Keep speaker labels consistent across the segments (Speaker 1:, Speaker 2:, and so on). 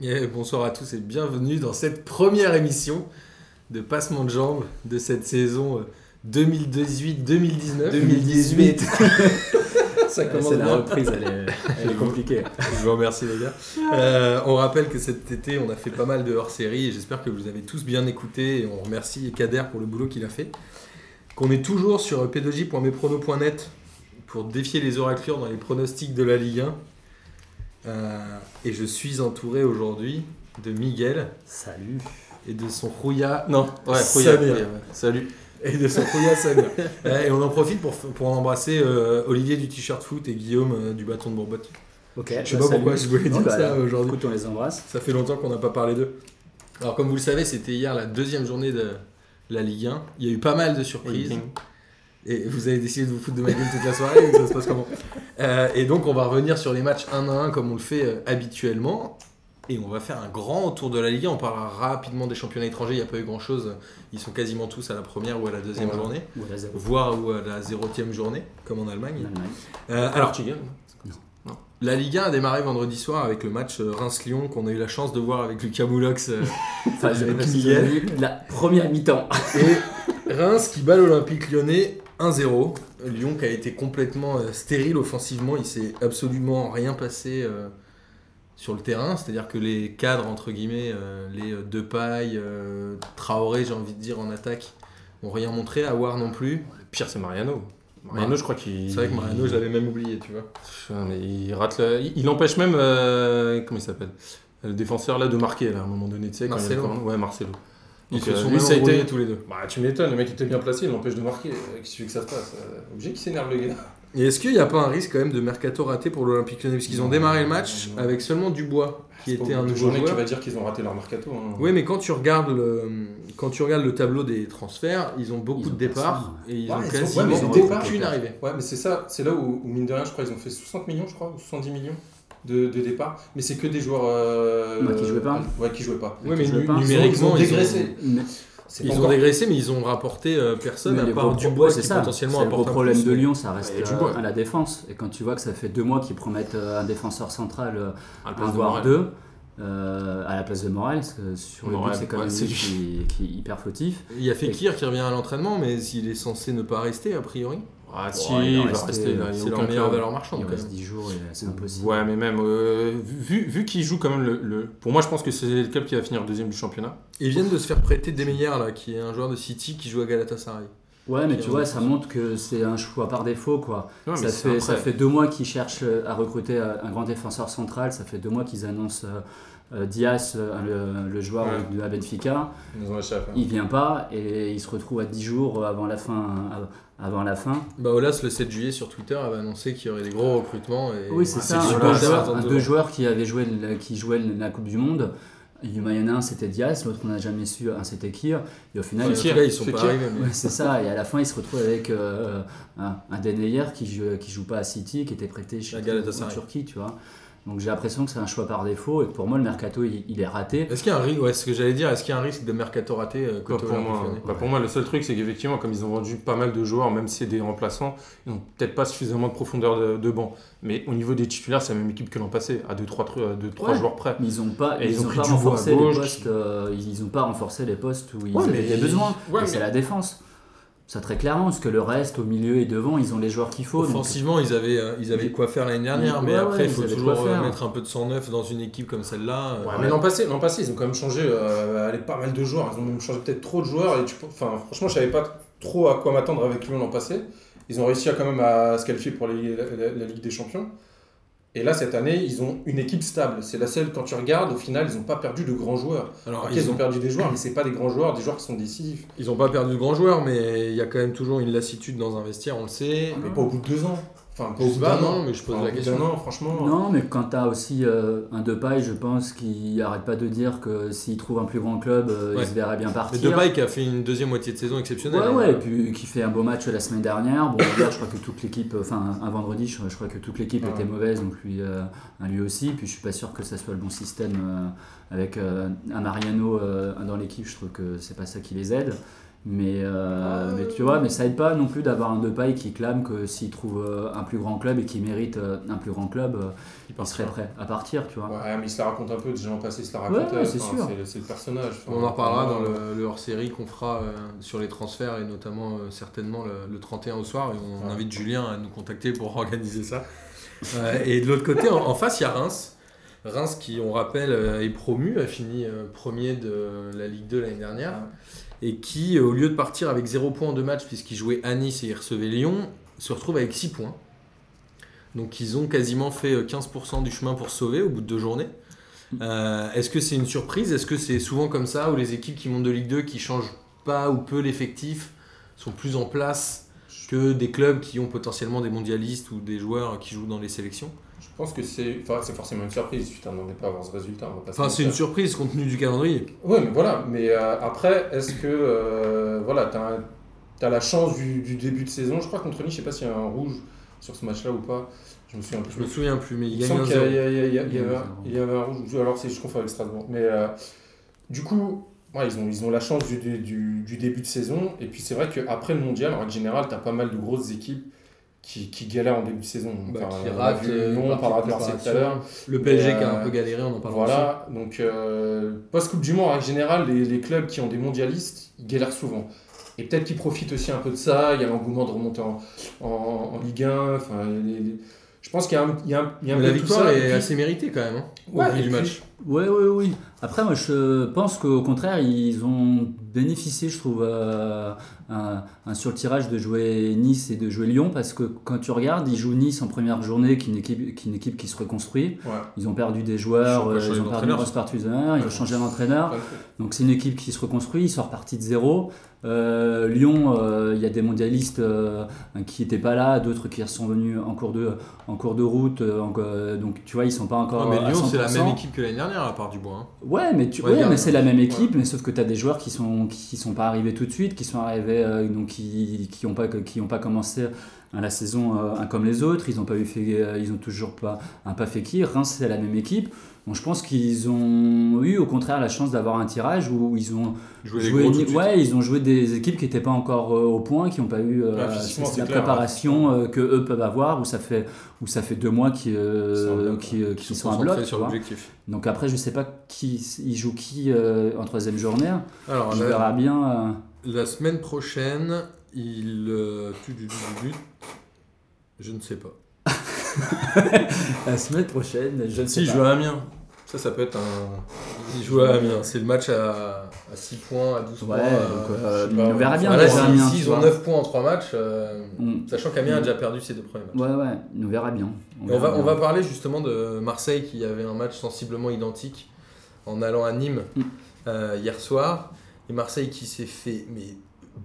Speaker 1: Et bonsoir à tous et bienvenue dans cette première émission de Passement de Jambes de cette saison euh, 2018-2019.
Speaker 2: 2018.
Speaker 1: Ça commence
Speaker 2: C'est la
Speaker 1: bien.
Speaker 2: reprise, elle est, elle est compliquée.
Speaker 1: Je vous remercie les gars. Euh, on rappelle que cet été on a fait pas mal de hors-série et j'espère que vous avez tous bien écouté et on remercie Kader pour le boulot qu'il a fait. Qu'on est toujours sur p2j.mespronos.net pour défier les oraclures dans les pronostics de la Ligue 1. Euh, et je suis entouré aujourd'hui de Miguel
Speaker 2: Salut.
Speaker 1: et de son Rouya.
Speaker 3: Non, ouais,
Speaker 1: Sa
Speaker 3: Rouya,
Speaker 1: mère.
Speaker 3: Rouya, ouais. Salut.
Speaker 1: Et de son Rouya Samuel. Ouais, et on en profite pour, pour embrasser euh, Olivier du t-shirt foot et Guillaume euh, du bâton de Bourbotte.
Speaker 2: Ok.
Speaker 1: Je sais pas pourquoi je voulais
Speaker 2: bah,
Speaker 1: dire bah, ça aujourd'hui.
Speaker 2: Écoute, on les embrasse.
Speaker 1: Ça fait longtemps qu'on n'a pas parlé d'eux. Alors, comme vous le savez, c'était hier la deuxième journée de la Ligue 1. Il y a eu pas mal de surprises. Et vous avez décidé de vous foutre de ma gueule toute la soirée ou ça se passe comment Euh, Et donc, on va revenir sur les matchs 1 à 1 comme on le fait euh, habituellement. Et on va faire un grand tour de la Ligue 1. On parlera rapidement des championnats étrangers. Il n'y a pas eu grand-chose. Ils sont quasiment tous à la première ou à la deuxième
Speaker 3: Ouais.
Speaker 1: journée,
Speaker 2: Ou la zéro.
Speaker 1: voire ou à la zérotième journée, comme en
Speaker 2: En
Speaker 1: Allemagne.
Speaker 2: Allemagne.
Speaker 1: Euh, alors,
Speaker 3: Portugal.
Speaker 1: la Ligue 1 a démarré vendredi soir avec le match euh, Reims-Lyon qu'on a eu la chance de voir avec Lucas Moulox. euh,
Speaker 2: Enfin, je
Speaker 1: Avec
Speaker 2: pas si
Speaker 1: Miguel.
Speaker 2: j'ai vu la première mi-temps.
Speaker 1: Et Reims qui bat l'Olympique lyonnais 1-0. Lyon qui a été complètement euh, stérile offensivement, il s'est absolument rien passé euh, sur le terrain. C'est-à-dire que les cadres, entre guillemets, euh, les euh, Depay, euh, Traoré, j'ai envie de dire, en attaque, ont rien montré. Aouar non plus.
Speaker 3: Le pire, c'est Mariano. Mariano, je crois qu'il.
Speaker 1: C'est vrai que Mariano, je l'avais même oublié, tu vois.
Speaker 3: Putain, mais il rate le- Il il empêche même. euh, Comment il s'appelle Le défenseur là de marquer, là, à un moment donné, tu sais. quand il y a le
Speaker 1: Marcelo.
Speaker 3: corner. Ouais, Marcelo.
Speaker 1: Ils
Speaker 3: Donc,
Speaker 1: se
Speaker 3: euh,
Speaker 1: sont
Speaker 3: lui,
Speaker 1: même
Speaker 3: ça a été-
Speaker 1: embrouillés tous les deux.
Speaker 3: Bah, tu m'étonnes, le mec était bien placé, il l'empêche de marquer. Euh, Qu'est-ce que tu veux que ça se passe euh, Obligé qu'il s'énerve, le gars.
Speaker 1: Et est-ce qu'il n'y a pas un risque quand même de mercato raté pour l'Olympique lyonnais Parce qu'ils ont
Speaker 3: Non,
Speaker 1: démarré le match
Speaker 3: non, non.
Speaker 1: avec seulement Dubois, qui était un nouveau
Speaker 3: journée que
Speaker 1: joueur.
Speaker 3: tu vas dire qu'ils ont raté leur mercato. hein.
Speaker 1: Oui, mais quand tu regardes le, quand tu regardes le tableau des transferts, ils ont beaucoup
Speaker 2: Ils
Speaker 1: de
Speaker 2: ont
Speaker 1: départs et ils
Speaker 3: Ouais,
Speaker 1: ont
Speaker 3: ils ont-
Speaker 1: quasiment
Speaker 3: ouais, mais ils ont départs.
Speaker 1: aucune arrivée.
Speaker 3: Ouais, mais c'est ça, c'est là où, où, mine de rien, je crois, ils ont fait 60 millions, je crois, ou 70 millions de, de départ. Mais c'est que des joueurs. euh,
Speaker 2: Ouais, qui jouaient pas.
Speaker 3: Ouais, qui jouaient pas.
Speaker 1: Oui, mais
Speaker 2: Je
Speaker 1: nu-
Speaker 2: pense.
Speaker 3: Ils ont
Speaker 1: numériquement, ils ont
Speaker 3: dégraissé.
Speaker 2: Mais-
Speaker 3: C'est
Speaker 1: Ils
Speaker 3: pas
Speaker 1: ont
Speaker 3: encore-
Speaker 1: dégraissé, mais ils ont rapporté euh, personne
Speaker 2: mais
Speaker 1: à
Speaker 2: le
Speaker 1: part
Speaker 2: gros-
Speaker 1: Dubois,
Speaker 2: c'est
Speaker 1: qui
Speaker 2: ça.
Speaker 1: potentiellement
Speaker 2: C'est Le gros
Speaker 1: apporte un
Speaker 2: problème
Speaker 1: plus.
Speaker 2: de Lyon, ça reste
Speaker 3: Et
Speaker 2: euh,
Speaker 3: Dubois.
Speaker 2: à la défense. Et quand tu vois que ça fait deux mois qu'ils promettent euh, un défenseur central, euh,
Speaker 3: Ah, le
Speaker 2: un
Speaker 3: passe de
Speaker 2: voire
Speaker 3: Morel.
Speaker 2: deux, euh, à la place de Morel, parce que sur le
Speaker 3: Morel,
Speaker 2: but, c'est quand
Speaker 3: ouais,
Speaker 2: même
Speaker 3: c'est
Speaker 2: lui qui, qui est hyper fautif.
Speaker 1: Il y a Fekir qui revient à l'entraînement, mais il est censé ne pas rester a priori.
Speaker 3: Ah, si,
Speaker 2: Ouais, il en
Speaker 3: il va
Speaker 2: reste-
Speaker 3: rester là. il y a
Speaker 1: C'est leur
Speaker 3: aucun
Speaker 1: meilleure
Speaker 3: club.
Speaker 1: valeur marchande
Speaker 2: Il
Speaker 1: quand même.
Speaker 2: reste 10 jours et c'est impossible.
Speaker 3: Ouais, mais même, euh, vu, vu qu'il joue quand même le, le- Pour moi, je pense que c'est le club qui va finir deuxième du championnat.
Speaker 1: Ils viennent de se faire prêter Demeyer là, qui est un joueur de City qui joue à Galatasaray.
Speaker 2: Ouais, mais
Speaker 1: Qui
Speaker 2: tu
Speaker 1: en
Speaker 2: vois,
Speaker 1: est
Speaker 2: ça montre que c'est un choix par défaut, quoi.
Speaker 3: Ouais,
Speaker 2: ça,
Speaker 3: mais c'est
Speaker 2: fait,
Speaker 3: un
Speaker 2: ça
Speaker 3: prêt.
Speaker 2: fait deux mois qu'ils cherchent euh, à recruter euh, un grand défenseur central. Ça fait deux mois qu'ils annoncent euh, euh, Diaz, euh, le, le joueur
Speaker 3: Ouais.
Speaker 2: de la Benfica.
Speaker 3: Ils nous ont échappé. hein.
Speaker 2: Il vient pas et il se retrouve à 10 jours euh, avant la fin. av- Avant la fin.
Speaker 1: Bah Olas le 7 juillet sur Twitter avait annoncé qu'il y aurait des gros recrutements. Et...
Speaker 2: oui, c'est
Speaker 3: c'est
Speaker 2: ça.
Speaker 3: du
Speaker 2: Un
Speaker 3: bon
Speaker 2: deux,
Speaker 3: joueur,
Speaker 2: joueurs,
Speaker 3: attends,
Speaker 2: un
Speaker 3: deux
Speaker 2: deux
Speaker 3: ans.
Speaker 2: joueurs qui avaient joué, le- qui jouaient la Coupe du Monde. Il y en a un, c'était Diaz. L'autre, on n'a jamais su. Un, c'était Kier. Et au final,
Speaker 1: Enfin, en
Speaker 2: il-
Speaker 1: tout cas, ils sont
Speaker 3: Fekir.
Speaker 1: pas arrivés. mais-
Speaker 2: Ouais, c'est ça, et à la fin, il se retrouve avec euh, un, un Denayer qui joue, qui joue pas à City, qui était prêté chez
Speaker 1: À Galatasaray.
Speaker 2: en Turquie, tu vois. Donc j'ai l'impression que c'est un choix par défaut, et que pour moi, le mercato, il, il est raté.
Speaker 1: Est-ce qu'il y a un risque, ouais, ce que j'allais dire, est-ce qu'il y a un risque de mercato raté euh,
Speaker 3: Pas
Speaker 1: côté
Speaker 3: pour, moi,
Speaker 1: Olympique Lyonnais
Speaker 3: hein. Bah, pour moi, le seul truc, c'est qu'effectivement, comme ils ont vendu pas mal de joueurs, même si c'est des remplaçants, ils n'ont peut-être pas suffisamment de profondeur de, de banc. Mais au niveau des titulaires, c'est la même équipe que l'an passé, à 2-3 deux, trois, tru- à deux, trois
Speaker 2: Ouais.
Speaker 3: joueurs près.
Speaker 2: Mais Ils n'ont pas,
Speaker 3: Et ils
Speaker 2: ils
Speaker 3: ont
Speaker 2: ont
Speaker 3: pris
Speaker 2: pas
Speaker 3: Dubois à
Speaker 2: renforcé les
Speaker 3: gauche,
Speaker 2: postes, euh, ils ils ont pas renforcé les postes où ils
Speaker 3: Ouais,
Speaker 2: avaient
Speaker 3: mais-
Speaker 2: des besoins. Et
Speaker 3: ouais, mais-
Speaker 2: C'est la défense. Ça très clairement, parce que le reste, au milieu et devant, ils ont les joueurs qu'il faut. donc-
Speaker 1: Offensivement, ils avaient, euh, ils avaient
Speaker 2: Mais-
Speaker 1: quoi faire l'année dernière, mais
Speaker 2: Ouais,
Speaker 1: après,
Speaker 2: ouais,
Speaker 1: il
Speaker 2: ils
Speaker 1: faut
Speaker 2: avaient
Speaker 1: toujours
Speaker 2: quoi faire.
Speaker 1: euh, mettre un peu de sang neuf dans une équipe comme celle-là. euh,
Speaker 3: Ouais, mais l'an passé, l'an passé, ils ont quand même changé euh, allez, pas mal de joueurs. Ils ont même changé peut-être trop de joueurs. Et tu, peux- enfin, franchement, je savais pas trop à quoi m'attendre avec Lyon l'an passé. Ils ont réussi à, quand même à se qualifier pour la, la- la Ligue des Champions. Et là, cette année, ils ont une équipe stable. C'est la seule, quand tu regardes, au final, ils n'ont pas perdu de grands joueurs.
Speaker 1: alors,
Speaker 3: Ok,
Speaker 1: Ah, ils,
Speaker 3: ils ont
Speaker 1: ont,
Speaker 3: perdu des joueurs, mais c'est pas des grands joueurs, des joueurs qui sont décisifs.
Speaker 1: ils ont pas perdu de grands joueurs, mais il y a quand même toujours une lassitude dans un vestiaire, on le sait.
Speaker 3: Mais pas au bout de deux ans. Enfin, pas
Speaker 1: Je
Speaker 3: au
Speaker 1: sais
Speaker 3: bout
Speaker 1: pas,
Speaker 3: d'un
Speaker 1: non,
Speaker 3: an.
Speaker 1: mais je pose
Speaker 3: Enfin, au
Speaker 1: la
Speaker 3: bout
Speaker 1: question.
Speaker 3: d'un an, franchement.
Speaker 2: Non, mais quand t'as aussi euh, un Depay, je pense qu'il arrête pas de dire que s'il trouve un plus grand club, euh,
Speaker 1: Ouais.
Speaker 2: il se verrait bien
Speaker 1: Mais
Speaker 2: partir.
Speaker 1: Depay qui a fait une deuxième moitié de saison exceptionnelle.
Speaker 2: Ouais, ouais, et puis euh, qui fait un beau match la semaine dernière. Bon, hier, je crois que toute l'équipe, euh, enfin, un vendredi, je, je crois que toute l'équipe
Speaker 3: Ouais.
Speaker 2: était mauvaise, donc lui, euh, un lui aussi. Puis je suis pas sûr que ça soit le bon système euh, avec euh, un Mariano euh, dans l'équipe, je trouve que c'est pas ça qui les aide. Mais, euh, mais tu vois, mais ça aide pas non plus d'avoir un Depay qui clame que s'il trouve euh, un plus grand club et qu'il mérite euh, un plus grand club, euh,
Speaker 1: Il
Speaker 2: il
Speaker 1: pense
Speaker 2: serait prêt à partir, tu vois.
Speaker 3: Ouais, mais il se la raconte un peu, déjà en passé, il se la racontait.
Speaker 2: ouais, c'est
Speaker 3: enfin,
Speaker 2: sûr.
Speaker 3: C'est le, c'est le personnage. Enfin,
Speaker 1: On en reparlera dans
Speaker 3: vraiment,
Speaker 1: le, le hors-série qu'on fera euh, sur les transferts et notamment euh, certainement le, le 31 au soir. Et on
Speaker 3: Ouais.
Speaker 1: invite Julien à nous contacter pour organiser ça. Euh, et de l'autre côté, en, en face, il y a Reims. Reims qui, on rappelle, euh, est promu, a fini euh, premier de la Ligue 2 l'année dernière. Et qui, euh, au lieu de partir avec 0 points en deux matchs, puisqu'ils jouaient à Nice et ils recevaient Lyon, se retrouve avec 6 points. Donc ils ont quasiment fait euh, 15% du chemin pour se sauver au bout de deux journées. Euh, Est-ce que c'est une surprise Est-ce que c'est souvent comme ça où les équipes qui montent de Ligue 2 qui changent pas ou peu l'effectif sont plus en place que des clubs qui ont potentiellement des mondialistes ou des joueurs qui jouent dans les sélections
Speaker 3: Je pense que c'est enfin, c'est forcément une surprise. Tu t'attendais pas à avoir ce résultat. on va pas se
Speaker 1: Enfin, c'est une
Speaker 3: mentir.
Speaker 1: surprise compte tenu du calendrier.
Speaker 3: Ouais, mais voilà. Mais euh, après, est-ce que. euh, voilà, t'as as la chance du, du début de saison. Je crois contre Nice, je sais pas s'il y a un rouge sur ce match-là ou pas. Je me souviens plus.
Speaker 1: Je me souviens plus, mais il
Speaker 3: Il
Speaker 1: gagne
Speaker 3: semble
Speaker 1: un
Speaker 3: qu'il y a-
Speaker 1: zéro.
Speaker 3: il y a- il y a- il y a- il y
Speaker 2: Il
Speaker 3: avait
Speaker 2: gagne
Speaker 3: un- il y avait un rouge, ou alors c'est je confonds avec Strasbourg. Mais euh, du coup, ouais, ils, ont, ils ont la chance du, du- du- du début de saison. Et puis c'est vrai qu'après le mondial, en règle générale, tu as pas mal de grosses équipes qui, qui galèrent en début de saison.
Speaker 1: Bah,
Speaker 3: Enfin,
Speaker 1: qui
Speaker 3: on a
Speaker 1: rate,
Speaker 3: vu
Speaker 1: euh,
Speaker 3: Lyon,
Speaker 1: une
Speaker 3: on parlera de
Speaker 1: partie de
Speaker 3: Marseille tout à l'heure.
Speaker 1: Le PSG
Speaker 3: Mais,
Speaker 1: qui a un
Speaker 3: euh,
Speaker 1: peu galéré, on en parlera. aussi.
Speaker 3: Voilà, donc euh, post-Coupe du Monde, en règle générale, les, les clubs qui ont des mondialistes, ils galèrent souvent. Et peut-être qu'ils profitent aussi un peu de ça, il y a l'engouement de remonter en, en, en Ligue 1. Enfin, les- les- Je pense qu'il y a un, il y a un, il y a un
Speaker 1: Mais
Speaker 3: peu
Speaker 1: la
Speaker 3: tout
Speaker 1: victoire
Speaker 3: ça, et
Speaker 1: est
Speaker 3: puis-
Speaker 1: assez méritée quand même. hein,
Speaker 3: Ouais,
Speaker 1: au vu
Speaker 3: et
Speaker 1: du
Speaker 3: puis-
Speaker 1: match.
Speaker 2: Oui, oui, oui. Après, moi, je pense qu'au contraire, ils ont bénéficié, je trouve, euh, un, un surtirage de jouer Nice et de jouer Lyon, parce que quand tu regardes, ils jouent Nice en première journée, qui est une équipe qui, est une équipe qui se reconstruit.
Speaker 3: Ouais.
Speaker 2: Ils ont perdu des joueurs,
Speaker 1: Ils ont pas
Speaker 2: euh,
Speaker 1: changé
Speaker 2: ils ont perdu une
Speaker 1: d'entraîneur.
Speaker 2: grosse partie de l'entraîneur, ils ont changé d'entraîneur. Donc c'est une équipe qui se reconstruit, ils sont repartis de zéro. Euh, Lyon, euh, il y a des mondialistes euh, qui n'étaient pas là, d'autres qui sont venus en cours de, en cours de route. euh, en- euh, donc tu vois, ils sont pas encore.
Speaker 1: Non, mais
Speaker 2: Oh, à
Speaker 1: Lyon, c'est la
Speaker 2: 100%.
Speaker 1: même équipe que l'année dernière, à part Dubois. hein.
Speaker 2: Ouais, mais, tu...
Speaker 1: Ouais,
Speaker 2: ouais,
Speaker 1: garde.
Speaker 2: mais c'est la même équipe, mais sauf que tu as des joueurs qui sont, qui sont pas arrivés tout de suite, qui sont arrivés, euh, donc qui qui ont pas, qui ont pas commencé hein, la saison euh, un comme les autres, ils ont pas eu fait, euh, ils ont toujours pas, un pas fait qui, Reims c'est la même équipe. Bon, je pense qu'ils ont eu au contraire la chance d'avoir un tirage où ils ont
Speaker 1: Jouer les
Speaker 2: joué,
Speaker 1: gros tout de suite.
Speaker 2: ouais, ils ont joué des équipes qui n'étaient pas encore euh, au point, qui n'ont pas eu euh,
Speaker 3: Ouais, physiquement, c'est
Speaker 2: la
Speaker 3: clair,
Speaker 2: préparation euh, que eux peuvent avoir, où ça fait, où ça fait deux mois qu'ils euh,
Speaker 3: Ils sont en bloc,
Speaker 2: qui, euh,
Speaker 1: Ils sont
Speaker 2: qui sont à
Speaker 1: concentrés
Speaker 2: bloc. tu
Speaker 1: sur
Speaker 2: vois.
Speaker 1: l'objectif.
Speaker 2: Donc après, je sais pas qui il joue qui euh, en troisième journée.
Speaker 1: Alors,
Speaker 2: je
Speaker 1: la,
Speaker 2: verrai bien. euh,
Speaker 1: la semaine prochaine, il. euh, tu- tu- tu- tu- tu- Je ne sais pas.
Speaker 2: la semaine prochaine. Je ne sais
Speaker 3: Si,
Speaker 2: pas.
Speaker 3: je joue à Amiens. Ça, ça peut être un.
Speaker 1: Il joue à Amiens. C'est le match à, 6 points, à 12 points.
Speaker 2: Ouais, donc, euh,
Speaker 3: je sais pas.
Speaker 2: on verra bien.
Speaker 1: Voilà,
Speaker 2: déjà,
Speaker 1: si-
Speaker 2: Amiens,
Speaker 1: s'ils
Speaker 2: tu
Speaker 1: ont
Speaker 2: vois. Mm.
Speaker 1: 9 points en 3 matchs, euh,
Speaker 2: On-
Speaker 1: sachant qu'Amiens a déjà perdu ses deux premiers matchs.
Speaker 2: Ouais, ouais, on verra bien.
Speaker 1: Et on,
Speaker 2: verra
Speaker 1: va, on
Speaker 2: bien.
Speaker 1: va parler justement de Marseille qui avait un match sensiblement identique en allant à Nîmes
Speaker 2: Mm.
Speaker 1: euh, hier soir. Et Marseille qui s'est fait mais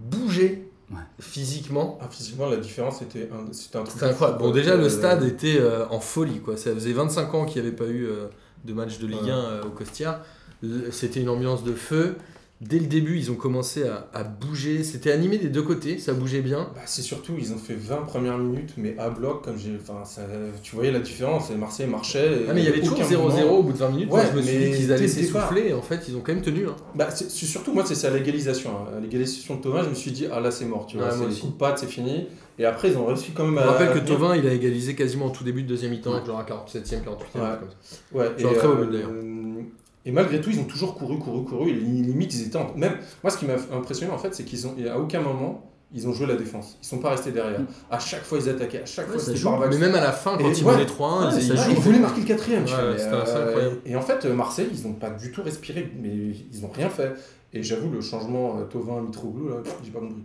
Speaker 1: bouger
Speaker 2: Ouais.
Speaker 1: physiquement.
Speaker 3: Ah, physiquement, la différence était un, c'était un truc.
Speaker 1: C'était incroyable. Bon, déjà,
Speaker 3: Euh,
Speaker 1: le stade était euh, en folie. Quoi. Ça faisait 25 ans qu'il n'y avait pas eu euh, de match de Ligue
Speaker 3: Ouais.
Speaker 1: 1 euh, au Costière. Le- C'était une ambiance de feu. Dès le début, ils ont commencé à, à bouger. C'était animé des deux côtés. Ça bougeait bien.
Speaker 3: Bah, c'est surtout, ils ont fait 20 premières minutes, mais à bloc, comme j'ai. Enfin, ça- tu voyais la différence. et Marseille marchait. et
Speaker 1: Ah, mais il y avait toujours
Speaker 3: aucun
Speaker 1: 0-0
Speaker 3: moment-
Speaker 1: au bout de 20 minutes.
Speaker 3: Ouais,
Speaker 1: Moi, je me suis
Speaker 3: mais
Speaker 1: dit qu'ils allaient
Speaker 3: t'étais pas-
Speaker 1: s'essouffler. et En fait, ils ont quand même tenu. hein.
Speaker 3: Bah, c'est, c'est surtout, moi, c'est, c'est à l'égalisation. hein. À l'égalisation de Thomas, je me suis dit, ah là, c'est mort. Tu vois,
Speaker 1: Ouais,
Speaker 3: c'est
Speaker 1: moi
Speaker 3: les
Speaker 1: aussi.
Speaker 3: coups de patte, c'est fini. Et après, ils ont réussi quand même
Speaker 1: Je
Speaker 3: à.
Speaker 1: me rappelle que
Speaker 3: à-
Speaker 1: Tovin, il a égalisé quasiment en tout début de deuxième mi-temps,
Speaker 2: Ouais.
Speaker 1: genre à 47e, 48e.
Speaker 3: Ouais.
Speaker 1: un truc comme ça.
Speaker 3: Ouais, euh,
Speaker 1: Sur un très beau but, d'ailleurs.
Speaker 3: Et malgré tout, ils ont toujours couru, couru, couru. Et li- limite, ils étaient en- Même, moi, ce qui m'a impressionné, en fait, c'est qu'ils ont, et à aucun moment, ils ont joué la défense. Ils sont pas restés derrière.
Speaker 2: Mm.
Speaker 3: À chaque fois, ils attaquaient. À chaque
Speaker 2: Ouais,
Speaker 3: fois,
Speaker 2: ça
Speaker 3: c'était
Speaker 2: joue.
Speaker 3: par vague.
Speaker 1: Mais même à la fin, quand
Speaker 3: Et
Speaker 1: ils
Speaker 3: ouais.
Speaker 1: menaient 3-1,
Speaker 2: Ouais,
Speaker 1: ils
Speaker 2: ça
Speaker 1: étaient-
Speaker 3: Ah,
Speaker 2: joue.
Speaker 3: ils voulaient marquer le quatrième. tu
Speaker 1: Ouais,
Speaker 3: vois, mais,
Speaker 1: c'était assez
Speaker 3: euh,
Speaker 1: incroyable.
Speaker 3: Et en fait, euh, Marseille, ils n'ont pas du tout respiré, mais ils n'ont rien fait. Et j'avoue, le changement euh, Tovin Mitroglou, là, j'ai pas compris.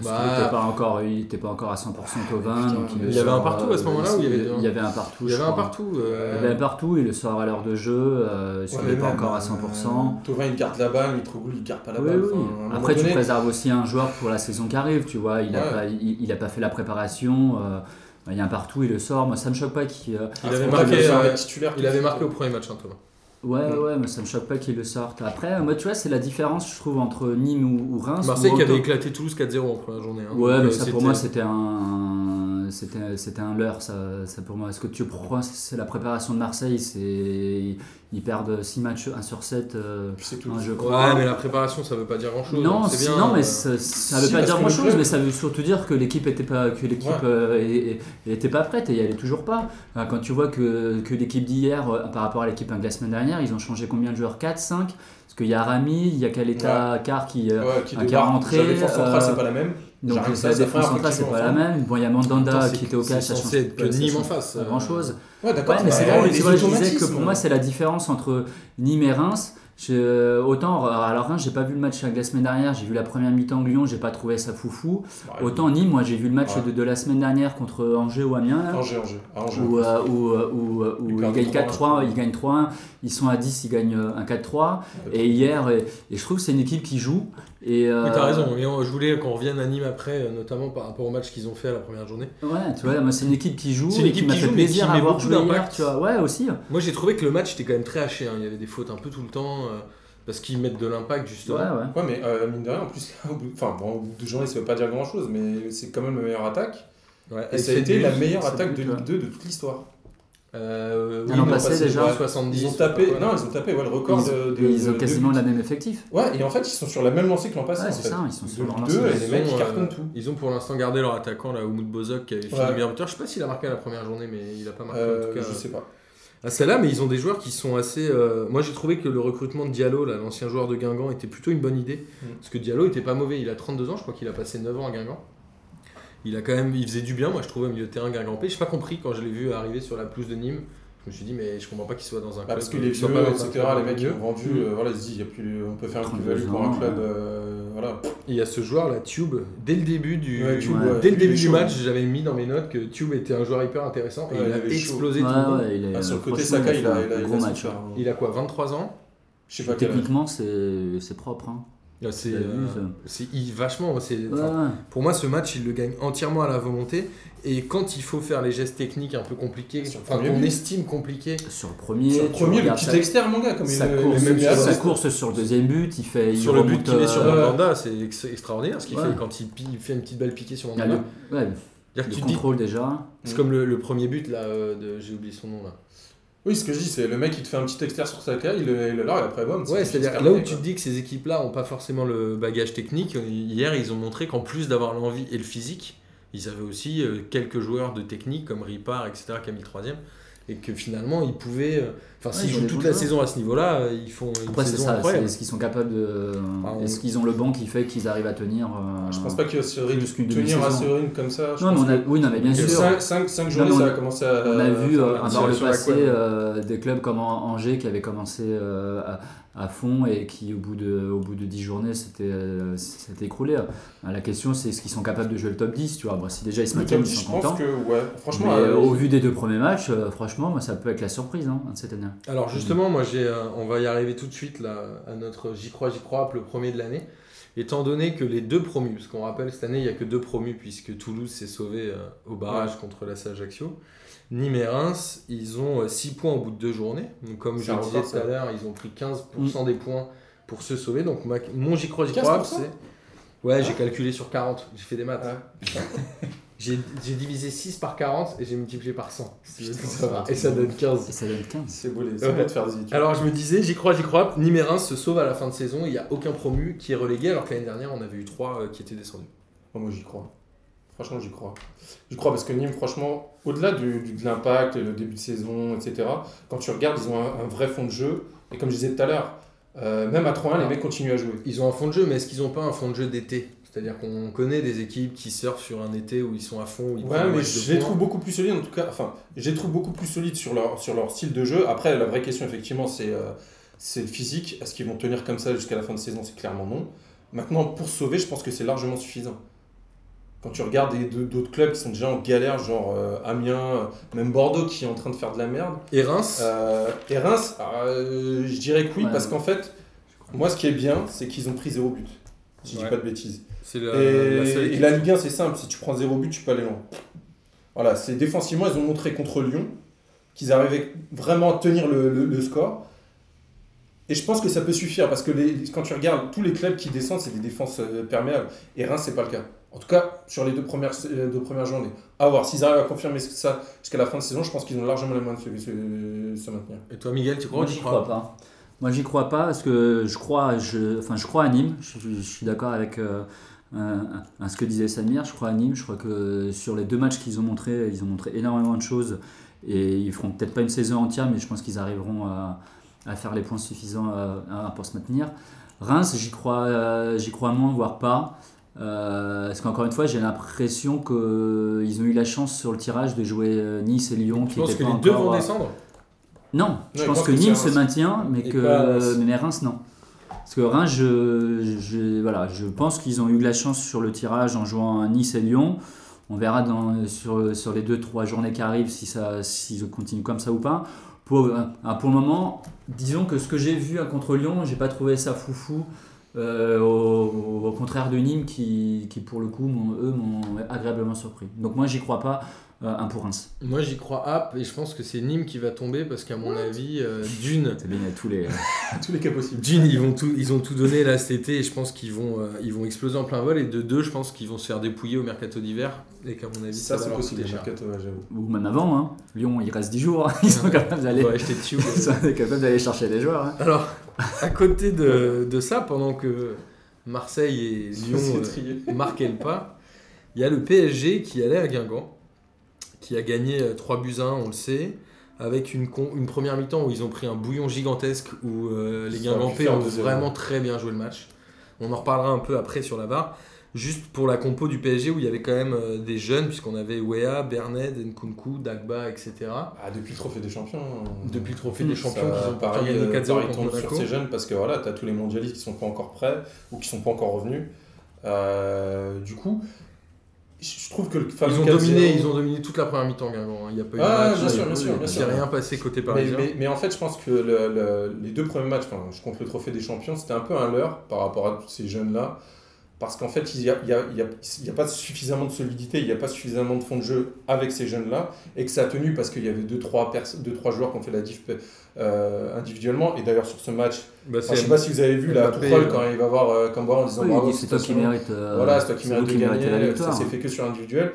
Speaker 2: Parce
Speaker 1: Bah,
Speaker 2: qu'il était pas encore, il était pas encore à 100% Covin.
Speaker 3: putain,
Speaker 2: donc
Speaker 3: mais
Speaker 2: le
Speaker 3: il y avait
Speaker 2: sort,
Speaker 1: un partout à ce
Speaker 2: euh,
Speaker 1: moment-là ou il y avait-
Speaker 2: il y avait un partout.
Speaker 1: il y
Speaker 2: je
Speaker 1: avait un
Speaker 2: crois.
Speaker 1: partout. euh,
Speaker 2: Il y avait un partout. Il le sort à l'heure de jeu. Euh, il
Speaker 3: Ouais,
Speaker 2: n'est pas
Speaker 3: même,
Speaker 2: encore à
Speaker 3: euh,
Speaker 2: 100%.
Speaker 3: Thauvin, il garde la balle, Mitroglou, il garde pas la
Speaker 2: Oui,
Speaker 3: balle.
Speaker 2: oui.
Speaker 3: Enfin, à un moment
Speaker 2: Après, tu
Speaker 3: donné,
Speaker 2: préserves aussi un joueur pour la saison qui arrive, tu vois. Il n'a
Speaker 3: Ouais.
Speaker 2: pas, il, il a pas fait la préparation. euh, il y a un partout, il le sort. Moi, ça me choque pas qu'il. euh,
Speaker 1: Il avait
Speaker 3: Arsenal,
Speaker 1: marqué,
Speaker 3: il sort
Speaker 1: euh,
Speaker 3: des titulaires,
Speaker 1: Il avait
Speaker 3: qu'est-ce
Speaker 1: marqué
Speaker 3: que-
Speaker 1: au premier match, hein, Thomas.
Speaker 2: Ouais,
Speaker 3: Mm.
Speaker 2: ouais, mais ça me choque pas qu'ils le sortent. Après, moi, tu vois, c'est la différence, je trouve, entre Nîmes ou, ou Reims.
Speaker 1: Marseille
Speaker 2: Ou
Speaker 1: qui avait
Speaker 2: autant-
Speaker 1: éclaté Toulouse 4-0 en première journée. hein.
Speaker 2: Ouais,
Speaker 1: Donc,
Speaker 2: mais
Speaker 1: euh,
Speaker 2: ça,
Speaker 1: c'était-
Speaker 2: pour moi, c'était un. c'était c'était un leurre, ça, ça pour moi. Est-ce que tu crois c'est la préparation de Marseille c'est ils, ils perdent 6 matchs 1 sur 7 euh,
Speaker 3: Puis c'est tout.
Speaker 2: un jeu
Speaker 1: Ouais, mais la préparation, ça veut pas dire grand chose.
Speaker 2: non,
Speaker 1: c'est
Speaker 2: si-
Speaker 1: bien.
Speaker 2: non, mais
Speaker 1: euh,
Speaker 2: ça, ça
Speaker 3: si,
Speaker 2: veut pas dire
Speaker 3: parce que
Speaker 2: grand
Speaker 3: le
Speaker 2: chose,
Speaker 3: club-
Speaker 2: mais ça veut surtout dire que l'équipe était pas que l'équipe
Speaker 3: Ouais.
Speaker 2: euh, est- est- était pas prête et elle est toujours pas. Euh, Quand tu vois que, que l'équipe d'hier euh, par rapport à l'équipe hein, de la semaine dernière, ils ont changé combien de joueurs 4, 5 Parce qu'il y a Rami, il y a Caleta Car qui euh,
Speaker 3: Ouais, qui
Speaker 2: Un
Speaker 3: débarque.
Speaker 2: quart entrée,
Speaker 3: La défense centrale,
Speaker 2: euh,
Speaker 3: c'est pas la même.
Speaker 2: donc
Speaker 3: J'arrive
Speaker 2: la
Speaker 3: ça, ça
Speaker 2: défense
Speaker 3: fait un
Speaker 2: centrale c'est
Speaker 3: petit
Speaker 2: pas la
Speaker 3: moment.
Speaker 2: même. Bon, il y a
Speaker 1: hein. attends,
Speaker 2: Mandanda
Speaker 1: c'est-
Speaker 2: qui était au
Speaker 1: c'est
Speaker 2: cash, ça
Speaker 1: censé
Speaker 2: change
Speaker 1: être que Nîmes en face.
Speaker 2: pas
Speaker 1: euh,
Speaker 2: grand chose.
Speaker 3: Ouais, d'accord.
Speaker 2: Ouais, mais c'est
Speaker 1: bah, Ouais,
Speaker 2: vrai, mais
Speaker 1: les
Speaker 2: tu vois, je disais que
Speaker 3: automatismes.
Speaker 2: pour moi, c'est la différence entre Nîmes et Reims. Je- autant, euh, alors Reims, j'ai pas vu le match de la semaine dernière, j'ai vu la première mi-temps de Lyon, j'ai pas trouvé ça foufou.
Speaker 3: Ouais,
Speaker 2: Autant Nîmes, moi, j'ai vu le match
Speaker 3: Ouais.
Speaker 2: de, de la semaine dernière contre Angers ou Amiens. là,
Speaker 3: Angers, Angers. Ah, Angers.
Speaker 2: Où, euh, où, euh, où, euh, où
Speaker 3: Ils
Speaker 2: ils
Speaker 3: perdent
Speaker 2: gagnent
Speaker 3: 3-1,
Speaker 2: 4-3,
Speaker 3: je
Speaker 2: ils gagnent 3-1, ils sont à 10, ils gagnent euh, un 4-3.
Speaker 3: Ouais.
Speaker 2: Et hier, et, et je trouve que c'est une équipe qui joue. Et,
Speaker 1: Oui, t'as
Speaker 2: euh,
Speaker 1: raison. Et on- je voulais qu'on revienne à Nîmes après, euh, notamment par rapport au match qu'ils ont fait à la première journée.
Speaker 2: Ouais, tu vois, moi, c'est une équipe qui joue.
Speaker 1: C'est une
Speaker 2: et
Speaker 1: équipe
Speaker 2: m'a
Speaker 1: qui
Speaker 2: fait
Speaker 1: joue, mais
Speaker 2: plaisir
Speaker 1: qui
Speaker 2: à
Speaker 1: met
Speaker 2: avoir
Speaker 1: beaucoup
Speaker 2: joué hier,
Speaker 1: d'impact.
Speaker 2: tu vois. Ouais, aussi.
Speaker 1: Moi, j'ai trouvé que le match était quand même très haché. hein. Il y avait des fautes un peu tout le temps euh, parce qu'ils mettent de l'impact
Speaker 2: Ouais,
Speaker 1: justement.
Speaker 2: ouais.
Speaker 3: Ouais, mais euh, mine de rien, en plus, au bout- enfin, bon, au bout de journée, ça veut pas dire grand chose, mais c'est quand même la meilleure attaque.
Speaker 1: Ouais,
Speaker 3: Et
Speaker 1: avec
Speaker 3: ça a
Speaker 1: cette
Speaker 3: été la
Speaker 1: douze,
Speaker 3: meilleure
Speaker 2: c'est
Speaker 3: attaque
Speaker 2: plus,
Speaker 3: de Ligue 2 de toute l'histoire.
Speaker 1: Euh,
Speaker 2: L'an
Speaker 1: ils ont
Speaker 2: passé,
Speaker 1: passé
Speaker 2: déjà,
Speaker 1: ouais, 70.
Speaker 3: Ils ont tapé,
Speaker 1: ouais.
Speaker 3: non, ils ont tapé ouais, le record
Speaker 2: Ils-
Speaker 3: de, de-
Speaker 2: Ils ont
Speaker 3: de-
Speaker 2: quasiment la même effectif.
Speaker 3: Ouais, et en fait, ils sont sur la même lancée que l'an passé.
Speaker 2: Ouais,
Speaker 3: en
Speaker 2: c'est
Speaker 3: fait.
Speaker 2: ça, ils sont sur
Speaker 3: De
Speaker 2: leur
Speaker 3: Ligue
Speaker 2: lancée.
Speaker 3: 2, et
Speaker 1: Ils
Speaker 3: les
Speaker 1: ont,
Speaker 3: mecs, ils
Speaker 1: euh,
Speaker 3: cartonnent tout.
Speaker 1: Ils ont pour l'instant gardé leur attaquant, là, Oumoud Bozok, qui avait fini
Speaker 3: Ouais.
Speaker 1: meilleur buteur. Je sais pas s'il a marqué à la première journée, mais il a pas marqué en
Speaker 3: Euh,
Speaker 1: tout cas.
Speaker 3: je sais pas.
Speaker 1: À celle-là, mais ils ont des joueurs qui sont assez. euh, Moi, j'ai trouvé que le recrutement de Diallo, là, l'ancien joueur de Guingamp, était plutôt une bonne idée.
Speaker 3: Mm.
Speaker 1: Parce que Diallo était pas mauvais. Il a 32 ans, je crois qu'il a passé 9 ans à Guingamp. Il a quand même, il faisait du bien, moi, je trouvais au milieu de terrain Guingampé. J'ai pas compris quand je l'ai vu arriver sur la pelouse de Nîmes. Je me suis dit, mais je comprends pas qu'il soit dans un
Speaker 3: Bah,
Speaker 1: club.
Speaker 3: parce que
Speaker 1: euh,
Speaker 3: les
Speaker 1: qui soit
Speaker 3: vieux,
Speaker 1: pas dans un
Speaker 3: etc.,
Speaker 1: club
Speaker 3: les mecs, ils
Speaker 1: mieux.
Speaker 3: ont vendu, euh, voilà, ils se disent, il y a plus, on peut faire une
Speaker 2: 32
Speaker 3: plus-value pour
Speaker 2: ans,
Speaker 3: un club.
Speaker 2: ouais.
Speaker 3: euh, voilà.
Speaker 1: Et Il y a ce joueur, là, Tube, dès le début du,
Speaker 3: Ouais, Tube,
Speaker 2: ouais.
Speaker 1: dès le
Speaker 3: Tube,
Speaker 1: début
Speaker 3: il est
Speaker 1: du
Speaker 3: chaud.
Speaker 1: match, j'avais mis dans mes notes que Tube était un joueur hyper intéressant et
Speaker 3: Ouais,
Speaker 1: il
Speaker 3: il
Speaker 1: a
Speaker 3: avait chaud.
Speaker 1: explosé
Speaker 2: Ouais,
Speaker 1: tout le monde.
Speaker 2: ouais, il est,
Speaker 3: Ah, sur le côté,
Speaker 2: franchement,
Speaker 3: Saka,
Speaker 2: fait
Speaker 3: il a
Speaker 2: un
Speaker 3: il a- il a
Speaker 2: gros
Speaker 3: son
Speaker 2: match.
Speaker 3: super-
Speaker 2: ouais.
Speaker 1: Il a quoi, 23 ans
Speaker 3: Je sais pas quel âge.
Speaker 2: Techniquement, c'est c'est propre. hein.
Speaker 1: Euh, C'est
Speaker 2: T'as vu,
Speaker 1: euh,
Speaker 2: ça
Speaker 1: c'est- il- vachement. c'est-
Speaker 2: Ouais,
Speaker 1: enfin,
Speaker 2: ouais.
Speaker 1: Pour moi, ce match, il le gagne entièrement à la volonté. Et quand il faut faire les gestes techniques un peu compliqués,
Speaker 3: Sur le
Speaker 1: enfin,
Speaker 3: premier
Speaker 1: qu'on
Speaker 3: but.
Speaker 1: estime compliqués,
Speaker 2: Sur le premier,
Speaker 3: Sur le
Speaker 2: tu
Speaker 3: premier, le
Speaker 2: regardes
Speaker 3: petit
Speaker 2: sa-
Speaker 3: externe, mon gars, comme
Speaker 2: sa
Speaker 3: il
Speaker 2: course,
Speaker 3: même
Speaker 2: sur, sa
Speaker 3: Alonso.
Speaker 2: course sur le deuxième but, il fait. il
Speaker 1: sur le but
Speaker 2: remonte,
Speaker 1: qu'il met sur
Speaker 2: euh,
Speaker 3: le-
Speaker 1: Mandanda, c'est ex- extraordinaire ce qu'il
Speaker 2: Ouais.
Speaker 1: fait quand il, pi- il fait une petite belle piquée sur
Speaker 2: il y a
Speaker 1: Mandanda.
Speaker 2: le, ouais,
Speaker 1: C'est-à-dire que
Speaker 2: le
Speaker 1: tu te dis-
Speaker 2: contrôle déjà.
Speaker 1: c'est
Speaker 3: Mm.
Speaker 1: comme le, le premier but, là, euh, de- j'ai oublié son nom, là.
Speaker 3: Oui, ce que je dis, c'est le mec, il te fait un petit externe sur Saka, il le il le largue, et après, bon.
Speaker 1: Ouais, c'est-à-dire là où tu te dis que ces équipes-là ont pas forcément le bagage technique, hier ils ont montré qu'en plus d'avoir l'envie et le physique, ils avaient aussi euh, quelques joueurs de technique comme Ripard, etc., qui a mis le troisième, et que finalement ils pouvaient. euh, Enfin,
Speaker 2: Ouais,
Speaker 1: s'ils
Speaker 2: ils ont
Speaker 1: jouent
Speaker 2: des
Speaker 1: toute
Speaker 2: bons
Speaker 1: la
Speaker 2: joueurs.
Speaker 1: saison à ce niveau-là, euh, ils font une
Speaker 2: Après, c'est
Speaker 1: saison
Speaker 2: ça. c'est-
Speaker 1: incroyable.
Speaker 2: Est-ce qu'ils sont capables de.
Speaker 1: Ah, on-
Speaker 2: Est-ce qu'ils ont le banc qui fait qu'ils arrivent à tenir euh,
Speaker 3: Ah, Je pense pas qu'il va se rythme-
Speaker 2: Plus qu'une
Speaker 3: tenir à
Speaker 2: demi-saison.
Speaker 3: Séverine comme ça. je
Speaker 2: Non, mais
Speaker 3: pense
Speaker 2: on a, oui, non, mais bien
Speaker 1: Il y a
Speaker 2: sûr.
Speaker 3: 5, journées,
Speaker 2: mais on
Speaker 3: ça
Speaker 2: a-
Speaker 3: a commencé à.
Speaker 2: On a vu
Speaker 3: à
Speaker 2: euh,
Speaker 3: faire
Speaker 2: par le
Speaker 1: sur la
Speaker 2: passé
Speaker 1: couenne.
Speaker 2: euh, des clubs comme An- Angers qui avaient commencé euh, à, à fond et qui au bout de au bout de 10 journées s'étaient euh, s'étaient écroulés. Euh, La question c'est est-ce qu'ils sont capables de jouer le top 10, tu vois. Bon, si déjà ils se
Speaker 3: Le
Speaker 2: maintiennent,
Speaker 3: top
Speaker 2: ils
Speaker 3: 10,
Speaker 2: sont
Speaker 3: je pense
Speaker 2: contents.
Speaker 3: que, ouais. Franchement,
Speaker 2: Mais,
Speaker 3: euh,
Speaker 2: euh, au vu des deux premiers matchs, euh, franchement, moi, ça peut être la surprise hein, de cette année.
Speaker 3: Mm.
Speaker 1: Alors justement, moi j'ai, euh, on va y arriver tout de suite là à notre j'y crois j'y crois le premier de l'année. Étant donné que les deux promus, parce qu'on rappelle cette année il n'y a que deux promus puisque Toulouse s'est sauvé euh, au barrage
Speaker 3: Mm.
Speaker 1: contre la Ajaccio, Nîmes et Reims, ils ont 6 points au bout de deux journées. Donc comme je
Speaker 3: Ça Mm.
Speaker 1: le disais
Speaker 3: repart,
Speaker 1: tout à
Speaker 3: ça.
Speaker 1: l'heure, ils ont pris 15% des points pour se sauver. Donc ma- mon j'y crois j'y crois
Speaker 3: 15%?
Speaker 1: c'est... Ouais, j'ai
Speaker 3: Ah.
Speaker 1: calculé sur 40, j'ai fait des maths.
Speaker 3: Ouais.
Speaker 1: J'ai, j'ai divisé 6 par 40 et j'ai multiplié par 100. si tu veux
Speaker 3: Putain,
Speaker 1: tout
Speaker 3: ça
Speaker 1: savoir.
Speaker 3: va.
Speaker 1: Et ça donne 15.
Speaker 2: Et ça donne 15.
Speaker 3: c'est beau, les. C'est
Speaker 1: Ouais.
Speaker 3: beau de faire des études.
Speaker 1: Alors je me disais, j'y crois, j'y crois, Nîmes et Reims se sauvent à la fin de saison, il n'y a aucun promu qui est relégué, alors que l'année dernière on avait eu trois euh, qui étaient descendus.
Speaker 3: Oh, moi, j'y crois. Franchement, j'y crois. J'y crois parce que Nîmes, franchement, au-delà du, du- de l'impact, le début de saison, etc., quand tu regardes, ils ont un, un vrai fond de jeu. Et comme je disais tout à l'heure, euh, même à 3-1, les mecs continuent à jouer.
Speaker 1: Ils ont un fond de jeu, mais est-ce qu'ils n'ont pas un fond de jeu d'été C'est-à-dire qu'on connaît des équipes qui surfent sur un été où ils sont à fond, où ils prennent
Speaker 3: Ouais,
Speaker 1: un
Speaker 3: mais
Speaker 1: match de
Speaker 3: je les
Speaker 1: points.
Speaker 3: trouve beaucoup plus solides en tout cas. Enfin, je les trouve beaucoup plus solides sur leur, sur leur style de jeu. Après, la vraie question, effectivement, c'est euh, c'est le physique. Est-ce qu'ils vont tenir comme ça jusqu'à la fin de saison C'est clairement non. Maintenant, pour sauver, je pense que c'est largement suffisant. Quand tu regardes des- de- d'autres clubs qui sont déjà en galère, genre euh, Amiens, euh, même Bordeaux qui est en train de faire de la merde.
Speaker 1: Et Reims,
Speaker 3: Euh, et Reims, euh, je dirais que oui,
Speaker 2: Ouais.
Speaker 3: parce qu'en fait, moi, ce qui est bien, c'est qu'ils ont pris zéro but. Si je
Speaker 1: Ouais.
Speaker 3: dis pas de bêtises.
Speaker 1: c'est la, Euh, la seule
Speaker 3: Et, et
Speaker 1: équipe.
Speaker 3: la Ligue 1, c'est simple. Si tu prends zéro but, tu peux aller loin. Voilà, c'est défensivement, ils ont montré contre Lyon qu'ils arrivaient vraiment à tenir le, le- le score. Et je pense que ça peut suffire parce que les- quand tu regardes tous les clubs qui descendent, c'est des défenses euh, perméables. Et Reims, c'est pas le cas. En tout cas, sur les deux premières, les deux premières journées. À voir. S'ils arrivent à confirmer ça jusqu'à la fin de saison, je pense qu'ils ont largement les moyens de se, se- se maintenir.
Speaker 1: Et toi, Miguel, tu crois
Speaker 2: Moi,
Speaker 1: ou tu
Speaker 2: j'y crois pas. Moi, j'y crois pas parce que je crois, je, enfin, je crois à Nîmes. Je, je- je suis d'accord avec euh, euh, à ce que disait Samir. Je crois à Nîmes. Je crois que sur les deux matchs qu'ils ont montrés, ils ont montré énormément de choses. Et ils feront peut-être pas une saison entière, mais je pense qu'ils arriveront à, à faire les points suffisants euh, à- pour se maintenir. Reims, j'y crois, euh, j'y crois moins, voire pas. Euh, parce qu'encore une fois, j'ai l'impression qu'ils ont eu la chance sur le tirage de jouer euh, Nice et Lyon.
Speaker 3: Je
Speaker 2: qui
Speaker 3: pense
Speaker 2: étaient
Speaker 3: que
Speaker 2: pas
Speaker 3: les deux
Speaker 2: encore,
Speaker 3: vont
Speaker 2: euh,
Speaker 3: descendre.
Speaker 2: non, je
Speaker 3: je
Speaker 2: pense
Speaker 3: pense
Speaker 2: que
Speaker 3: que
Speaker 2: Nîmes
Speaker 3: c'est
Speaker 2: se
Speaker 3: Reims.
Speaker 2: maintient, mais
Speaker 3: Et
Speaker 2: que
Speaker 3: pas Reims.
Speaker 2: mais Reims non. Parce que Reims, je, je- voilà, je pense qu'ils ont eu de la chance sur le tirage en jouant à Nice et Lyon. On verra dans, sur, sur les deux trois journées qui arrivent si ça s'ils continuent comme ça ou pas. Pour, ah, pour le moment, disons que ce que j'ai vu hein, contre Lyon, j'ai pas trouvé ça foufou. euh, au, au contraire de Nîmes qui, qui pour le coup m'ont- eux m'ont agréablement surpris. Donc moi j'y crois pas euh, un pour Reims.
Speaker 1: Moi, j'y crois app et je pense que c'est Nîmes qui va tomber parce qu'à mon avis, euh, d'une,
Speaker 2: C'est bien à tous les
Speaker 3: Tous les cas possibles.
Speaker 1: d'une, ils vont tout, ils ont tout donné là cet été et je pense qu'ils vont, euh, ils vont exploser en plein vol. Et de deux, je pense qu'ils vont se faire dépouiller au mercato d'hiver et qu'à mon avis, ça,
Speaker 3: Ça,
Speaker 1: va
Speaker 3: c'est
Speaker 1: leur
Speaker 3: possible,
Speaker 1: coûter
Speaker 3: les
Speaker 1: cher.
Speaker 3: mercato, ouais, j'avoue.
Speaker 2: ou même avant, hein. Lyon, il reste 10 jours, hein. ils sont capables d'aller,
Speaker 1: Faut acheter dessus.
Speaker 2: ils sont capables d'aller chercher des joueurs. hein.
Speaker 1: Alors, à côté de, de ça, pendant que Marseille et Lyon
Speaker 3: C'est
Speaker 1: euh,
Speaker 3: trié.
Speaker 1: marquaient le pas, il y a le PSG qui allait à Guingamp, qui a gagné 3 buts à 1, on le sait, avec une, con- une première mi-temps où ils ont pris un bouillon gigantesque où euh, les
Speaker 3: Ça aurait
Speaker 1: Guingampais
Speaker 3: pu faire
Speaker 1: ont
Speaker 3: 2-0.
Speaker 1: vraiment très bien joué le match. On en reparlera un peu après sur la barre. Juste pour la compo du PSG où il y avait quand même euh, des jeunes, puisqu'on avait Wea, Bernet, Nkunku, Dagba, etc.
Speaker 3: Ah, depuis le trophée des champions. hein.
Speaker 1: Depuis le trophée
Speaker 3: Mmh.
Speaker 1: des champions
Speaker 3: Ça,
Speaker 1: qu'ils ont pourtant
Speaker 3: Paris,
Speaker 1: gagné 4-0
Speaker 3: euh, Paris
Speaker 1: contre
Speaker 3: tombe sur
Speaker 1: Monaco.
Speaker 3: ces jeunes parce que voilà, tu as tous les mondialistes qui sont pas encore prêts ou qui sont pas encore revenus. Euh, du coup, je je trouve que le fameux
Speaker 1: Ils ont,
Speaker 3: 4-0,
Speaker 1: dominé, ils ont dominé toute la première mi-temps, Guingamp. hein. Il n'y a pas eu
Speaker 3: Ah,
Speaker 1: de match.
Speaker 3: bien sûr,
Speaker 1: il y a-
Speaker 3: bien sûr, bien
Speaker 1: il s'est
Speaker 3: sûr.
Speaker 1: rien passé côté
Speaker 3: Mais,
Speaker 1: parisien.
Speaker 3: mais- mais en fait, je pense que le- le- les deux premiers matchs, enfin, je compte le trophée des champions, c'était un peu un leurre par rapport à tous ces jeunes-là. Parce qu'en fait, il n'y a, il y a- il y a- il y a pas suffisamment de solidité, il n'y a pas suffisamment de fond de jeu avec ces jeunes-là. Et que ça a tenu parce qu'il y avait 2-3 deux, trois joueurs qui ont fait la diff euh, individuellement. Et d'ailleurs, sur ce match,
Speaker 1: Bah, c'est-
Speaker 3: enfin, je ne sais pas si vous avez vu la
Speaker 1: Mbappé,
Speaker 3: Tourelle
Speaker 1: euh,
Speaker 3: quand il va voir euh, Camboire en disant
Speaker 2: Oui,
Speaker 3: bravo,
Speaker 2: il dit, c'est toi qui
Speaker 3: félicitations.
Speaker 2: mérites. euh,
Speaker 3: Voilà, c'est toi qui
Speaker 2: vous
Speaker 3: mérites de
Speaker 2: méritez la
Speaker 3: gagner. Ça
Speaker 2: victoire.
Speaker 3: s'est fait que sur individuel.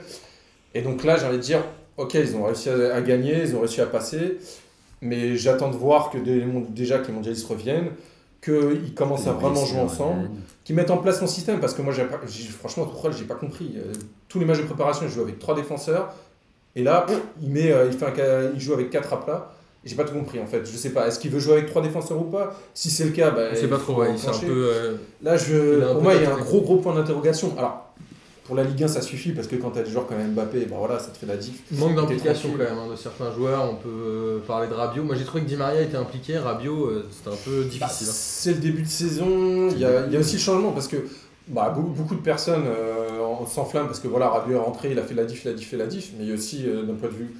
Speaker 3: Et donc là, j'ai envie de dire, ok, ils ont réussi à, à gagner, ils ont réussi à passer, mais j'attends de voir que des- déjà que les mondialistes reviennent, qu'ils commencent à vraiment
Speaker 2: euh,
Speaker 3: jouer ensemble, qu'ils mettent en place son système, parce que moi, j'ai pas- j'ai- franchement, Tourelle, j'ai pas compris. Euh, Tous les matchs de préparation, il joue avec trois défenseurs, et là, pff, il, met, euh, il, fait un ca- il joue avec quatre à plat. J'ai pas tout compris en fait. Je sais pas. Est-ce qu'il veut jouer avec trois défenseurs ou pas Si c'est le cas, bah,
Speaker 1: c'est
Speaker 3: il
Speaker 1: pas
Speaker 3: faut
Speaker 1: trop, ouais, c'est un
Speaker 3: enclencher.
Speaker 1: peu. euh,
Speaker 3: Là, je,
Speaker 1: Il a un peu
Speaker 3: pour moi, il y a un
Speaker 1: tâtonné.
Speaker 3: gros, gros point d'interrogation. Alors, pour la Ligue 1, ça suffit parce que quand t'as des joueurs comme Mbappé, ben voilà, ça te fait la diff.
Speaker 1: Manque d'implication quand
Speaker 3: tranquille.
Speaker 1: même hein, de certains joueurs. On peut euh, parler de Rabiot. Moi j'ai trouvé que Di Maria était impliqué. Rabiot, euh, c'était un peu
Speaker 3: Bah,
Speaker 1: difficile. hein.
Speaker 3: c'est le début de saison. Il y a, il y a aussi le changement parce que bah, beaucoup, beaucoup de personnes euh, en- s'enflamment parce que voilà, Rabiot est rentré, il a fait la diff, la diff et la diff, mais il y a aussi euh, d'un point de vue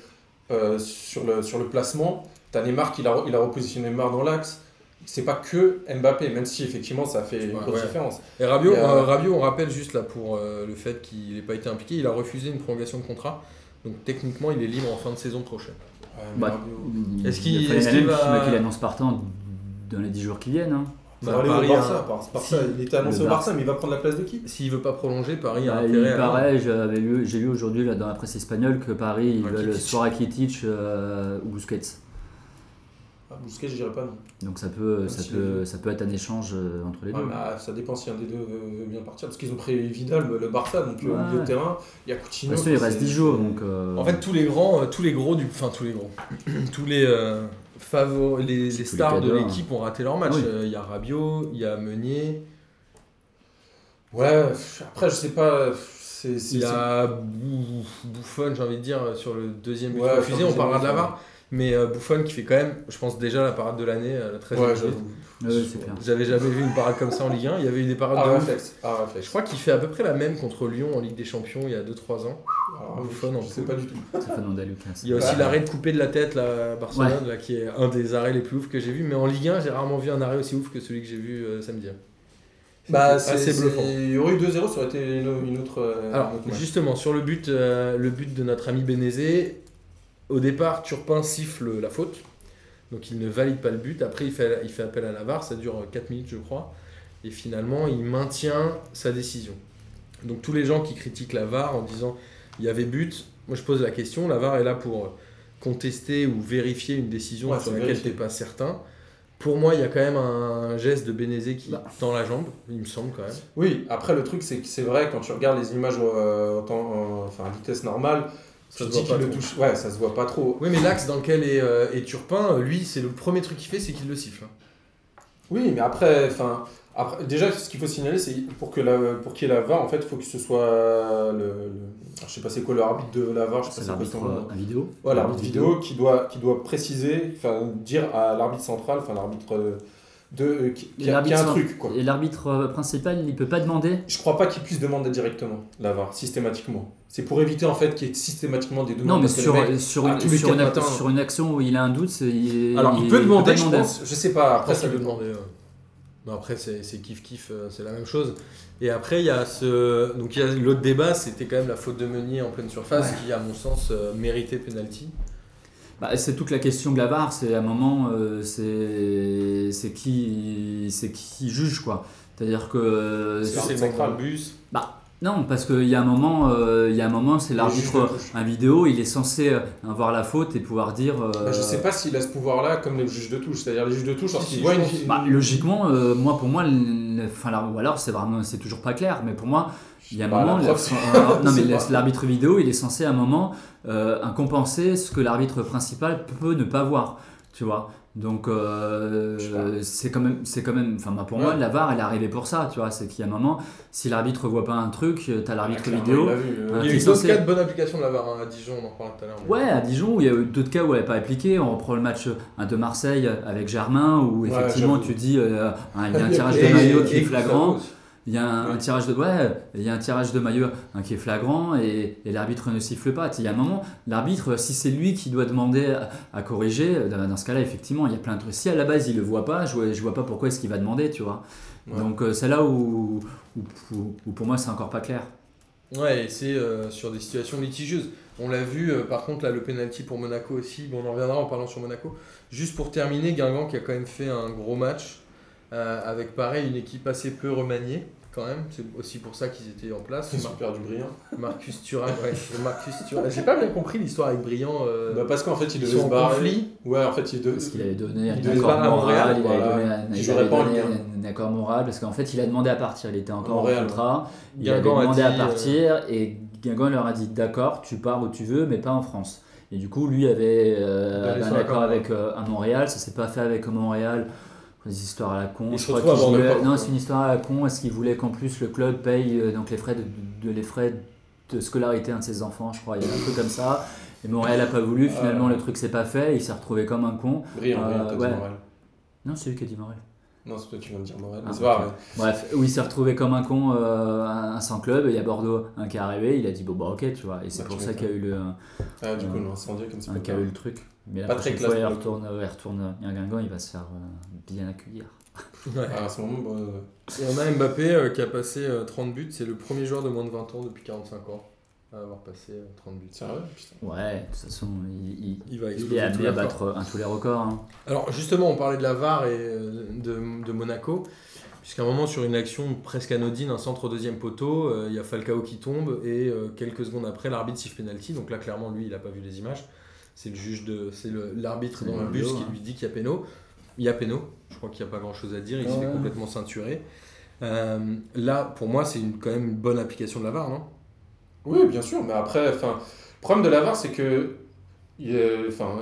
Speaker 3: euh, sur, le, sur le placement. T'as Neymar qui l'a- il a repositionné Neymar dans l'axe. C'est pas que Mbappé, même si effectivement ça fait une
Speaker 1: Ouais,
Speaker 3: grosse
Speaker 1: ouais.
Speaker 3: différence.
Speaker 1: Et Rabiot,
Speaker 3: Et, euh,
Speaker 1: euh, Rabiot, on rappelle juste là pour euh, le fait qu'il n'ait pas été impliqué. Il a refusé une prolongation de contrat. Donc techniquement, il est libre en fin de saison prochaine.
Speaker 3: Euh, mais
Speaker 2: Bah,
Speaker 3: Rabiot-
Speaker 2: il-
Speaker 1: Est-ce qu'il-
Speaker 2: il fallait
Speaker 1: est-ce
Speaker 2: même
Speaker 1: qu'il va-
Speaker 2: qu'il annonce partant dans les 10 jours qui viennent. hein.
Speaker 3: Faut
Speaker 1: Bah,
Speaker 3: aller au
Speaker 1: Paris,
Speaker 3: Barça,
Speaker 1: hein,
Speaker 3: par- Barça,
Speaker 1: Si.
Speaker 3: il était annoncé
Speaker 2: Le
Speaker 3: au Barça, mais il va prendre la place de qui
Speaker 1: S'il veut pas prolonger, Paris Ah, a
Speaker 2: Bah, il
Speaker 1: intérêt à.
Speaker 2: paraît, j'avais lu- j'ai lu aujourd'hui là, dans la presse espagnole que Paris, ils
Speaker 1: Ouais,
Speaker 2: veulent
Speaker 1: Kittich.
Speaker 2: soit Rakitic euh, ou Busquets.
Speaker 3: Ah, Bousquet, je dirais pas non.
Speaker 2: Donc ça peut, ça
Speaker 3: Aussi.
Speaker 2: peut, ça peut être un échange euh, entre les
Speaker 3: Ah,
Speaker 2: deux.
Speaker 3: bah, ça dépend si un des deux veut veut bien partir, parce qu'ils ont pris Vidal, le Barça, donc euh,
Speaker 2: Ouais.
Speaker 3: au milieu de terrain, il y a Coutinho.
Speaker 2: Parce qu'il
Speaker 3: c'est-
Speaker 2: reste 10 jours, donc. euh,
Speaker 1: En fait, tous les grands, euh, tous les gros du, enfin tous les gros, tous les euh, favor- les, les stars de
Speaker 2: cadors, hein.
Speaker 1: l'équipe ont raté leur match.
Speaker 2: Oui.
Speaker 1: Euh, Il y a Rabiot, il y a Meunier,
Speaker 3: Ouais, pff, après, je sais pas. pff, C'est. c'est-
Speaker 1: il y a Bou- Bouffon, j'ai envie de dire sur le deuxième but
Speaker 3: Ouais, sur
Speaker 1: refusé.
Speaker 3: le
Speaker 1: On parlera
Speaker 3: deuxième,
Speaker 1: de la
Speaker 3: ouais.
Speaker 1: VAR, mais euh, Bouffon qui fait quand même, je pense déjà la parade de l'année, euh, la
Speaker 3: c'est-
Speaker 1: 13
Speaker 3: Ouais, j'avoue.
Speaker 2: ouais, c'est clair.
Speaker 1: J'avais jamais vu une parade comme ça en Ligue 1. Il y avait eu des parades
Speaker 3: Ah,
Speaker 1: de ouf.
Speaker 3: réflexe. Ah,
Speaker 1: Je
Speaker 3: réflexe.
Speaker 1: crois qu'il fait à peu près la même contre Lyon en Ligue des Champions il y a 2-3 ans.
Speaker 3: Alors,
Speaker 1: Buffon, en
Speaker 3: Ah, je sais
Speaker 1: poule.
Speaker 3: pas du tout.
Speaker 2: C'est Fernando Lucas.
Speaker 1: Il y a aussi
Speaker 3: Ouais.
Speaker 1: l'arrêt de couper de la tête là, à Barcelone, là, qui est un des arrêts les plus ouf que j'ai vu. Mais en Ligue 1, j'ai rarement vu un arrêt aussi ouf que celui que j'ai vu euh, samedi.
Speaker 3: Bah,
Speaker 1: c'est-
Speaker 3: c'est
Speaker 1: c'est bluffant.
Speaker 3: Il y aurait eu 2-0, ça aurait été une, une autre. euh,
Speaker 1: Alors,
Speaker 3: un autre match.
Speaker 1: justement, sur le but, euh, le but de notre ami Bénézé, au départ, Turpin siffle la faute. Donc, il ne valide pas le but. Après, il fait, il fait appel à euh, la VAR. Ça dure 4 minutes, je crois. Et finalement, il maintient sa décision. Donc tous les gens qui critiquent la VAR en disant il y avait but, moi je pose la question, la VAR est là pour euh, contester ou vérifier une décision
Speaker 3: Ouais,
Speaker 1: sur
Speaker 3: c'est
Speaker 1: laquelle tu
Speaker 3: vérifier.
Speaker 1: n'es pas certain. Pour moi, il y a quand même un geste de Bénézé qui
Speaker 2: Bah.
Speaker 1: tend la jambe, il me semble quand même.
Speaker 3: Oui, après le truc c'est que c'est vrai quand tu regardes les images euh, en temps- en- enfin, à vitesse normale,
Speaker 1: Ça
Speaker 3: tu
Speaker 1: se
Speaker 3: dis
Speaker 1: voit
Speaker 3: qu'il
Speaker 1: pas
Speaker 3: le
Speaker 1: trop.
Speaker 3: touche. Ouais, ça se voit pas trop.
Speaker 1: Oui, mais l'axe dans lequel est, euh, est Turpin, euh, lui, c'est le premier truc qu'il fait, c'est qu'il le siffle. hein.
Speaker 3: Oui, mais après, enfin, après, déjà, ce qu'il faut signaler, c'est pour que la, pour qu'il y ait la VAR, en fait, il faut que ce soit euh, le, le- alors, je sais pas c'est quoi le arbitre de la VAR, je sais
Speaker 2: C'est
Speaker 3: pas c'est
Speaker 2: l'arbitre
Speaker 3: quoi son nom.
Speaker 2: euh, à vidéo.
Speaker 3: Ouais, l'arbitre vidéo qui doit, qui doit préciser, enfin, dire à l'arbitre central, enfin, l'arbitre euh, de, euh, qui, qui a, qui a un
Speaker 2: L'arbitre-
Speaker 3: truc, quoi.
Speaker 2: Et l'arbitre euh, principal, il peut pas demander.
Speaker 3: Je crois pas qu'il puisse demander directement la VAR, systématiquement. C'est pour éviter, en fait, qu'il y ait systématiquement des demandes.
Speaker 2: Non, mais
Speaker 3: parce que
Speaker 2: sur,
Speaker 3: le mec-
Speaker 2: sur,
Speaker 3: à
Speaker 2: une,
Speaker 3: tous les
Speaker 2: sur,
Speaker 3: quatre
Speaker 2: une,
Speaker 3: matins.
Speaker 2: sur une action où il a un doute, c'est- il,
Speaker 3: Alors, il, peut demander,
Speaker 2: hein.
Speaker 3: je pense, je sais pas, après,
Speaker 1: Après,
Speaker 3: ça
Speaker 1: ça
Speaker 3: lui
Speaker 1: peut
Speaker 3: demande.
Speaker 1: demander. euh. Non, après, c'est c'est kiff-kiff, euh, c'est la même chose. Et après, il y a ce. Donc, il y a l'autre débat, c'était quand même la faute de Meunier en pleine surface, qui, à mon sens, euh, méritait penalty.
Speaker 2: Bah, c'est toute la question de la VAR, c'est à un moment, euh, c'est c'est qui, c'est qui juge quoi. C'est-à-dire que euh,
Speaker 3: C'est
Speaker 1: Si
Speaker 2: sur-
Speaker 1: c'est
Speaker 3: l'arbitre
Speaker 1: dans le
Speaker 3: central.
Speaker 1: bus.
Speaker 2: non, parce qu'il y a un moment, euh, il y a un moment, c'est
Speaker 3: juge de
Speaker 2: l'arbitre,
Speaker 3: touche.
Speaker 2: un vidéo, il est censé euh, voir la faute et pouvoir dire. euh,
Speaker 3: Bah, je sais pas s'il a ce pouvoir-là comme les juges de touche. C'est-à-dire, les juges de touche,
Speaker 1: Si,
Speaker 3: lorsqu'ils
Speaker 1: si,
Speaker 3: voient
Speaker 1: je
Speaker 3: une.
Speaker 1: pense.
Speaker 2: bah, logiquement, euh, moi pour moi, le- le- enfin là, ou alors c'est vraiment, c'est toujours pas clair, mais pour moi, Il y a un
Speaker 3: Bah, la
Speaker 2: moment,
Speaker 3: preuve,
Speaker 2: la-
Speaker 3: c'est-
Speaker 2: euh, non, mais
Speaker 3: c'est
Speaker 2: la-
Speaker 3: pas-
Speaker 2: l'arbitre vidéo, il est censé à un moment euh, compenser ce que l'arbitre principal peut ne pas voir, tu vois. Donc euh,
Speaker 3: Je sais pas.
Speaker 2: c'est quand même, c'est quand même, enfin bah, pour
Speaker 3: Ouais.
Speaker 2: moi, la VAR, elle est arrivée pour ça, tu vois. C'est qu'il y a un moment, si l'arbitre voit pas un truc, euh, t'as l'arbitre
Speaker 3: Clairement,
Speaker 2: vidéo.
Speaker 3: il l'a vu, euh,
Speaker 1: Il
Speaker 2: Ah,
Speaker 1: y a
Speaker 2: t'es
Speaker 1: eu d'autres
Speaker 2: censé-
Speaker 1: cas de bonne application de la VAR hein, à Dijon, on en reparlera tout à l'heure. mais-
Speaker 2: Ouais, à Dijon, où il y a eu d'autres cas où elle n'est pas appliquée. On reprend le match euh, un de Marseille avec Germain, où
Speaker 3: Ouais,
Speaker 2: effectivement
Speaker 3: j'avoue.
Speaker 2: tu dis euh, un- il y a un
Speaker 3: Et-
Speaker 2: tirage de
Speaker 3: et-
Speaker 2: maillot qui
Speaker 3: et
Speaker 2: est flagrant.
Speaker 3: Koufakos.
Speaker 2: Il y a un, un
Speaker 3: Ouais.
Speaker 2: tirage de ouais, il y a un tirage de maillot hein, qui est flagrant et, et l'arbitre ne siffle pas. Tu sais, Il y a un moment, l'arbitre, si c'est lui qui doit demander à, à corriger, euh, dans, dans ce cas-là, effectivement, il y a plein de trucs. Si à la base il le voit pas, je vois, je vois pas pourquoi est-ce qu'il va demander, tu vois.
Speaker 3: Ouais.
Speaker 2: Donc euh, c'est là où, où, où- où pour moi c'est encore pas clair.
Speaker 1: Ouais, et c'est euh, sur des situations litigieuses. On l'a vu, euh, par contre, là, le penalty pour Monaco aussi. Bon, on en reviendra en parlant sur Monaco. Juste pour terminer, Guingamp qui a quand même fait un gros match euh, avec, pareil, une équipe assez peu remaniée, quand même. C'est aussi pour ça qu'ils étaient en place.
Speaker 3: C'est super du brillant.
Speaker 1: Mar- Marcus Thuram, ouais. Marcus Thuram. J'ai pas bien compris l'histoire avec Briand. euh,
Speaker 3: Bah, parce qu'en fait, il
Speaker 1: ils
Speaker 3: devait
Speaker 1: sont
Speaker 3: se
Speaker 1: en
Speaker 3: barrer.
Speaker 1: conflit.
Speaker 3: Ouais, en fait, il devait.
Speaker 2: Parce qu'il avait donné
Speaker 3: Il
Speaker 2: un
Speaker 3: devait se
Speaker 2: accord
Speaker 3: barrer à
Speaker 2: moral,
Speaker 3: Montréal,
Speaker 2: il avait
Speaker 3: voilà.
Speaker 2: donné, un-
Speaker 3: Il
Speaker 2: il
Speaker 3: jouerait
Speaker 2: avait
Speaker 3: pas en
Speaker 2: donné
Speaker 3: Ligue
Speaker 2: un accord moral parce qu'en fait il a demandé à partir. Il était encore en
Speaker 3: Montréal,
Speaker 2: contrat. Il avait
Speaker 1: Guingamp a
Speaker 2: demandé à
Speaker 1: dit, euh,
Speaker 2: partir et Guingamp leur a dit d'accord, tu pars où tu veux, mais pas en France. Et du coup, lui avait euh,
Speaker 1: Allez,
Speaker 2: un
Speaker 1: sur la
Speaker 2: accord
Speaker 1: corde.
Speaker 2: avec euh, un Montréal, ça s'est pas fait avec Montréal. Des histoires à la con.
Speaker 3: Il
Speaker 2: je
Speaker 3: se
Speaker 2: crois
Speaker 3: retrouve
Speaker 2: qu'il
Speaker 3: à bord de
Speaker 2: voulait-
Speaker 3: porte,
Speaker 2: Non,
Speaker 3: quoi.
Speaker 2: c'est une histoire à la con. Est-ce qu'il voulait qu'en plus le club paye euh, donc les frais de, de- les frais de scolarité un de ses enfants, je crois. Il y a un truc comme ça. Et Montréal a pas voulu. Finalement,
Speaker 3: Ah.
Speaker 2: le truc s'est pas fait. Il s'est retrouvé comme un con.
Speaker 3: Brillant, brillant,
Speaker 2: Euh,
Speaker 3: t'as dit
Speaker 2: ouais.
Speaker 3: Morel.
Speaker 2: Non, c'est lui qui a dit Montréal.
Speaker 3: Non, c'est toi qui viens de dire Morel.
Speaker 2: Ah,
Speaker 3: c'est pas grave.
Speaker 2: Bref, où il s'est retrouvé comme un con, euh, un un sans club, et il y a Bordeaux, un qui est arrivé, il a dit bon bah ok, tu vois, et c'est
Speaker 3: Bah,
Speaker 2: pour
Speaker 3: tu
Speaker 2: ça qu'il y a eu le, un,
Speaker 3: Ah, du coup,
Speaker 2: Euh,
Speaker 3: on incendié comme c'est
Speaker 2: un
Speaker 3: pas
Speaker 2: qui a eu
Speaker 3: grave.
Speaker 2: le truc. Mais la
Speaker 3: Pas
Speaker 2: prochaine
Speaker 3: très
Speaker 2: fois,
Speaker 3: classe,
Speaker 2: il
Speaker 3: pour le
Speaker 2: retourne, il retourne, il y a un Guingamp, il va se faire euh, bien accueillir.
Speaker 1: ouais.
Speaker 3: Ah, à ce moment, bon, euh,
Speaker 1: Et on a Mbappé euh, qui a passé euh, 30 buts. C'est le premier joueur de moins de 20 ans depuis 45 ans à avoir passé euh, 30 buts.
Speaker 3: sérieux, putain.
Speaker 2: Ouais, de toute façon, il, il-
Speaker 1: Il va
Speaker 2: il
Speaker 1: exploser
Speaker 2: est
Speaker 1: tous
Speaker 2: amené
Speaker 1: les
Speaker 2: à
Speaker 1: records.
Speaker 2: battre euh, un tous les records. hein.
Speaker 1: Alors justement, on parlait de la VAR et euh, de, de Monaco, puisqu'à un moment sur une action presque anodine, un centre au deuxième poteau, euh, il y a Falcao qui tombe et euh, quelques secondes après l'arbitre siffle penalty. Donc là clairement lui il n'a pas vu les images. C'est le juge de, c'est le- l'arbitre
Speaker 2: C'est
Speaker 1: dans le
Speaker 2: le
Speaker 1: bus
Speaker 2: vidéo,
Speaker 1: qui
Speaker 2: hein.
Speaker 1: lui dit qu'il y a péno. Il y a péno. Je crois qu'il n'y a pas grand chose à dire. Il
Speaker 2: Ouais.
Speaker 1: s'est fait complètement ceinturé. Euh, là pour moi c'est une- quand même une bonne application de la VAR, non
Speaker 3: Oui, bien sûr, mais après, enfin, le problème de la VAR, c'est que il est- enfin,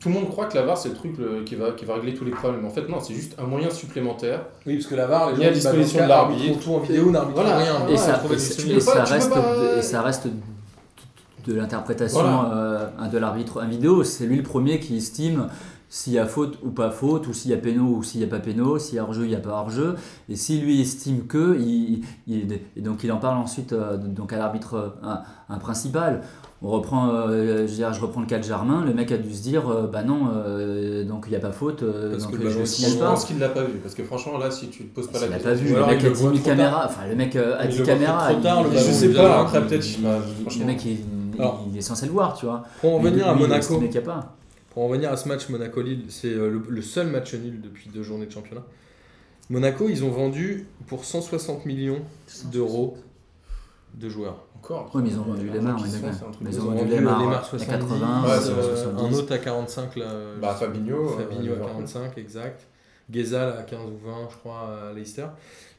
Speaker 3: tout le monde croit que la VAR, c'est le truc le- qui, va, qui va régler tous les problèmes. En fait, non, c'est juste un moyen supplémentaire.
Speaker 1: Oui parce que la VAR
Speaker 3: les gens disent, bah, dans le cas, arbitre
Speaker 1: tout en vidéo, n'arbitre
Speaker 3: Voilà.
Speaker 1: rien.
Speaker 3: Ah
Speaker 2: Et,
Speaker 3: ouais,
Speaker 2: ça,
Speaker 1: je trouvais
Speaker 2: et,
Speaker 1: que
Speaker 2: ça-
Speaker 1: c'est-
Speaker 3: tu
Speaker 2: et
Speaker 3: peux
Speaker 2: ça
Speaker 3: pas- euh, tu peux
Speaker 2: reste,
Speaker 3: pas-
Speaker 2: de, et ça reste de- de l'interprétation
Speaker 3: Voilà.
Speaker 2: euh, hein, de l'arbitre un vidéo. C'est lui le premier qui estime s'il y a faute ou pas faute, ou s'il y a péno ou s'il n'y a pas péno, s'il y a hors-jeu, il n'y a pas hors-jeu. Et si lui estime que, il, il- et donc il en parle ensuite euh, donc à l'arbitre euh, un, un principal. On reprend, euh, je, veux dire, je reprends le cas de Germain, le mec a dû se dire, euh, bah non, euh, donc il n'y a pas faute, euh,
Speaker 1: Parce
Speaker 2: donc
Speaker 1: que le
Speaker 2: je
Speaker 1: ballon
Speaker 2: le
Speaker 1: est
Speaker 2: signale
Speaker 3: je
Speaker 1: souvent
Speaker 2: pas.
Speaker 3: pense qu'il ne l'a pas vu, parce que franchement, là, si tu te poses pas
Speaker 2: Il
Speaker 3: la
Speaker 2: l'a
Speaker 3: question.
Speaker 2: pas vu,
Speaker 1: Ou
Speaker 2: le
Speaker 1: alors
Speaker 2: mec
Speaker 1: il
Speaker 2: a
Speaker 1: le
Speaker 2: 10
Speaker 1: voit
Speaker 2: 000
Speaker 1: trop tard.
Speaker 2: caméras, enfin le mec euh, a
Speaker 3: Il
Speaker 2: 10
Speaker 3: le voit
Speaker 2: caméras.
Speaker 1: trop tard, le ballon,
Speaker 2: il- il-
Speaker 3: Je sais
Speaker 2: il-
Speaker 3: pas,
Speaker 2: il-
Speaker 3: après, peut-être, je sais pas,
Speaker 2: il-
Speaker 3: franchement.
Speaker 2: Le mec, il,
Speaker 1: Alors.
Speaker 2: il est censé le voir, tu vois.
Speaker 1: Pour en
Speaker 2: Mais
Speaker 1: venir à
Speaker 2: lui, il
Speaker 1: Monaco.
Speaker 2: estimait qu'il y a pas.
Speaker 1: Pour en revenir à ce match Monaco-Lille, c'est euh, le, le seul match nul depuis deux journées de championnat. Monaco, ils ont vendu pour 160 millions d'euros de joueurs.
Speaker 3: Encore.
Speaker 2: Ouais, mais ils ont vendu
Speaker 3: Ouais,
Speaker 2: les marques,
Speaker 3: qui
Speaker 2: les
Speaker 3: sont,
Speaker 2: mecs.
Speaker 3: c'est un truc
Speaker 2: Mais
Speaker 3: de
Speaker 2: Ils ont
Speaker 3: zone.
Speaker 2: vendu
Speaker 1: les
Speaker 2: Lemar
Speaker 1: Lemar
Speaker 2: à
Speaker 1: 70,
Speaker 2: 80,
Speaker 3: ouais,
Speaker 1: euh,
Speaker 3: c'est-
Speaker 2: 70.
Speaker 1: un autre à 45 là. euh,
Speaker 3: Bah,
Speaker 1: je sais
Speaker 3: Fabinho,
Speaker 1: plus,
Speaker 3: euh,
Speaker 1: Fabinho à
Speaker 3: Liverpool.
Speaker 1: 45 exact. Guezal à 15 ou 20 je crois à Leicester.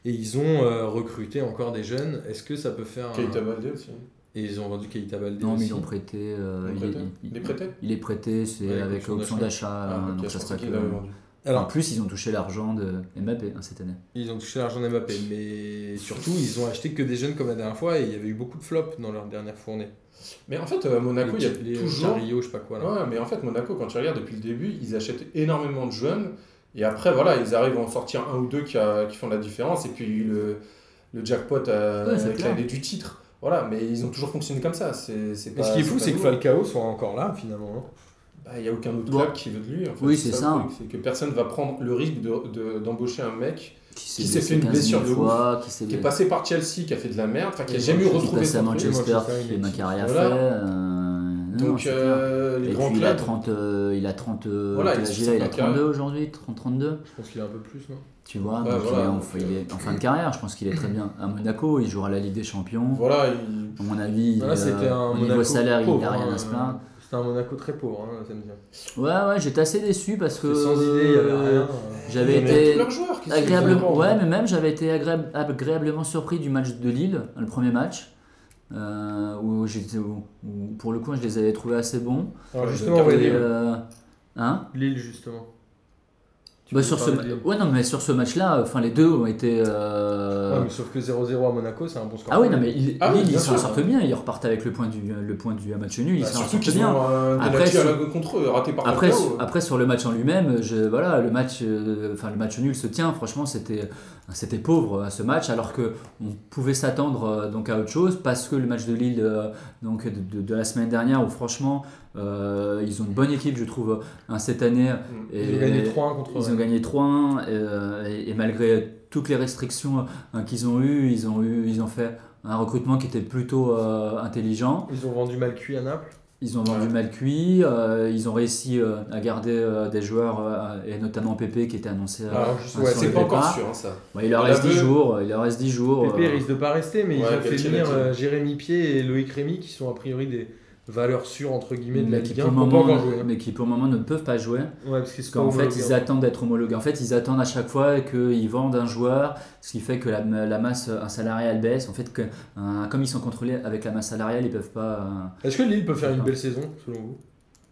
Speaker 1: Et ils ont euh, recruté encore des jeunes. Est-ce que ça peut faire un-
Speaker 3: Keita Baldé aussi.
Speaker 1: Et ils ont vendu Keita Balde
Speaker 2: Non, mais
Speaker 1: aussi.
Speaker 2: ils l'ont prêté. euh,
Speaker 3: Ils l'ont
Speaker 2: il, est-
Speaker 3: prêté
Speaker 2: il-
Speaker 3: Il est prêté
Speaker 2: il est prêté, c'est
Speaker 1: Ouais,
Speaker 2: avec
Speaker 1: option
Speaker 2: option d'achat,
Speaker 3: Ah,
Speaker 2: hein,
Speaker 3: ok,
Speaker 2: donc
Speaker 3: Ah, je
Speaker 2: ça
Speaker 3: pensais
Speaker 2: sera que.
Speaker 3: qu'il l'avait vendu.
Speaker 2: En
Speaker 1: Alors
Speaker 2: plus, ils ont touché l'argent de Mbappé hein, cette année.
Speaker 1: ils ont touché l'argent d'Mbappé. Mais surtout ils ont acheté que des jeunes comme la dernière fois et il y avait eu beaucoup de flops dans leur dernière fournée.
Speaker 3: Mais en fait, euh, Monaco, il y a
Speaker 1: les les
Speaker 3: toujours.
Speaker 1: Carrillo, je sais pas quoi là.
Speaker 3: Ouais, mais en fait, Monaco, quand tu regardes depuis le début, ils achètent énormément de jeunes. Et après, voilà, ils arrivent à en sortir un ou deux qui, a- qui font la différence. Et puis le, le jackpot euh,
Speaker 2: Ouais, c'est
Speaker 3: avec
Speaker 2: clair.
Speaker 3: l'année du titre. Voilà, mais ils ont toujours fonctionné comme ça. C'est, c'est
Speaker 1: Mais
Speaker 3: pas,
Speaker 1: ce qui est fou
Speaker 3: pas
Speaker 1: c'est que
Speaker 3: nouveau.
Speaker 1: Falcao soit encore là finalement. hein.
Speaker 3: Bah, Il n'y a aucun autre
Speaker 2: Ouais.
Speaker 3: club qui veut de lui. en fait.
Speaker 2: Oui, c'est
Speaker 3: le
Speaker 2: ça.
Speaker 3: truc, C'est que personne va prendre le risque de- de- d'embaucher un mec
Speaker 2: Qui
Speaker 3: s'est fait une
Speaker 2: 15 000
Speaker 3: blessure de
Speaker 2: fois, qui s'est
Speaker 3: qui est passé par Chelsea, qui a fait de la merde, enfin qui
Speaker 1: Et
Speaker 3: a jamais eu
Speaker 1: qui
Speaker 2: qui
Speaker 3: retrouvé
Speaker 2: passe à
Speaker 3: son truc.
Speaker 1: Manchester,
Speaker 2: Manchester,
Speaker 1: qui-
Speaker 2: qui fait Macaria
Speaker 3: voilà.
Speaker 2: fait. euh, non,
Speaker 3: Donc
Speaker 2: c'est clair.
Speaker 3: euh, les
Speaker 2: Et
Speaker 3: grands
Speaker 2: puis il a
Speaker 3: clubs.
Speaker 2: 30, euh, il a 30, euh,
Speaker 3: Voilà,
Speaker 2: quel
Speaker 3: il
Speaker 2: âge
Speaker 3: est
Speaker 2: il a Il a
Speaker 3: 32
Speaker 2: 32 aujourd'hui, 30, 32.
Speaker 1: Je pense qu'il a un peu plus non.
Speaker 2: Tu vois,
Speaker 3: Ouais,
Speaker 2: donc il,
Speaker 3: voilà,
Speaker 2: est en,
Speaker 3: donc,
Speaker 2: il est en fin de carrière, je pense qu'il est très bien. À Monaco, il jouera la Ligue des Champions.
Speaker 3: Voilà, il-
Speaker 2: À mon avis,
Speaker 1: Voilà,
Speaker 2: euh,
Speaker 1: c'était un
Speaker 2: au
Speaker 1: Monaco
Speaker 2: niveau salaire, il
Speaker 1: pauvre,
Speaker 2: n'a rien à se
Speaker 1: hein.
Speaker 2: plaindre.
Speaker 1: C'était un Monaco très pauvre hein, samedi.
Speaker 2: Ouais, ouais, j'étais assez déçu parce que.
Speaker 1: C'était sans idée, il y avait
Speaker 2: euh,
Speaker 1: rien. hein.
Speaker 2: J'avais
Speaker 3: il y en a avec tous
Speaker 2: été.
Speaker 3: leurs joueurs qui sont
Speaker 2: Agréablement,
Speaker 3: vraiment-
Speaker 2: ouais, mais même j'avais été agréable- agréablement surpris du match de Lille, le premier match, euh, où, j'étais- où- où, pour le coup je les avais trouvés assez bons.
Speaker 1: Alors
Speaker 3: Ouais,
Speaker 1: justement,
Speaker 3: je vais
Speaker 1: ouais,
Speaker 2: Et,
Speaker 3: Lille.
Speaker 1: Lille.
Speaker 2: euh, hein
Speaker 1: Lille, justement. Tu
Speaker 2: Bah,
Speaker 1: peux
Speaker 2: sur ce,
Speaker 1: parler de Lille.
Speaker 2: ouais, non, mais sur ce match-là, enfin les deux ont été. euh,
Speaker 1: Ouais, mais sauf que 0-0 à Monaco, c'est un bon score.
Speaker 2: Ah oui, non, mais ils-
Speaker 3: Ah oui,
Speaker 2: Lille,
Speaker 3: bien
Speaker 2: ils s'en
Speaker 3: sûr.
Speaker 2: sortent bien, ils repartent avec le point du, le point du match nul, ils
Speaker 3: Bah,
Speaker 2: s'en
Speaker 3: surtout
Speaker 2: sortent
Speaker 3: qu'ils
Speaker 2: bien.
Speaker 3: ont un
Speaker 2: Après,
Speaker 3: penalty à
Speaker 2: sur-
Speaker 3: la gueule contre eux, raté par
Speaker 2: Après,
Speaker 3: Falcao.
Speaker 2: sur, après sur le match en lui-même, je voilà, le match, euh, enfin le match nul se tient. Franchement, c'était c'était pauvre à ce match, alors que on pouvait s'attendre euh, donc à autre chose parce que le match de Lille euh, donc de, de- de la semaine dernière où franchement euh, ils ont une bonne équipe, je trouve, hein, cette année.
Speaker 3: Mm.
Speaker 1: Ils ont gagné 3-1 contre
Speaker 2: euh, Ils ont
Speaker 1: Rennes.
Speaker 2: gagné 3-1 euh, et, et malgré toutes les restrictions hein, qu'ils ont eues, ils ont eu, ils ont fait un recrutement qui était plutôt euh, intelligent.
Speaker 1: Ils ont vendu mal cuit à Naples.
Speaker 2: Ils ont vendu mal cuit, euh, ils ont réussi euh, à garder euh, des joueurs, euh, et notamment Pépé qui était annoncé. euh,
Speaker 3: Alors,
Speaker 1: juste-
Speaker 2: Ah,
Speaker 1: ouais,
Speaker 2: sur
Speaker 1: c'est
Speaker 2: le
Speaker 3: c'est pas encore
Speaker 2: départ.
Speaker 3: sûr, hein, ça.
Speaker 2: bon, Bah, il leur
Speaker 3: on
Speaker 2: reste
Speaker 3: l'a
Speaker 2: 10
Speaker 3: vu.
Speaker 2: jours, il leur reste 10 jours.
Speaker 1: Pépé
Speaker 2: euh,
Speaker 1: risque de pas rester, mais ils
Speaker 3: Ouais,
Speaker 1: ont fait
Speaker 3: Galtier
Speaker 1: venir
Speaker 3: l'a dit.
Speaker 1: euh, Jérémy Pied et Loïc Rémy, qui sont a priori des valeurs sûres, entre guillemets, de la
Speaker 2: mais, qui
Speaker 1: Ligue 1.
Speaker 2: pour le
Speaker 1: Ils ont pas
Speaker 2: moment,
Speaker 1: encore joué. hein.
Speaker 2: mais qui pour le moment ne peuvent pas jouer.
Speaker 1: Ouais, parce qu'ils sont
Speaker 2: Parce qu'en
Speaker 1: pas
Speaker 2: fait,
Speaker 1: homologués.
Speaker 2: ils attendent d'être homologués. En fait, ils attendent à chaque fois qu'ils vendent un joueur, ce qui fait que la, la masse euh, salariale baisse. En fait, que, euh, comme ils sont contrôlés avec la masse salariale, ils peuvent pas. euh,
Speaker 1: Est-ce que Lille peut faire une belle saison, selon vous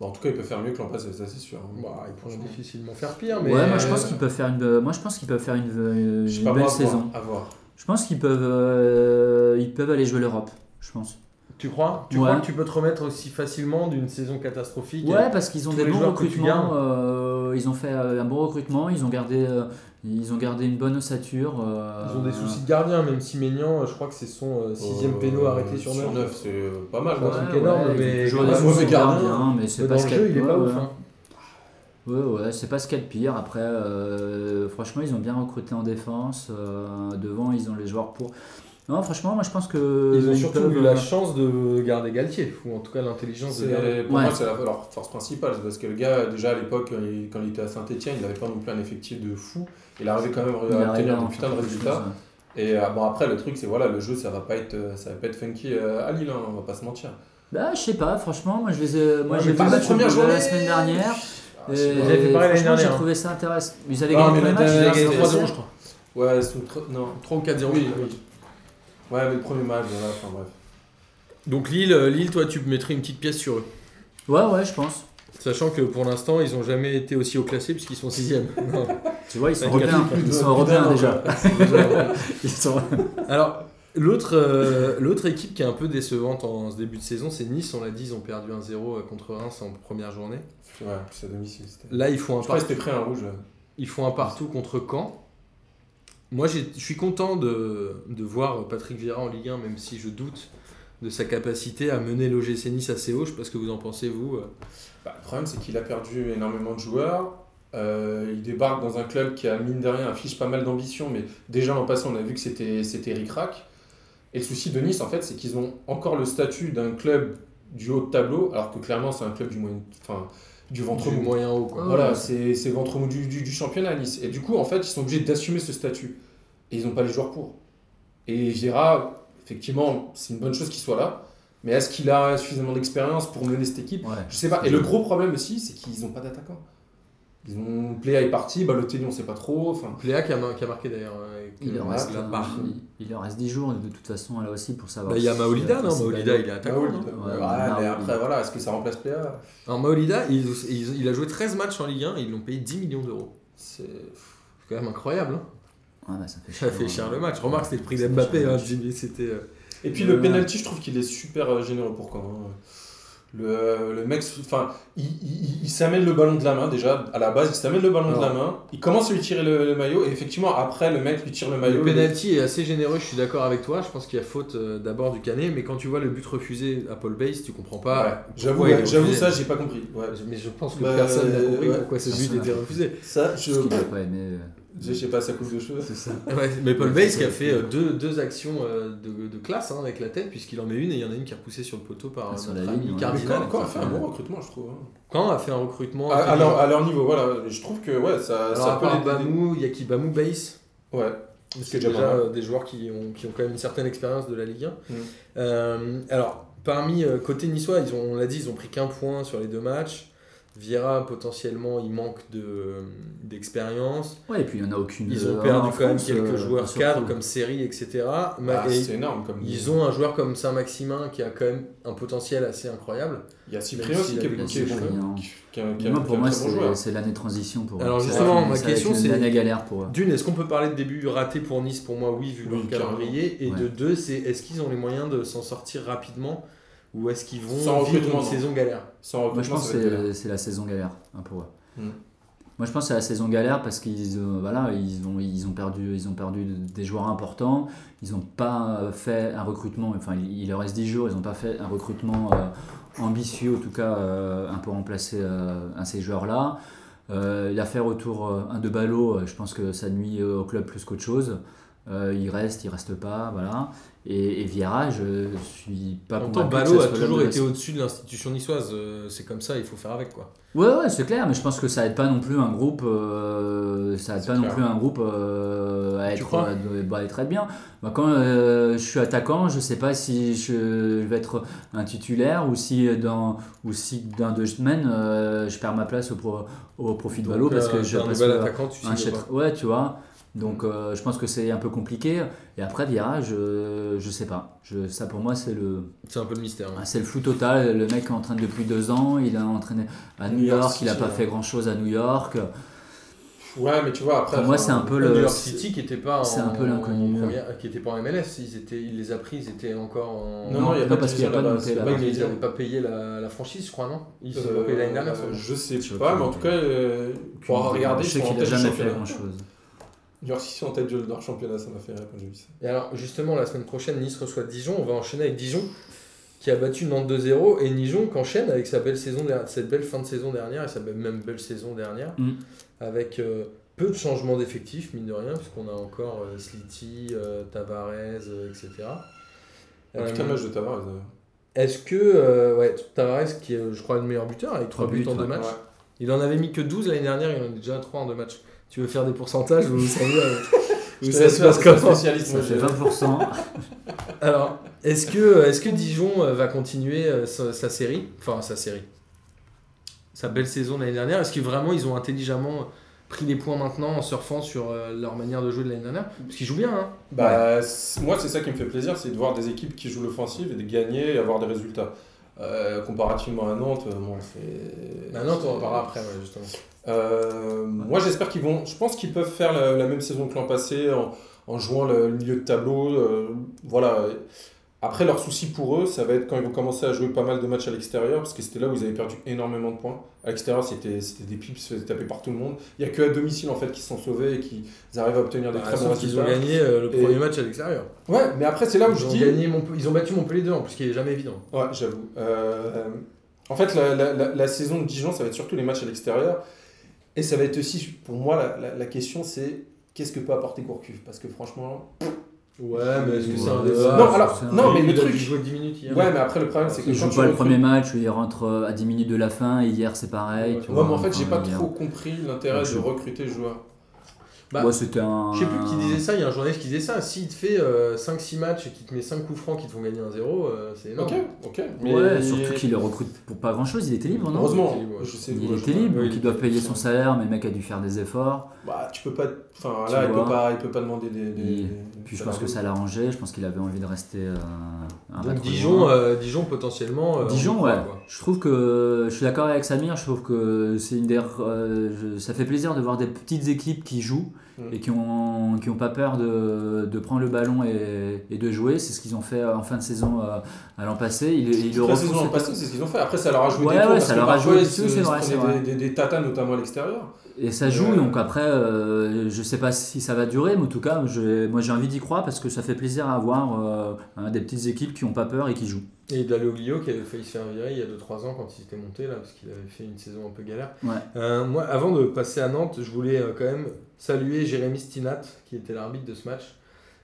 Speaker 3: Bon, en tout cas, il peut faire mieux que l'an passé, ça c'est sûr.
Speaker 1: bah, Ils pourront
Speaker 3: franchement.
Speaker 1: difficilement faire pire, mais.
Speaker 2: Ouais, moi je
Speaker 3: euh,
Speaker 2: pense qu'ils peuvent faire une, moi je pense qu'ils peuvent faire une, euh, une
Speaker 3: Je sais pas,
Speaker 2: belle
Speaker 3: moi, à voir,
Speaker 2: saison.
Speaker 3: À voir.
Speaker 2: Je pense qu'ils peuvent, euh, ils peuvent aller jouer l'Europe, je pense.
Speaker 1: Tu crois Tu
Speaker 2: Ouais.
Speaker 1: crois que tu peux te remettre aussi facilement d'une saison catastrophique
Speaker 2: Ouais, parce qu'ils ont
Speaker 1: tous
Speaker 2: des
Speaker 1: les
Speaker 2: bons
Speaker 1: joueurs que tu gardes.
Speaker 2: recrutements. euh, ils ont fait euh, un bon recrutement. Ils ont gardé, euh, ils ont gardé une bonne ossature. euh,
Speaker 1: Ils ont des soucis de gardien, même si Maignan, euh, je crois que c'est son euh, sixième
Speaker 3: Euh,
Speaker 1: péno arrêté sur 9.
Speaker 3: c'est euh, pas mal.
Speaker 1: Ouais,
Speaker 2: Ouais,
Speaker 1: un truc
Speaker 2: ouais,
Speaker 1: énorme,
Speaker 2: ils
Speaker 1: mais
Speaker 2: ont toujours
Speaker 1: quand
Speaker 2: des
Speaker 1: même,
Speaker 2: soucis
Speaker 1: mauvais
Speaker 2: de
Speaker 1: gardien.
Speaker 2: gardien, mais c'est
Speaker 1: Mais
Speaker 2: pas
Speaker 1: dans
Speaker 2: ce
Speaker 1: le
Speaker 2: qu'il y a
Speaker 1: jeu,
Speaker 2: de-
Speaker 1: il est
Speaker 2: ouais,
Speaker 1: pas
Speaker 2: ouais.
Speaker 1: ouf. hein.
Speaker 2: Ouais, ouais, c'est pas ce qu'il y a de pire. Après, euh, franchement, ils ont bien recruté en défense. euh, devant, ils ont les joueurs pour. Non, franchement, moi je pense que
Speaker 1: Ils ont surtout
Speaker 2: peuvent,
Speaker 1: eu la
Speaker 2: euh,
Speaker 1: chance de garder Galtier, ou en tout cas l'intelligence de garder.
Speaker 3: C'est- Pour
Speaker 2: Ouais.
Speaker 3: moi, c'est la- leur force principale. c'est Parce que le gars, déjà à l'époque, quand il- quand il était à Saint-Etienne, il n'avait pas non plus un effectif de fou. Il arrivait quand
Speaker 1: euh,
Speaker 3: même
Speaker 2: il
Speaker 3: à
Speaker 2: arrive à
Speaker 3: obtenir
Speaker 2: en
Speaker 3: des putains de
Speaker 2: faire quelque
Speaker 3: résultats.
Speaker 2: chose, ouais.
Speaker 3: Et euh, bon, après, le truc, c'est voilà, le jeu, ça va pas être, euh, ça va pas être funky euh, à Lille, hein, on va pas se mentir.
Speaker 2: Bah, je sais pas, franchement, moi je les ai- moi
Speaker 1: Ouais, mais
Speaker 2: j'ai vu le
Speaker 1: pas
Speaker 2: match
Speaker 1: la
Speaker 2: de
Speaker 1: première
Speaker 2: la
Speaker 1: journée.
Speaker 2: semaine dernière.
Speaker 3: Ah, je sais
Speaker 2: Euh,
Speaker 1: Ils avaient fait pareil l'année
Speaker 2: franchement, j'ai
Speaker 1: dernière.
Speaker 2: trouvé ça intéressant. Ils avaient
Speaker 3: Non,
Speaker 2: gagné
Speaker 3: mais
Speaker 2: le
Speaker 3: la
Speaker 2: match.
Speaker 3: dernière,
Speaker 2: ils
Speaker 3: ils
Speaker 2: avaient
Speaker 3: gagnaient
Speaker 2: gagné
Speaker 1: 3-0,
Speaker 2: 3-0.
Speaker 1: je crois.
Speaker 3: pas. Ouais, c'est une tr- non.
Speaker 1: 3 ou 4-0.
Speaker 3: Oui, oui. Ouais, mais le premier match, voilà, enfin bref.
Speaker 1: Donc Lille, euh, Lille, toi, tu mettrais une petite pièce sur eux.
Speaker 2: Ouais, ouais, je pense.
Speaker 1: Sachant que pour l'instant, ils n'ont jamais été aussi haut classés puisqu'ils sont 6
Speaker 2: Tu vois, ils sont
Speaker 1: Avec
Speaker 2: européens.
Speaker 3: Plus de-
Speaker 2: Ils
Speaker 3: plus
Speaker 2: sont
Speaker 3: d'un
Speaker 2: européens
Speaker 3: an,
Speaker 2: déjà.
Speaker 3: quoi.
Speaker 2: Ils sont-
Speaker 1: Alors, l'autre euh, l'autre équipe qui est un peu décevante en ce début de saison, c'est Nice. On l'a dit, ils ont perdu 1-0 contre Reims en première journée.
Speaker 3: Ouais, c'est à domicile. c'était-
Speaker 1: Là, ils font un
Speaker 3: Je crois
Speaker 1: partout,
Speaker 3: que c'était pris un rouge.
Speaker 1: ils font un partout contre Caen. Moi, j'ai- je suis content de, de voir Patrick Vieira en Ligue 1, même si je doute de sa capacité à mener l'OGC Nice assez haut. Je sais pas ce que vous en pensez, vous. euh.
Speaker 3: Bah, le problème, c'est qu'il a perdu énormément de joueurs. Euh, il débarque dans un club qui a, mine de rien, affiche pas mal d'ambition, mais déjà l'an passé, on a vu que c'était c'était ric-rac. Et le souci de Nice, en fait, c'est qu'ils ont encore le statut d'un club du haut de tableau, alors que clairement, c'est un club du, moyen, enfin, du ventre
Speaker 1: Du
Speaker 3: mou.
Speaker 1: moyen haut, quoi.
Speaker 3: Voilà, c'est c'est ventre mou du, du- du championnat à Nice. Et du coup, en fait, ils sont obligés d'assumer ce statut. Et ils n'ont pas les joueurs pour. Et Gérard, effectivement, c'est une bonne chose qu'il soit là. Mais est-ce qu'il a suffisamment d'expérience pour mener cette équipe
Speaker 2: Ouais.
Speaker 3: Je sais pas. Et le gros problème aussi, c'est qu'ils n'ont pas d'attaquant. Ils ont Pléa est parti, Balotelli on sait pas trop. Enfin,
Speaker 1: Pléa qui a, mar- qui a marqué d'ailleurs. euh, et que
Speaker 2: Il en,
Speaker 1: Marc
Speaker 2: reste,
Speaker 1: l'a pas.
Speaker 2: un- il en reste 10 jours de toute façon là aussi pour savoir.
Speaker 1: Bah, Il y a
Speaker 2: si- euh,
Speaker 1: Maolida, non
Speaker 2: si
Speaker 1: Maolida, il est attaquant.
Speaker 3: Raoul,
Speaker 1: non
Speaker 3: euh,
Speaker 2: Ouais,
Speaker 3: ouais,
Speaker 2: Raoul.
Speaker 3: mais après voilà, est-ce que ça remplace Pléa
Speaker 1: Alors Maolida, il, il- il a joué 13 matchs en Ligue 1 et ils l'ont payé 10 millions d'euros.
Speaker 3: C'est
Speaker 1: C'est quand même incroyable. hein.
Speaker 2: Ouais, bah, ça fait
Speaker 1: Ça
Speaker 2: cher,
Speaker 1: fait
Speaker 2: hein.
Speaker 1: cher le match. Remarque, c'était le prix
Speaker 2: Ça fait
Speaker 1: d'Mbappé.
Speaker 2: cher le
Speaker 1: hein,
Speaker 2: match.
Speaker 1: Jimmy, C'était. euh,
Speaker 3: Et puis
Speaker 2: Euh,
Speaker 3: le penalty, je trouve qu'il est super euh, généreux pour quand. hein. Le, euh, le mec, enfin, il, il- il s'amène le ballon de la main déjà. À la base, il s'amène le ballon de la main. Il commence à lui tirer le, le maillot. Et effectivement, après, le mec lui tire le maillot.
Speaker 1: Le penalty est assez généreux, je suis d'accord avec toi. Je pense qu'il y a faute euh, d'abord du Canet, mais quand tu vois le but refusé à Paul Bass, tu comprends
Speaker 3: Ouais,
Speaker 1: pas.
Speaker 3: j'avoue,
Speaker 1: pourquoi il est
Speaker 3: j'avoue
Speaker 1: refusé.
Speaker 3: ça, j'ai pas compris. Ouais.
Speaker 1: Mais je pense que
Speaker 3: Bah,
Speaker 1: personne n'a
Speaker 3: euh,
Speaker 1: compris
Speaker 3: ouais.
Speaker 1: pourquoi ce but
Speaker 2: Personne
Speaker 1: était
Speaker 2: n'a
Speaker 1: refusé.
Speaker 3: Ça, je.
Speaker 2: Parce qu'il n'a pas aimé. euh,
Speaker 3: Je sais pas, ça coupe de cheveux.
Speaker 2: C'est ça.
Speaker 1: Ah Ouais, mais Paul
Speaker 2: Ouais,
Speaker 1: Bass
Speaker 2: c'est
Speaker 1: qui a
Speaker 2: ça.
Speaker 1: fait euh, deux, deux actions euh, de, de classe hein, avec la tête, puisqu'il en met une et il y en a une qui est repoussée sur le poteau par
Speaker 2: Ah,
Speaker 1: euh,
Speaker 2: sur
Speaker 1: notre
Speaker 2: la
Speaker 1: ami
Speaker 2: ligne, ouais.
Speaker 3: Mais
Speaker 1: Cardinal.
Speaker 3: quand, quand on fait un bon recrutement, je trouve. hein.
Speaker 1: Quand a fait un recrutement
Speaker 3: À, à
Speaker 1: intelligent.
Speaker 3: leur, à leur niveau, voilà. Je trouve que ouais, ça,
Speaker 1: Alors,
Speaker 3: ça
Speaker 1: à
Speaker 3: peut
Speaker 1: part
Speaker 3: les-
Speaker 1: Bamou, il y a qui Bamou Bass
Speaker 3: Ouais.
Speaker 1: C'est déjà
Speaker 3: déjà pas mal.
Speaker 1: euh, des joueurs qui ont, qui ont quand même une certaine expérience de la Ligue 1.
Speaker 3: Mm.
Speaker 1: Euh, alors, parmi euh, côté niçois, ils ont, on l'a dit, ils ont pris qu'un point sur les deux matchs. Vieira, potentiellement, il manque de- d'expérience.
Speaker 2: Ouais, et puis il n'y en a aucune.
Speaker 1: ils
Speaker 2: euh,
Speaker 1: ont perdu
Speaker 2: en
Speaker 1: quand même
Speaker 2: France,
Speaker 1: quelques
Speaker 2: euh,
Speaker 1: joueurs
Speaker 2: surtout. Bah,
Speaker 1: cadres comme Série, etc. Ma-
Speaker 3: Ah,
Speaker 1: et
Speaker 3: c'est énorme comme.
Speaker 1: ils ont un joueur comme Saint-Maximin qui a quand même un potentiel assez incroyable.
Speaker 3: Il y a Cyprien aussi
Speaker 1: Même
Speaker 3: qui est
Speaker 1: s'il
Speaker 2: a blessé,
Speaker 3: qui est bon.
Speaker 1: hein.
Speaker 2: Cyprien.
Speaker 3: qui- qui est un- qui est un-
Speaker 2: Moi,
Speaker 3: qui est
Speaker 2: pour
Speaker 3: un
Speaker 2: moi,
Speaker 3: très bon joueur.
Speaker 2: c'est c'est l'année de transition pour eux.
Speaker 1: Alors,
Speaker 2: Ça va
Speaker 1: justement,
Speaker 2: être-
Speaker 1: ma
Speaker 2: ça va être
Speaker 1: question, c'est-
Speaker 2: une année galère pour euh, eux.
Speaker 1: D'une, est-ce qu'on peut parler de début raté pour Nice Pour moi, oui, vu
Speaker 3: Oui,
Speaker 1: le calendrier. Et
Speaker 2: carrément.
Speaker 1: de deux, c'est est-ce qu'ils ont les moyens de s'en sortir rapidement ou est-ce qu'ils vont
Speaker 3: Sans
Speaker 1: vivre
Speaker 3: recrutement,
Speaker 1: une
Speaker 3: non.
Speaker 1: saison galère
Speaker 3: Sans
Speaker 2: Moi, je
Speaker 3: recrutement,
Speaker 2: pense
Speaker 3: ça
Speaker 2: que
Speaker 3: va être galère.
Speaker 2: c'est- c'est la saison galère hein, pour eux.
Speaker 3: Mm.
Speaker 2: Moi, je pense que c'est la saison galère parce qu'ils euh, voilà, ils ont, ils ont, perdu, ils ont perdu des joueurs importants. Ils n'ont pas euh, fait un recrutement, enfin, il il leur reste 10 jours, ils n'ont pas fait un recrutement euh, ambitieux, en tout cas, euh, un peu remplacer euh, un de ces joueurs-là. Euh, L'affaire autour euh, un de Ballot, euh, je pense que ça nuit euh, au club plus qu'autre chose. Euh, il reste, il reste pas, voilà. Et, et Vieira, je suis pas
Speaker 1: En même temps,
Speaker 2: convaincu que
Speaker 1: Ballot
Speaker 2: ça
Speaker 1: a
Speaker 2: soit
Speaker 1: toujours
Speaker 2: l'homme de la
Speaker 1: été au-dessus de l'institution niçoise. euh, C'est comme ça, il faut faire avec quoi.
Speaker 2: Ouais, ouais, c'est clair, mais je pense que ça aide pas non plus un groupe, euh, ça aide
Speaker 3: C'est
Speaker 2: pas non
Speaker 3: clair.
Speaker 2: plus un groupe euh, à
Speaker 1: Tu
Speaker 2: être,
Speaker 1: crois
Speaker 2: euh, bah, à être très bien. Moi, quand euh, je suis attaquant, je sais pas si je vais être un titulaire ou si dans ou si dans deux semaines euh, je perds ma place au, pro- au profit de Valo
Speaker 1: Donc,
Speaker 2: parce
Speaker 1: euh,
Speaker 2: que je
Speaker 1: t'as un
Speaker 2: passe
Speaker 1: nouvel
Speaker 2: euh,
Speaker 1: attaquant, tu
Speaker 2: un
Speaker 1: signes
Speaker 2: chèque-
Speaker 1: pas.
Speaker 2: ouais, tu vois. Donc euh, je pense que c'est un peu compliqué. Et après Vieira, je je sais pas. Je, ça pour moi c'est le
Speaker 1: C'est un peu le mystère. hein.
Speaker 2: ah, C'est le flou total. Le mec entraîne depuis deux ans. Il a entraîné à New
Speaker 3: New York
Speaker 2: York. Il n'a
Speaker 3: City,
Speaker 2: pas
Speaker 3: ouais.
Speaker 2: fait grand chose à New York.
Speaker 3: Ouais, mais tu vois, après.
Speaker 2: Pour moi,
Speaker 3: enfin,
Speaker 2: c'est un peu
Speaker 1: New
Speaker 2: le.
Speaker 1: York City qui était pas
Speaker 2: c'est
Speaker 1: en,
Speaker 2: un peu l'inconnu.
Speaker 1: en première- qui était pas en MLS, ils étaient, il les a pris, ils étaient encore en.
Speaker 3: Non, non, il n'y a
Speaker 2: non,
Speaker 3: pas de
Speaker 2: parce qu'il y a
Speaker 3: division
Speaker 2: pas de
Speaker 3: là-bas, c'est
Speaker 2: montée là-bas.
Speaker 3: pas une
Speaker 1: Bah, Ils
Speaker 3: division.
Speaker 1: n'avaient pas payé la, la franchise, je crois, non Ils l'ont
Speaker 3: Euh,
Speaker 1: payé l'année dernière. sans doute.
Speaker 3: Je sais
Speaker 2: Je
Speaker 3: pas,
Speaker 2: sais
Speaker 3: mais en
Speaker 2: pas.
Speaker 3: tout cas, euh, pour avoir regardé,
Speaker 2: je sais
Speaker 3: ils sont en
Speaker 2: qu'il n'a
Speaker 3: tête du
Speaker 2: jamais fait
Speaker 3: championnat.
Speaker 2: grand chose.
Speaker 3: New York City en tête de leur championnat, ça m'a fait rire quand j'ai vu ça.
Speaker 1: Et alors, justement, la semaine prochaine, Nice reçoit Dijon. On va enchaîner avec Dijon, qui a battu Nantes 2-0. Et Dijon qui enchaîne avec sa belle saison, der- cette belle fin de saison dernière, et sa belle- même belle saison dernière,
Speaker 2: Mm.
Speaker 1: avec euh, peu de changements d'effectifs, mine de rien, puisqu'on a encore euh, Slity, euh, Tavares, euh, etc. Euh,
Speaker 3: Putain, le match de Tavares. euh,
Speaker 1: Est-ce que euh, ouais, Tavares, qui est, euh, je crois, le meilleur buteur, avec 3
Speaker 2: Trois
Speaker 1: buts,
Speaker 2: buts,
Speaker 1: en deux
Speaker 2: ouais.
Speaker 1: matchs,
Speaker 3: ouais.
Speaker 1: il en avait mis que 12 l'année dernière, il en a déjà 3 en deux matchs. Tu veux faire des pourcentages ou ça,
Speaker 3: Je
Speaker 1: ou
Speaker 3: te
Speaker 1: ça
Speaker 3: laisse
Speaker 1: se
Speaker 3: faire,
Speaker 1: passe
Speaker 3: c'est ton
Speaker 1: comment
Speaker 3: spécialiste,
Speaker 2: Ça
Speaker 3: moi,
Speaker 2: fait
Speaker 3: j'ai-
Speaker 2: 20%.
Speaker 1: Alors, est-ce que, est que Dijon euh, va continuer euh, sa, sa série Enfin, sa série. Sa belle saison de l'année dernière. Est-ce que vraiment ils ont intelligemment pris les points maintenant en surfant sur euh, leur manière de jouer de l'année dernière Parce qu'ils jouent bien, hein
Speaker 3: Bah, c'est- Moi, c'est ça qui me fait plaisir, c'est de voir des équipes qui jouent l'offensive et de gagner et avoir des résultats. Euh, comparativement à Nantes, euh, bon, c'est.
Speaker 1: Bah non, on en parlera après, ouais, justement.
Speaker 3: Euh, moi, j'espère qu'ils vont. Je pense qu'ils peuvent faire la, la même saison que l'an passé en, en jouant le, le milieu de tableau. euh, voilà. Après, leur souci pour eux, ça va être quand ils vont commencer à jouer pas mal de matchs à l'extérieur, parce que c'était là où ils avaient perdu énormément de points. À l'extérieur, c'était c'était des pips, se faisaient taper par tout le monde. Il n'y a que à domicile en fait qui se sont sauvés et qui arrivent à obtenir des
Speaker 1: Bah,
Speaker 3: très bons
Speaker 1: sauf qu'ils ont
Speaker 3: résultats.
Speaker 1: gagné euh, le
Speaker 3: Et-
Speaker 1: premier match à l'extérieur.
Speaker 3: Ouais, mais après, c'est là où
Speaker 1: Ils,
Speaker 3: je
Speaker 1: ont
Speaker 3: dis.
Speaker 1: gagné Montpe- ils ont battu Montpellier 2 en plus, ce qui est jamais évident.
Speaker 3: Ouais, j'avoue. Euh, en fait, la, la- la- la saison de Dijon, ça va être surtout les matchs à l'extérieur. Et ça va être aussi, pour moi, la, la- la question, c'est qu'est-ce que peut apporter Gourcuff Parce que franchement.
Speaker 1: Ouais,
Speaker 3: mais
Speaker 2: est-ce que
Speaker 1: c'est
Speaker 2: c'est
Speaker 1: un Ah,
Speaker 2: un débat
Speaker 3: non,
Speaker 2: c'est-
Speaker 3: alors,
Speaker 2: c'est un-
Speaker 3: non, mais le
Speaker 1: il a dû
Speaker 3: truc.
Speaker 1: jouer 10 minutes hier.
Speaker 3: Ouais, mais après, le problème, c'est que
Speaker 2: Il joue
Speaker 3: tu
Speaker 2: pas le
Speaker 3: recrutes-
Speaker 2: premier match, où il rentre euh, à 10 minutes de la fin. Hier, c'est pareil. tu
Speaker 3: Ouais,
Speaker 2: vois,
Speaker 3: mais en fait,
Speaker 2: enfin,
Speaker 3: j'ai pas
Speaker 2: hier.
Speaker 3: trop compris l'intérêt
Speaker 2: Donc, je-
Speaker 3: de recruter le joueur.
Speaker 1: Bah,
Speaker 2: ouais, c'était un.
Speaker 1: Je sais plus
Speaker 3: Euh.
Speaker 1: qui disait ça, il y a un journaliste qui disait ça. S'il te fait 5-6 matchs et qu'il te met 5 coups francs qui te font gagner un 0, euh, c'est énorme.
Speaker 3: Ok, ok.
Speaker 2: Ouais, surtout qu'il le recrute pour pas grand chose, il était libre, non
Speaker 3: Heureusement,
Speaker 1: Il était libre, ouais.
Speaker 3: je sais
Speaker 2: Il
Speaker 3: ouais,
Speaker 2: était
Speaker 3: je-
Speaker 2: libre,
Speaker 1: ouais,
Speaker 2: donc
Speaker 1: il
Speaker 2: il doit
Speaker 1: était
Speaker 2: payer
Speaker 1: libre.
Speaker 2: son salaire, mais le mec a dû faire des efforts.
Speaker 3: Bah, tu peux pas. Enfin,
Speaker 2: Tu
Speaker 3: là, il
Speaker 2: vois.
Speaker 3: peut, pas, il peut pas demander des. des-
Speaker 2: Il-
Speaker 3: des-
Speaker 2: Puis je pense que ça l'a arrangé, je pense qu'il avait envie de rester euh, un pas
Speaker 1: Donc
Speaker 2: trop
Speaker 1: Dijon,
Speaker 2: loin.
Speaker 1: euh, Dijon potentiellement. euh, on y
Speaker 2: Dijon, ouais.
Speaker 1: croit, quoi.
Speaker 2: Je trouve que je suis d'accord avec Samir. Je trouve que c'est une des. euh, je- ça fait plaisir de voir des petites équipes qui jouent
Speaker 3: Mm.
Speaker 2: et qui ont qui ont pas peur de, de prendre le ballon et, et de jouer. C'est ce qu'ils ont fait en fin de saison euh, à l'an passé. Ils, ils le
Speaker 3: Toute la
Speaker 2: refont
Speaker 3: saison
Speaker 2: cette-
Speaker 3: passée, c'est ce qu'ils ont fait. Après, ça leur a joué
Speaker 2: Ouais,
Speaker 3: des tours.
Speaker 2: ouais,
Speaker 3: parce
Speaker 2: ça
Speaker 3: que
Speaker 2: leur a
Speaker 3: parfois,
Speaker 2: joué
Speaker 3: ils
Speaker 2: des
Speaker 3: se-
Speaker 2: tours, c'est
Speaker 3: ils se
Speaker 2: vrai, c'est
Speaker 3: prenaient
Speaker 2: vrai.
Speaker 3: Des, des, des tatas, notamment à l'extérieur.
Speaker 2: Et ça joue,
Speaker 3: Ouais.
Speaker 2: donc après, euh, je sais pas si ça va durer, mais en tout cas, j'ai- moi j'ai envie d'y croire parce que ça fait plaisir à voir euh, hein, des petites équipes qui ont pas peur et qui jouent.
Speaker 1: Et Dalloglio qui avait failli se faire virer il y a 2-3 ans quand il s'était monté là, parce qu'il avait fait une saison un peu galère.
Speaker 2: Ouais.
Speaker 1: Euh, moi, avant de passer à Nantes, je voulais euh, quand même saluer Jérémy Stinat, qui était l'arbitre de ce match.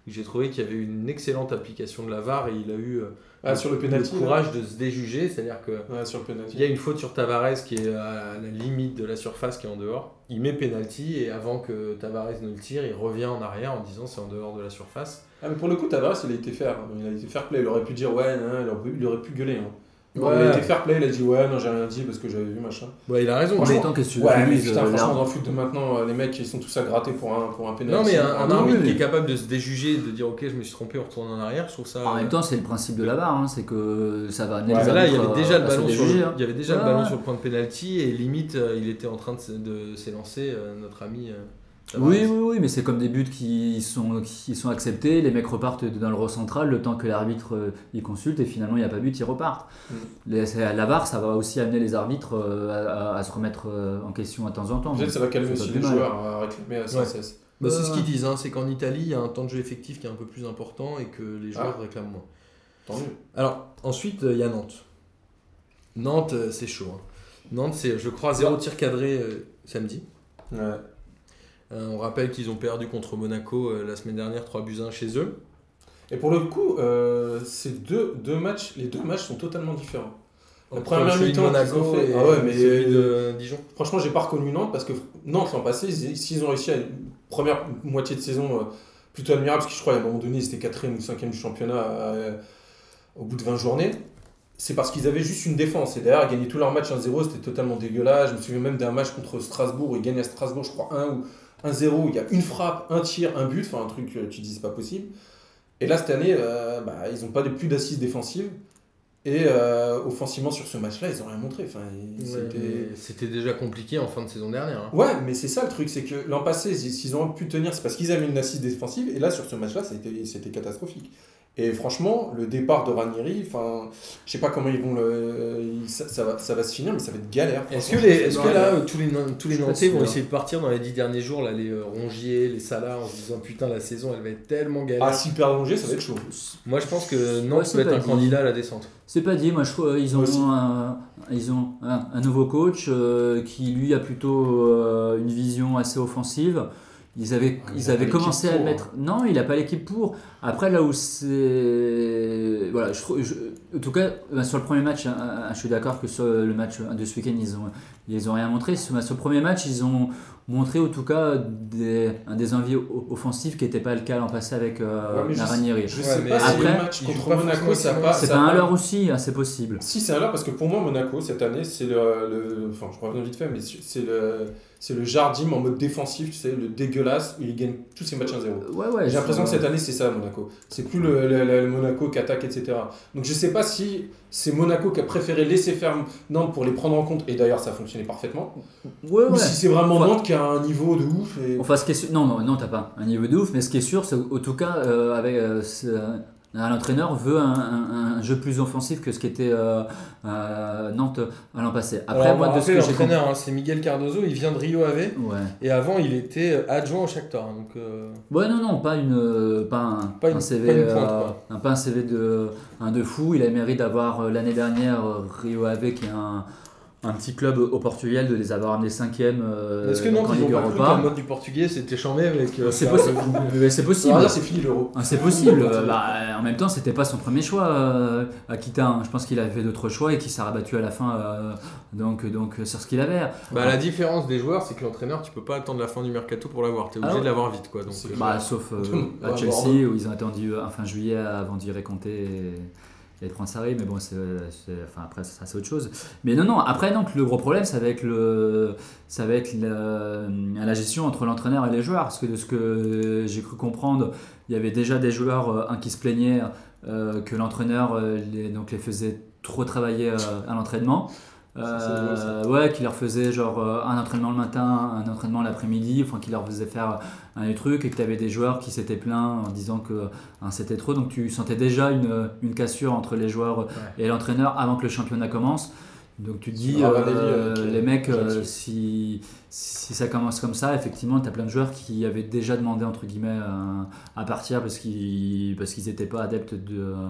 Speaker 1: J'ai trouvé qu'il y avait une excellente application de la VAR et il a eu euh,
Speaker 3: Ah, sur le penalty. là.
Speaker 1: courage de se déjuger, c'est-à-dire que
Speaker 3: Ouais, sur le penalty.
Speaker 1: il y a une faute sur Tavares qui est à la limite de la surface qui est en dehors. Il met penalty et avant que Tavares ne le tire, il revient en arrière en disant c'est en dehors de la surface.
Speaker 3: Ah, mais pour le coup, Tavares, il a été fair. hein. Il a été fair play. Il aurait pu dire, ouais, non, il, aurait pu, il aurait pu gueuler. hein.
Speaker 1: Ouais.
Speaker 3: Il a été fair play. Il a dit, ouais, non, j'ai rien dit parce que j'avais vu machin.
Speaker 1: Ouais, il a raison.
Speaker 2: En
Speaker 1: mais-
Speaker 2: même temps, qu'est-ce que tu veux
Speaker 3: Ouais,
Speaker 2: qu'on
Speaker 3: mais
Speaker 2: dise,
Speaker 3: putain,
Speaker 2: euh,
Speaker 3: franchement,
Speaker 2: l'arbitre
Speaker 3: dans le foot de maintenant, euh, les mecs, ils sont tous à gratter pour un, pour un pénalty.
Speaker 1: Non, mais un,
Speaker 3: Ah,
Speaker 1: un
Speaker 3: non,
Speaker 1: arbitre
Speaker 2: oui,
Speaker 1: qui
Speaker 2: oui.
Speaker 1: est capable de se déjuger, de dire ok, je me suis trompé, on retourne en arrière, je trouve ça.
Speaker 2: En même temps, c'est le principe de la barre, hein, c'est que ça va amener
Speaker 1: Euh, Ouais,
Speaker 2: les
Speaker 1: mais là, il y
Speaker 2: arbitres,
Speaker 1: avait déjà
Speaker 2: euh,
Speaker 1: le
Speaker 2: à se
Speaker 1: ballon, sur,
Speaker 2: déjuger,
Speaker 1: le-
Speaker 2: hein.
Speaker 1: il y avait déjà le
Speaker 2: Ouais,
Speaker 1: ballon
Speaker 2: ouais.
Speaker 1: sur le point de pénalty et limite, euh, il était en train de, se- de s'élancer, euh, notre ami. euh, Tavares.
Speaker 2: Oui, oui, oui, mais c'est comme des buts qui sont, qui sont acceptés, les mecs repartent dans le rang central le temps que l'arbitre euh, y consulte et finalement il n'y a pas but, ils repartent.
Speaker 3: Mm.
Speaker 2: Les- c'est- La VAR, ça va aussi amener les arbitres euh, à, à- à se remettre euh, en question à temps en temps.
Speaker 3: Peut-être ça va calmer
Speaker 2: C'est pas
Speaker 3: aussi
Speaker 2: plus
Speaker 3: les
Speaker 2: mal.
Speaker 3: joueurs à réclamer à sans
Speaker 1: Ouais.
Speaker 3: cesse.
Speaker 1: Bah, c'est ce
Speaker 2: Ouais.
Speaker 1: qu'ils disent, hein, c'est qu'en Italie, il y a un temps de jeu effectif qui est un peu plus important et que les joueurs
Speaker 2: Ah.
Speaker 1: réclament moins.
Speaker 3: Tant mieux.
Speaker 1: Alors, ensuite, euh, il y a Nantes. Nantes, euh, c'est chaud. hein. Nantes, c'est, je crois, zéro tir cadré euh, samedi.
Speaker 3: Ouais.
Speaker 1: Euh, on rappelle qu'ils ont perdu contre Monaco euh, la semaine dernière 3 buts à 1 chez eux.
Speaker 3: Et pour le coup, euh, ces deux, deux matchs, les deux matchs sont totalement différents. La
Speaker 1: Entre
Speaker 3: première
Speaker 1: celui de
Speaker 3: mi-temps qu'ils
Speaker 1: Monaco
Speaker 3: ont fait-
Speaker 1: et
Speaker 3: Ah ouais, mais-
Speaker 1: celui de Dijon.
Speaker 3: Franchement, j'ai pas reconnu Nantes parce que Nantes l'an passé, ils- s'ils ont réussi à une première moitié de saison euh, plutôt admirable, parce que je crois qu'à un moment donné, c'était quatrième ou cinquième du championnat euh, au bout de 20 journées, c'est parce qu'ils avaient juste une défense. Et derrière, gagner tous leurs matchs 1-0, c'était totalement dégueulasse. Je me souviens même d'un match contre Strasbourg où ils gagnent à Strasbourg, je crois, 1 ou 1-0, il y a une frappe, un tir, un but, enfin un truc, euh, tu te dis c'est pas possible. Et là, cette année, euh, bah, ils n'ont pas de plus d'assises défensives. Et euh, offensivement, sur ce match-là, ils ont rien montré. Enfin, ils-
Speaker 1: Ouais,
Speaker 3: c'était-
Speaker 1: mais C'était déjà compliqué en fin de saison dernière. hein.
Speaker 3: Ouais, mais c'est ça le truc, c'est que l'an passé, s- s'ils ont pu tenir, c'est parce qu'ils avaient une assise défensive, et là, sur ce match-là, c'était c'était catastrophique. Et franchement, le départ de Ranieri, enfin, je sais pas comment ils vont le. ils- Ça, ça va, ça va se finir, mais ça va être galère.
Speaker 1: Est-ce que,
Speaker 3: franchement.
Speaker 1: les, est-ce
Speaker 3: Non,
Speaker 1: que là,
Speaker 3: mais-
Speaker 1: euh, tous les, Nan- tous les
Speaker 2: Je suis pas
Speaker 1: Nantais vont
Speaker 2: sûr.
Speaker 1: essayer de partir dans les dix derniers jours, là, les euh, Rongier, les Salas, en se disant putain, la saison elle va être tellement galère.
Speaker 3: Ah, s'ils perdent Angers, ça va être chaud.
Speaker 1: Moi je pense que
Speaker 2: Ouais,
Speaker 1: Nantes
Speaker 2: c'est
Speaker 1: peut être
Speaker 2: pas
Speaker 1: un
Speaker 2: dit.
Speaker 1: candidat à la descente.
Speaker 2: C'est pas dit, moi je trouve euh, ils
Speaker 3: Moi aussi.
Speaker 2: ont, un, ils ont un, un nouveau coach euh, qui lui a plutôt euh, une vision assez offensive. Ils avaient,
Speaker 3: Ah, il
Speaker 2: ils
Speaker 3: a
Speaker 2: avaient
Speaker 3: pas l'équipe
Speaker 2: commencé à
Speaker 3: pour,
Speaker 2: le mettre. Non, il n'a pas l'équipe pour. Après, là où c'est. Voilà, je, trouve- je- en tout cas, bah, sur le premier match, hein, hein, je suis d'accord que sur le match de ce week-end, ils ont, ils ont rien montré. Sur, bah, sur le premier match, ils ont montré en tout cas des, un des envies o- offensives qui n'était pas le cas l'an passé avec euh,
Speaker 3: Ouais, mais je
Speaker 2: la
Speaker 3: sais-
Speaker 2: Ranieri.
Speaker 3: Je
Speaker 1: Ouais,
Speaker 3: sais
Speaker 1: mais
Speaker 3: pas si le
Speaker 2: après,
Speaker 3: match
Speaker 1: ils
Speaker 3: contre
Speaker 1: jouent pas
Speaker 3: Monaco,
Speaker 1: forcément
Speaker 3: ça
Speaker 1: comme
Speaker 3: passe.
Speaker 2: C'est
Speaker 3: ça
Speaker 2: pas un
Speaker 3: passe.
Speaker 2: leurre aussi, hein, c'est possible.
Speaker 3: Si c'est un leurre, parce que pour moi, Monaco, cette année, c'est le, le- Enfin, je reviens vite fait, mais c'est le. C'est le Jardim en mode défensif, tu sais, le dégueulasse, où ils gagnent tous ces matchs 1-0.
Speaker 2: Ouais, ouais.
Speaker 3: J'ai l'impression que
Speaker 2: c'est-
Speaker 3: cette année, c'est ça, Monaco. C'est plus le, le- le- le Monaco qui attaque, etc. Donc je sais pas si c'est Monaco qui a préféré laisser faire Nantes pour les prendre en compte, et d'ailleurs ça fonctionnait parfaitement,
Speaker 2: Ouais,
Speaker 3: ou
Speaker 2: ouais.
Speaker 3: si c'est vraiment
Speaker 2: Enfin-
Speaker 3: Nantes qui a un niveau de ouf. Et...
Speaker 2: Enfin, ce qui est sûr- Non, non, non, t'as pas un niveau de ouf, mais ce qui est sûr, c'est qu'au- en tout cas, euh, avec. euh, ce- euh, L'entraîneur veut un, un- un jeu plus offensif que ce qu'était euh, euh, Nantes à l'an passé. Après,
Speaker 1: Alors, on
Speaker 2: moi,
Speaker 1: va
Speaker 2: de ce
Speaker 1: rappeler
Speaker 2: que j'ai compris.
Speaker 1: l'entraîneur, hein, c'est Miguel Cardozo, il vient de Rio Ave
Speaker 2: Ouais.
Speaker 1: et avant il était euh, adjoint au Shakhtar. hein, donc, euh,
Speaker 2: ouais, non, non, pas, une, euh, pas, un,
Speaker 1: Pas une-
Speaker 2: un CV,
Speaker 1: pas une pointe,
Speaker 2: euh,
Speaker 1: quoi.
Speaker 2: un, pas un CV de, un de fou. Il a le mérite d'avoir euh, l'année dernière euh, Rio Ave, qui est un, un petit club au Portugal de les avoir amenés cinquième euh,
Speaker 1: Est-ce que
Speaker 2: dans
Speaker 1: non, ils
Speaker 2: Ligue
Speaker 1: ont pas cru euh, que
Speaker 2: Europa. Bah,
Speaker 1: la mode du portugais c'était chambé mais que-
Speaker 2: C'est possible. Mais C'est possible.
Speaker 3: Ah, là, c'est fini l'euro.
Speaker 2: Ah, C'est possible. Euh, bah, en même temps, c'était pas son premier choix, euh, Akita. hein. Je pense qu'il avait d'autres choix et qu'il s'est rabattu à la fin euh, donc, donc, euh, sur ce qu'il avait.
Speaker 1: Bah, la différence des joueurs, c'est que l'entraîneur, tu peux pas attendre la fin du mercato pour l'avoir. T'es obligé
Speaker 2: Ah ouais.
Speaker 1: de l'avoir vite, quoi. Donc, euh,
Speaker 2: Bah, sauf euh,
Speaker 3: Tout-
Speaker 2: à
Speaker 3: à
Speaker 2: Chelsea
Speaker 3: Bordeaux.
Speaker 2: où ils ont attendu euh, fin juillet avant d'y récompter et, et de prendre Sarri, mais bon, c'est, c'est- enfin, après, ça c'est autre chose. Mais non, non, après, donc, le gros problème, ça va être, le, ça va être la, la gestion entre l'entraîneur et les joueurs. Parce que de ce que j'ai cru comprendre, il y avait déjà des joueurs, euh, un qui se plaignait euh, que l'entraîneur euh, les, donc, les faisait trop travailler euh, à l'entraînement.
Speaker 3: Ça, c'est drôle, ça.
Speaker 2: Euh, ouais, qui leur faisait genre euh, un entraînement le matin, un entraînement l'après-midi, enfin qui leur faisait faire euh, un des trucs et que tu avais des joueurs qui s'étaient plaints en disant que hein, c'était trop. Donc tu sentais déjà une, une cassure entre les joueurs et l'entraîneur avant que le championnat commence. Donc tu te dis,
Speaker 3: Ravanelli,
Speaker 2: euh,
Speaker 3: euh, qui-
Speaker 2: les mecs,
Speaker 3: qui a
Speaker 2: euh,
Speaker 3: dessus.
Speaker 2: si, si ça commence comme ça, effectivement, tu as plein de joueurs qui avaient déjà demandé, entre guillemets, euh, à partir parce qu'ils parce qu'ils n'étaient pas adeptes de... euh,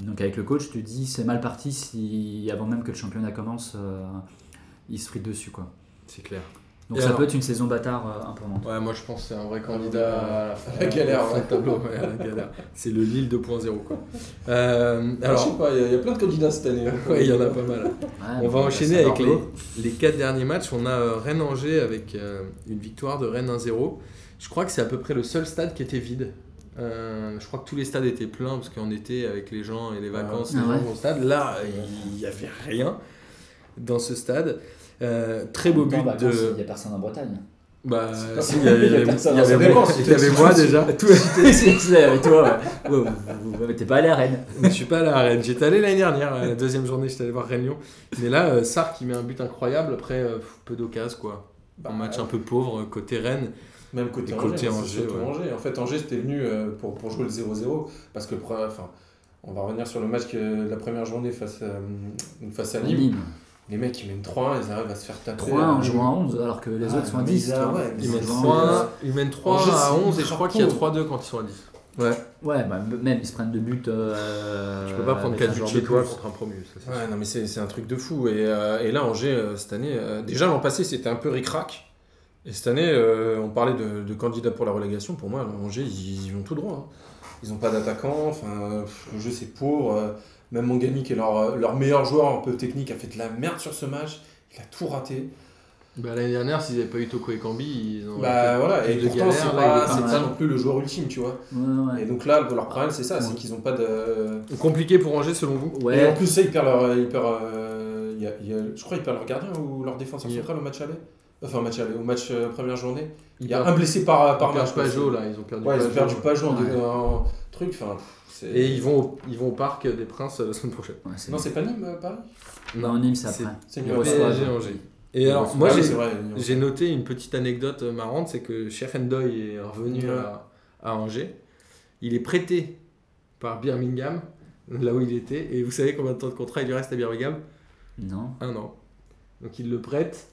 Speaker 2: donc avec le coach, tu te dis, c'est mal parti si, avant même que le championnat commence, euh, ils se fritent dessus. Quoi.
Speaker 1: c'est clair.
Speaker 2: Donc
Speaker 1: Et
Speaker 2: ça
Speaker 1: alors
Speaker 2: peut être une saison bâtard euh, importante.
Speaker 1: Ouais, moi je pense que c'est un vrai candidat Ah, à la, fin-
Speaker 3: la galère,
Speaker 1: à fin de
Speaker 3: ouais.
Speaker 1: tableau, ouais, à la galère. C'est le Lille 2.0, quoi. Euh,
Speaker 3: je
Speaker 1: alors,
Speaker 3: sais pas, il y, a- il y a plein de candidats cette année. hein.
Speaker 1: ouais, il y en a pas mal.
Speaker 2: Ouais,
Speaker 1: On
Speaker 2: donc,
Speaker 1: va
Speaker 2: euh,
Speaker 1: enchaîner
Speaker 2: ça
Speaker 1: avec
Speaker 2: part
Speaker 1: les,
Speaker 2: lourd.
Speaker 1: les quatre derniers matchs. On a euh, Rennes-Angers avec euh, une victoire de Rennes 1-0. Je crois que c'est à peu près le seul stade qui était vide. Euh, je crois que tous les stades étaient pleins parce qu'en été, avec les gens et les vacances,
Speaker 2: Ah
Speaker 1: les gens
Speaker 2: ouais.
Speaker 1: vont au stade. Là, il n'y avait rien dans ce stade. Euh, très beau but
Speaker 2: Bah,
Speaker 1: de.
Speaker 2: Il n'y a personne en Bretagne.
Speaker 1: Bah,
Speaker 3: C'est pas-
Speaker 1: si, il y avait, il y avait-
Speaker 2: personne.
Speaker 1: il y avait
Speaker 2: Ça
Speaker 1: moi-
Speaker 3: dépend,
Speaker 1: il y
Speaker 3: si
Speaker 1: avait
Speaker 3: t'es-
Speaker 1: moi
Speaker 3: si t'es-
Speaker 1: déjà. Tout-
Speaker 2: avec toi, ouais. Ouais, vous- vous mettez pas à la reine.
Speaker 1: je suis pas là à Rennes. J'étais allé l'année dernière, à la deuxième journée, j'étais allé voir Rennes-Lyon. Mais là, euh, Sarr qui met un but incroyable après euh, peu d'occasions, quoi.
Speaker 3: Bah,
Speaker 1: Un match un peu pauvre euh, côté Rennes.
Speaker 3: Même côté
Speaker 1: Et
Speaker 3: Angers,
Speaker 1: côté
Speaker 3: mais c'est
Speaker 1: Angers,
Speaker 3: surtout
Speaker 1: ouais.
Speaker 3: Angers. En fait, Angers c'était venu euh, pour, pour jouer le 0-0 parce que, pre- enfin, on va revenir sur le match que, de la première journée face à, euh, face à Nîmes. Les mecs ils mènent 3-1, ils arrivent à se faire taper.
Speaker 2: 3 en
Speaker 3: Euh,
Speaker 2: jouant à 11, alors que les
Speaker 3: Ah,
Speaker 2: autres sont euh, à
Speaker 3: mais
Speaker 2: 10.
Speaker 3: ils-
Speaker 2: tu vois.
Speaker 3: ouais, mais
Speaker 1: Ils
Speaker 3: Ils
Speaker 1: mènent
Speaker 3: sont
Speaker 2: vraiment,
Speaker 1: 3, ils mènent 3
Speaker 3: Angers,
Speaker 1: à
Speaker 3: c'est
Speaker 1: 11 et je
Speaker 3: ultra
Speaker 1: crois qu'il y a
Speaker 3: pauvre.
Speaker 1: 3-2 quand ils sont à 10.
Speaker 2: euh, Ouais, bah, même ils se prennent de buts. Euh,
Speaker 1: Tu peux pas prendre
Speaker 2: avec
Speaker 1: 4
Speaker 2: un
Speaker 1: buts
Speaker 2: joueur
Speaker 1: chez
Speaker 2: de
Speaker 1: toi
Speaker 2: plus.
Speaker 1: contre un promu. ça, c'est sûr.
Speaker 3: Ouais, non, mais c'est c'est un truc de fou. Et, euh, et là, Angers, euh, cette année, euh, déjà l'an passé, c'était un peu ric-rac. Et cette année, euh, on parlait de, de candidats pour la relégation. Pour moi, Angers, ils, ils y vont tout droit. hein. Ils n'ont pas d'attaquant. Enfin, pff, le jeu, c'est pauvre. Euh, Même Mangani, qui est leur, euh, leur meilleur joueur un peu technique, a fait de la merde sur ce match. Il a tout raté.
Speaker 1: Bah, l'année dernière, s'ils n'avaient pas eu Toko et Cambi, ils ont.
Speaker 3: bah voilà,
Speaker 1: plus
Speaker 3: et
Speaker 1: de
Speaker 3: pourtant,
Speaker 1: galères,
Speaker 3: c'est
Speaker 1: là, il est
Speaker 3: pas,
Speaker 1: pas
Speaker 3: c'est
Speaker 2: mal.
Speaker 3: pas non plus le joueur ultime, tu vois.
Speaker 2: Ouais,
Speaker 3: Et
Speaker 2: ouais.
Speaker 3: donc là, leur problème, c'est ça c'est qu'ils n'ont pas de.
Speaker 1: Compliqué pour Angers selon vous
Speaker 3: Et en
Speaker 2: Ouais,
Speaker 3: plus, ça, ils perdent leur. Ils perdent, euh, il y a- il y a- je crois qu'ils perdent leur gardien ou leur défenseur
Speaker 1: Il-
Speaker 3: central au match aller. Enfin, au match aller, au match euh, première journée. Il y a
Speaker 1: perdent-
Speaker 3: un blessé par, euh,
Speaker 1: ils
Speaker 3: par match.
Speaker 1: perdent
Speaker 3: quoi.
Speaker 1: Pajot là, ils ont perdu
Speaker 3: Ouais, ils ont
Speaker 1: Pajot.
Speaker 3: perdu Pajot en
Speaker 2: Ouais.
Speaker 3: dé- en truc. Enfin, pff, c'est-
Speaker 1: Et ils vont, au, ils vont au parc des Princes euh, la semaine prochaine.
Speaker 2: Ouais, c'est-
Speaker 3: Non, c'est pas Nîmes, euh, Paris
Speaker 2: non, Nîmes, c'est après.
Speaker 3: C'est
Speaker 1: Le
Speaker 3: Nîmes.
Speaker 2: Ouais,
Speaker 1: PSG
Speaker 2: ouais.
Speaker 1: Angers. Et
Speaker 3: Ouais,
Speaker 1: alors,
Speaker 3: c'est-
Speaker 1: moi
Speaker 3: ah oui,
Speaker 1: j'ai
Speaker 3: c'est vrai, Nîmes.
Speaker 1: J'ai noté une petite anecdote marrante, c'est que Cheikh Ndoye est revenu
Speaker 3: Ouais.
Speaker 1: à, à Angers. Il est prêté par Birmingham, là où il était. Et vous savez combien de temps de contrat il lui reste à Birmingham
Speaker 2: Non.
Speaker 1: Un an. Donc il le prête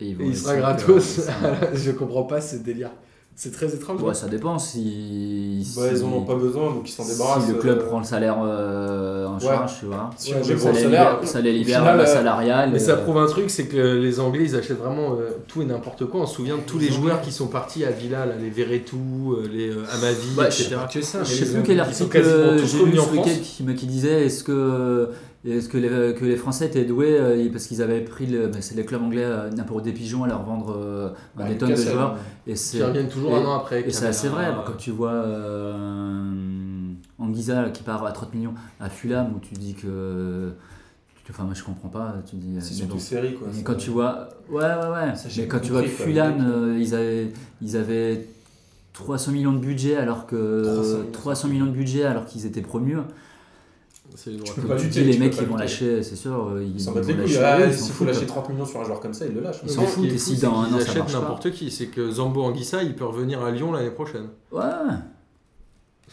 Speaker 2: ils vont euh,
Speaker 1: et il sera
Speaker 2: essayer de-
Speaker 1: gratos.
Speaker 2: ça-
Speaker 1: Je comprends pas ce délire. C'est très étrange. hein.
Speaker 2: Ouais,
Speaker 1: non
Speaker 2: ça dépend si.
Speaker 3: Bah,
Speaker 2: si-
Speaker 3: ils en ont pas besoin, donc ils s'en débarrassent.
Speaker 2: Si le club
Speaker 3: euh,
Speaker 2: prend le salaire euh, en
Speaker 3: ouais.
Speaker 2: charge, tu vois.
Speaker 3: Si
Speaker 1: Ouais,
Speaker 3: Angers
Speaker 1: mais
Speaker 3: prend le
Speaker 2: les
Speaker 3: salaire.
Speaker 2: libère- ça les
Speaker 3: au
Speaker 2: libère
Speaker 3: final,
Speaker 2: la
Speaker 3: euh,
Speaker 2: salariale.
Speaker 1: Mais ça
Speaker 2: euh,
Speaker 1: prouve un truc, c'est que les Anglais, ils achètent vraiment euh, tout et n'importe quoi. On se souvient de tous les joueurs qui sont partis à Villa, là, les Verretou, euh, les euh, Amavi,
Speaker 2: Ouais, je sais
Speaker 1: etc.
Speaker 3: que ça,
Speaker 2: Je
Speaker 3: mais
Speaker 2: sais
Speaker 3: ils
Speaker 2: plus
Speaker 3: ont-
Speaker 2: quel
Speaker 1: ils sont
Speaker 2: article
Speaker 1: quasiment
Speaker 2: euh,
Speaker 1: tous
Speaker 2: j'ai
Speaker 1: connus
Speaker 2: lu
Speaker 1: en
Speaker 2: ce week-end
Speaker 1: France.
Speaker 2: qui, me- qui disait est-ce que, est que, les, que les Français étaient doués euh, parce qu'ils avaient pris le, ben, c'est les clubs anglais euh, pour des pigeons à leur vendre euh, ben,
Speaker 3: bah,
Speaker 2: des
Speaker 3: ils
Speaker 2: tonnes de
Speaker 3: cassent,
Speaker 2: joueurs.
Speaker 3: euh,
Speaker 2: Et
Speaker 1: Qui
Speaker 2: c'est
Speaker 1: reviennent toujours
Speaker 2: et-
Speaker 1: un an après.
Speaker 2: et c'est
Speaker 1: Camara,
Speaker 2: assez vrai. Bah,
Speaker 1: euh,
Speaker 2: quand tu vois euh, Anguissa là, qui part à 30 millions à Fulham où tu dis que. tu- Enfin, moi je comprends pas. Tu dis, euh,
Speaker 3: C'est
Speaker 2: mais
Speaker 3: surtout
Speaker 2: bon.
Speaker 3: série, quoi.
Speaker 2: Mais
Speaker 3: ça.
Speaker 2: quand tu vois, ouais, ouais, ouais.
Speaker 3: Ça, j'ai
Speaker 2: mais
Speaker 3: pas
Speaker 2: quand tu vois
Speaker 3: compris,
Speaker 2: que
Speaker 3: quoi,
Speaker 2: Fulham,
Speaker 3: le mec.
Speaker 2: euh, ils avaient, ils avaient 300 millions de budget alors que
Speaker 3: 300
Speaker 2: 300 millions de budget alors qu'ils étaient promus.
Speaker 1: c'est les droits.
Speaker 3: peux
Speaker 2: Comme
Speaker 3: pas
Speaker 2: tu
Speaker 3: lutter,
Speaker 2: dis, les
Speaker 3: tu
Speaker 2: mecs
Speaker 3: peux pas
Speaker 2: ils vont
Speaker 3: lutter.
Speaker 2: lâcher, c'est sûr. euh, Ils,
Speaker 3: Ils s'en
Speaker 2: vont
Speaker 3: battent les couilles.
Speaker 2: lâcher,
Speaker 3: Ah,
Speaker 2: ils s'en
Speaker 3: S'il faut
Speaker 2: foutent.
Speaker 3: lâcher 30 millions sur un joueur comme ça, ils le lâchent.
Speaker 2: Ils
Speaker 1: Mais
Speaker 2: s'en
Speaker 1: moi,
Speaker 2: foutent,
Speaker 1: ce qui est
Speaker 2: et
Speaker 1: fou,
Speaker 2: si
Speaker 1: c'est
Speaker 2: dans un
Speaker 1: qu'ils
Speaker 2: an, hein, ça
Speaker 1: achètent
Speaker 2: marche pas.
Speaker 1: n'importe qui, c'est que Zambo Anguissa, il peut revenir à Lyon l'année prochaine.
Speaker 2: Ouais.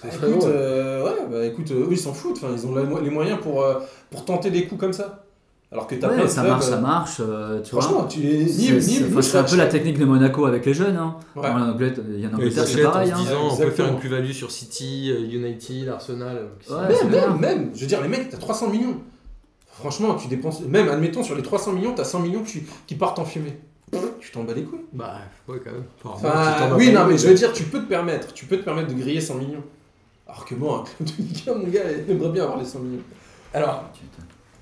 Speaker 1: C'est
Speaker 3: Bah,
Speaker 1: très
Speaker 3: écoute,
Speaker 1: drôle.
Speaker 3: euh, ouais, bah, écoute euh, eux ils s'en foutent, enfin, ils ont la- les moyens pour, euh, pour tenter des coups comme ça. Alors que t'as
Speaker 2: Ouais,
Speaker 3: plein de
Speaker 2: ça
Speaker 3: clubs,
Speaker 2: marche, ça
Speaker 3: euh,
Speaker 2: marche. euh, tu vois.
Speaker 3: Franchement, tu les
Speaker 2: C'est-
Speaker 3: Nîmes,
Speaker 2: c'est
Speaker 3: Nîmes,
Speaker 2: enfin, c'est un peu la technique de Monaco avec les jeunes. Hein.
Speaker 3: Ouais.
Speaker 2: En Angleterre, il y en a
Speaker 1: Ils
Speaker 2: c'est
Speaker 1: achètent en
Speaker 2: pareil.
Speaker 1: se
Speaker 2: hein.
Speaker 1: disant on peut faire
Speaker 3: Exactement.
Speaker 1: une plus-value sur City, euh, United, Arsenal. euh, qui
Speaker 2: Ouais.
Speaker 1: sont-
Speaker 3: Même,
Speaker 2: c'est bien. hein.
Speaker 3: même, même, je veux dire, les mecs, t'as 300 millions. Franchement, tu dépenses. Même, admettons, sur les 300 millions, t'as 100 millions qui, qui partent en fumée. Tu t'en bats les couilles.
Speaker 1: Bah, ouais, quand même. Enfin,
Speaker 3: Enfin,
Speaker 1: tu t'en vas
Speaker 3: oui,
Speaker 1: pas
Speaker 3: non,
Speaker 1: loin,
Speaker 3: mais je veux dire, tu peux te permettre. Tu peux te permettre de griller 100 millions. Alors que moi, un club de Ligue 1, mon gars, j'aimerais bien avoir les 100 millions.
Speaker 1: Alors,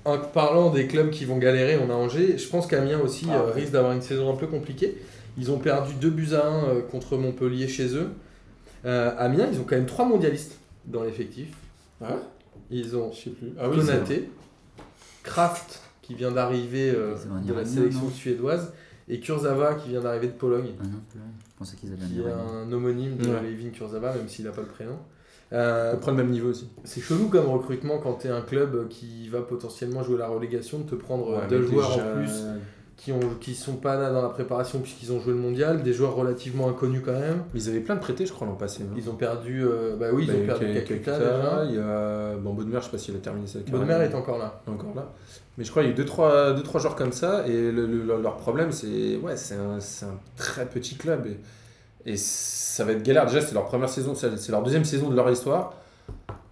Speaker 1: en parlant des clubs qui vont galérer, on a Angers. Je pense qu'Amiens aussi
Speaker 3: Ah
Speaker 1: euh,
Speaker 3: ouais.
Speaker 1: risque d'avoir une saison un peu compliquée. Ils ont perdu 2 buts à 1 contre Montpellier chez eux. Euh, Amiens, ils ont quand même 3 mondialistes dans l'effectif.
Speaker 3: Ah ouais
Speaker 1: Ils ont
Speaker 3: Je sais plus. Ah oui, c'est-
Speaker 1: Konaté, Kraft qui vient d'arriver euh,
Speaker 2: Ils ont un
Speaker 1: de la
Speaker 2: Iranien,
Speaker 1: sélection
Speaker 2: non
Speaker 1: suédoise et Kurzawa qui vient d'arriver de Pologne
Speaker 2: Ah non, je pensais qu'ils avaient un
Speaker 1: qui est
Speaker 2: Iranien.
Speaker 1: un homonyme de
Speaker 3: Ouais.
Speaker 1: Levin Kurzawa, même s'il n'a pas le prénom. Euh,
Speaker 3: Après le même niveau aussi.
Speaker 1: c'est chelou comme recrutement quand t'es un club qui va potentiellement jouer la relégation, de te prendre euh,
Speaker 3: Ouais,
Speaker 1: deux
Speaker 3: mais
Speaker 1: joueurs
Speaker 3: déjà- euh,
Speaker 1: en plus qui ont qui sont pas là dans la préparation puisqu'ils ont joué le mondial, des joueurs relativement inconnus quand même.
Speaker 3: Mais Ils avaient plein de traités, je crois, l'an passé. hein. non
Speaker 1: Ils ont perdu, euh, bah oui, ils
Speaker 3: Bah,
Speaker 1: ont perdu
Speaker 3: Ke-
Speaker 1: Kakuta
Speaker 3: Kakuta,
Speaker 1: déjà.
Speaker 3: Il y a bon, Baudemer, je sais pas s'il a terminé sa carrière.
Speaker 1: Bonne-Mère est encore là.
Speaker 3: encore là. Mais je crois qu'il y a eu 2-3 deux, trois, deux, trois joueurs comme ça. Et le- le- le- leur problème, c'est ouais, c'est un, c'est un très petit club. Et, et ça va être galère. Déjà, c'est leur première saison, c'est c'est leur deuxième saison de leur histoire.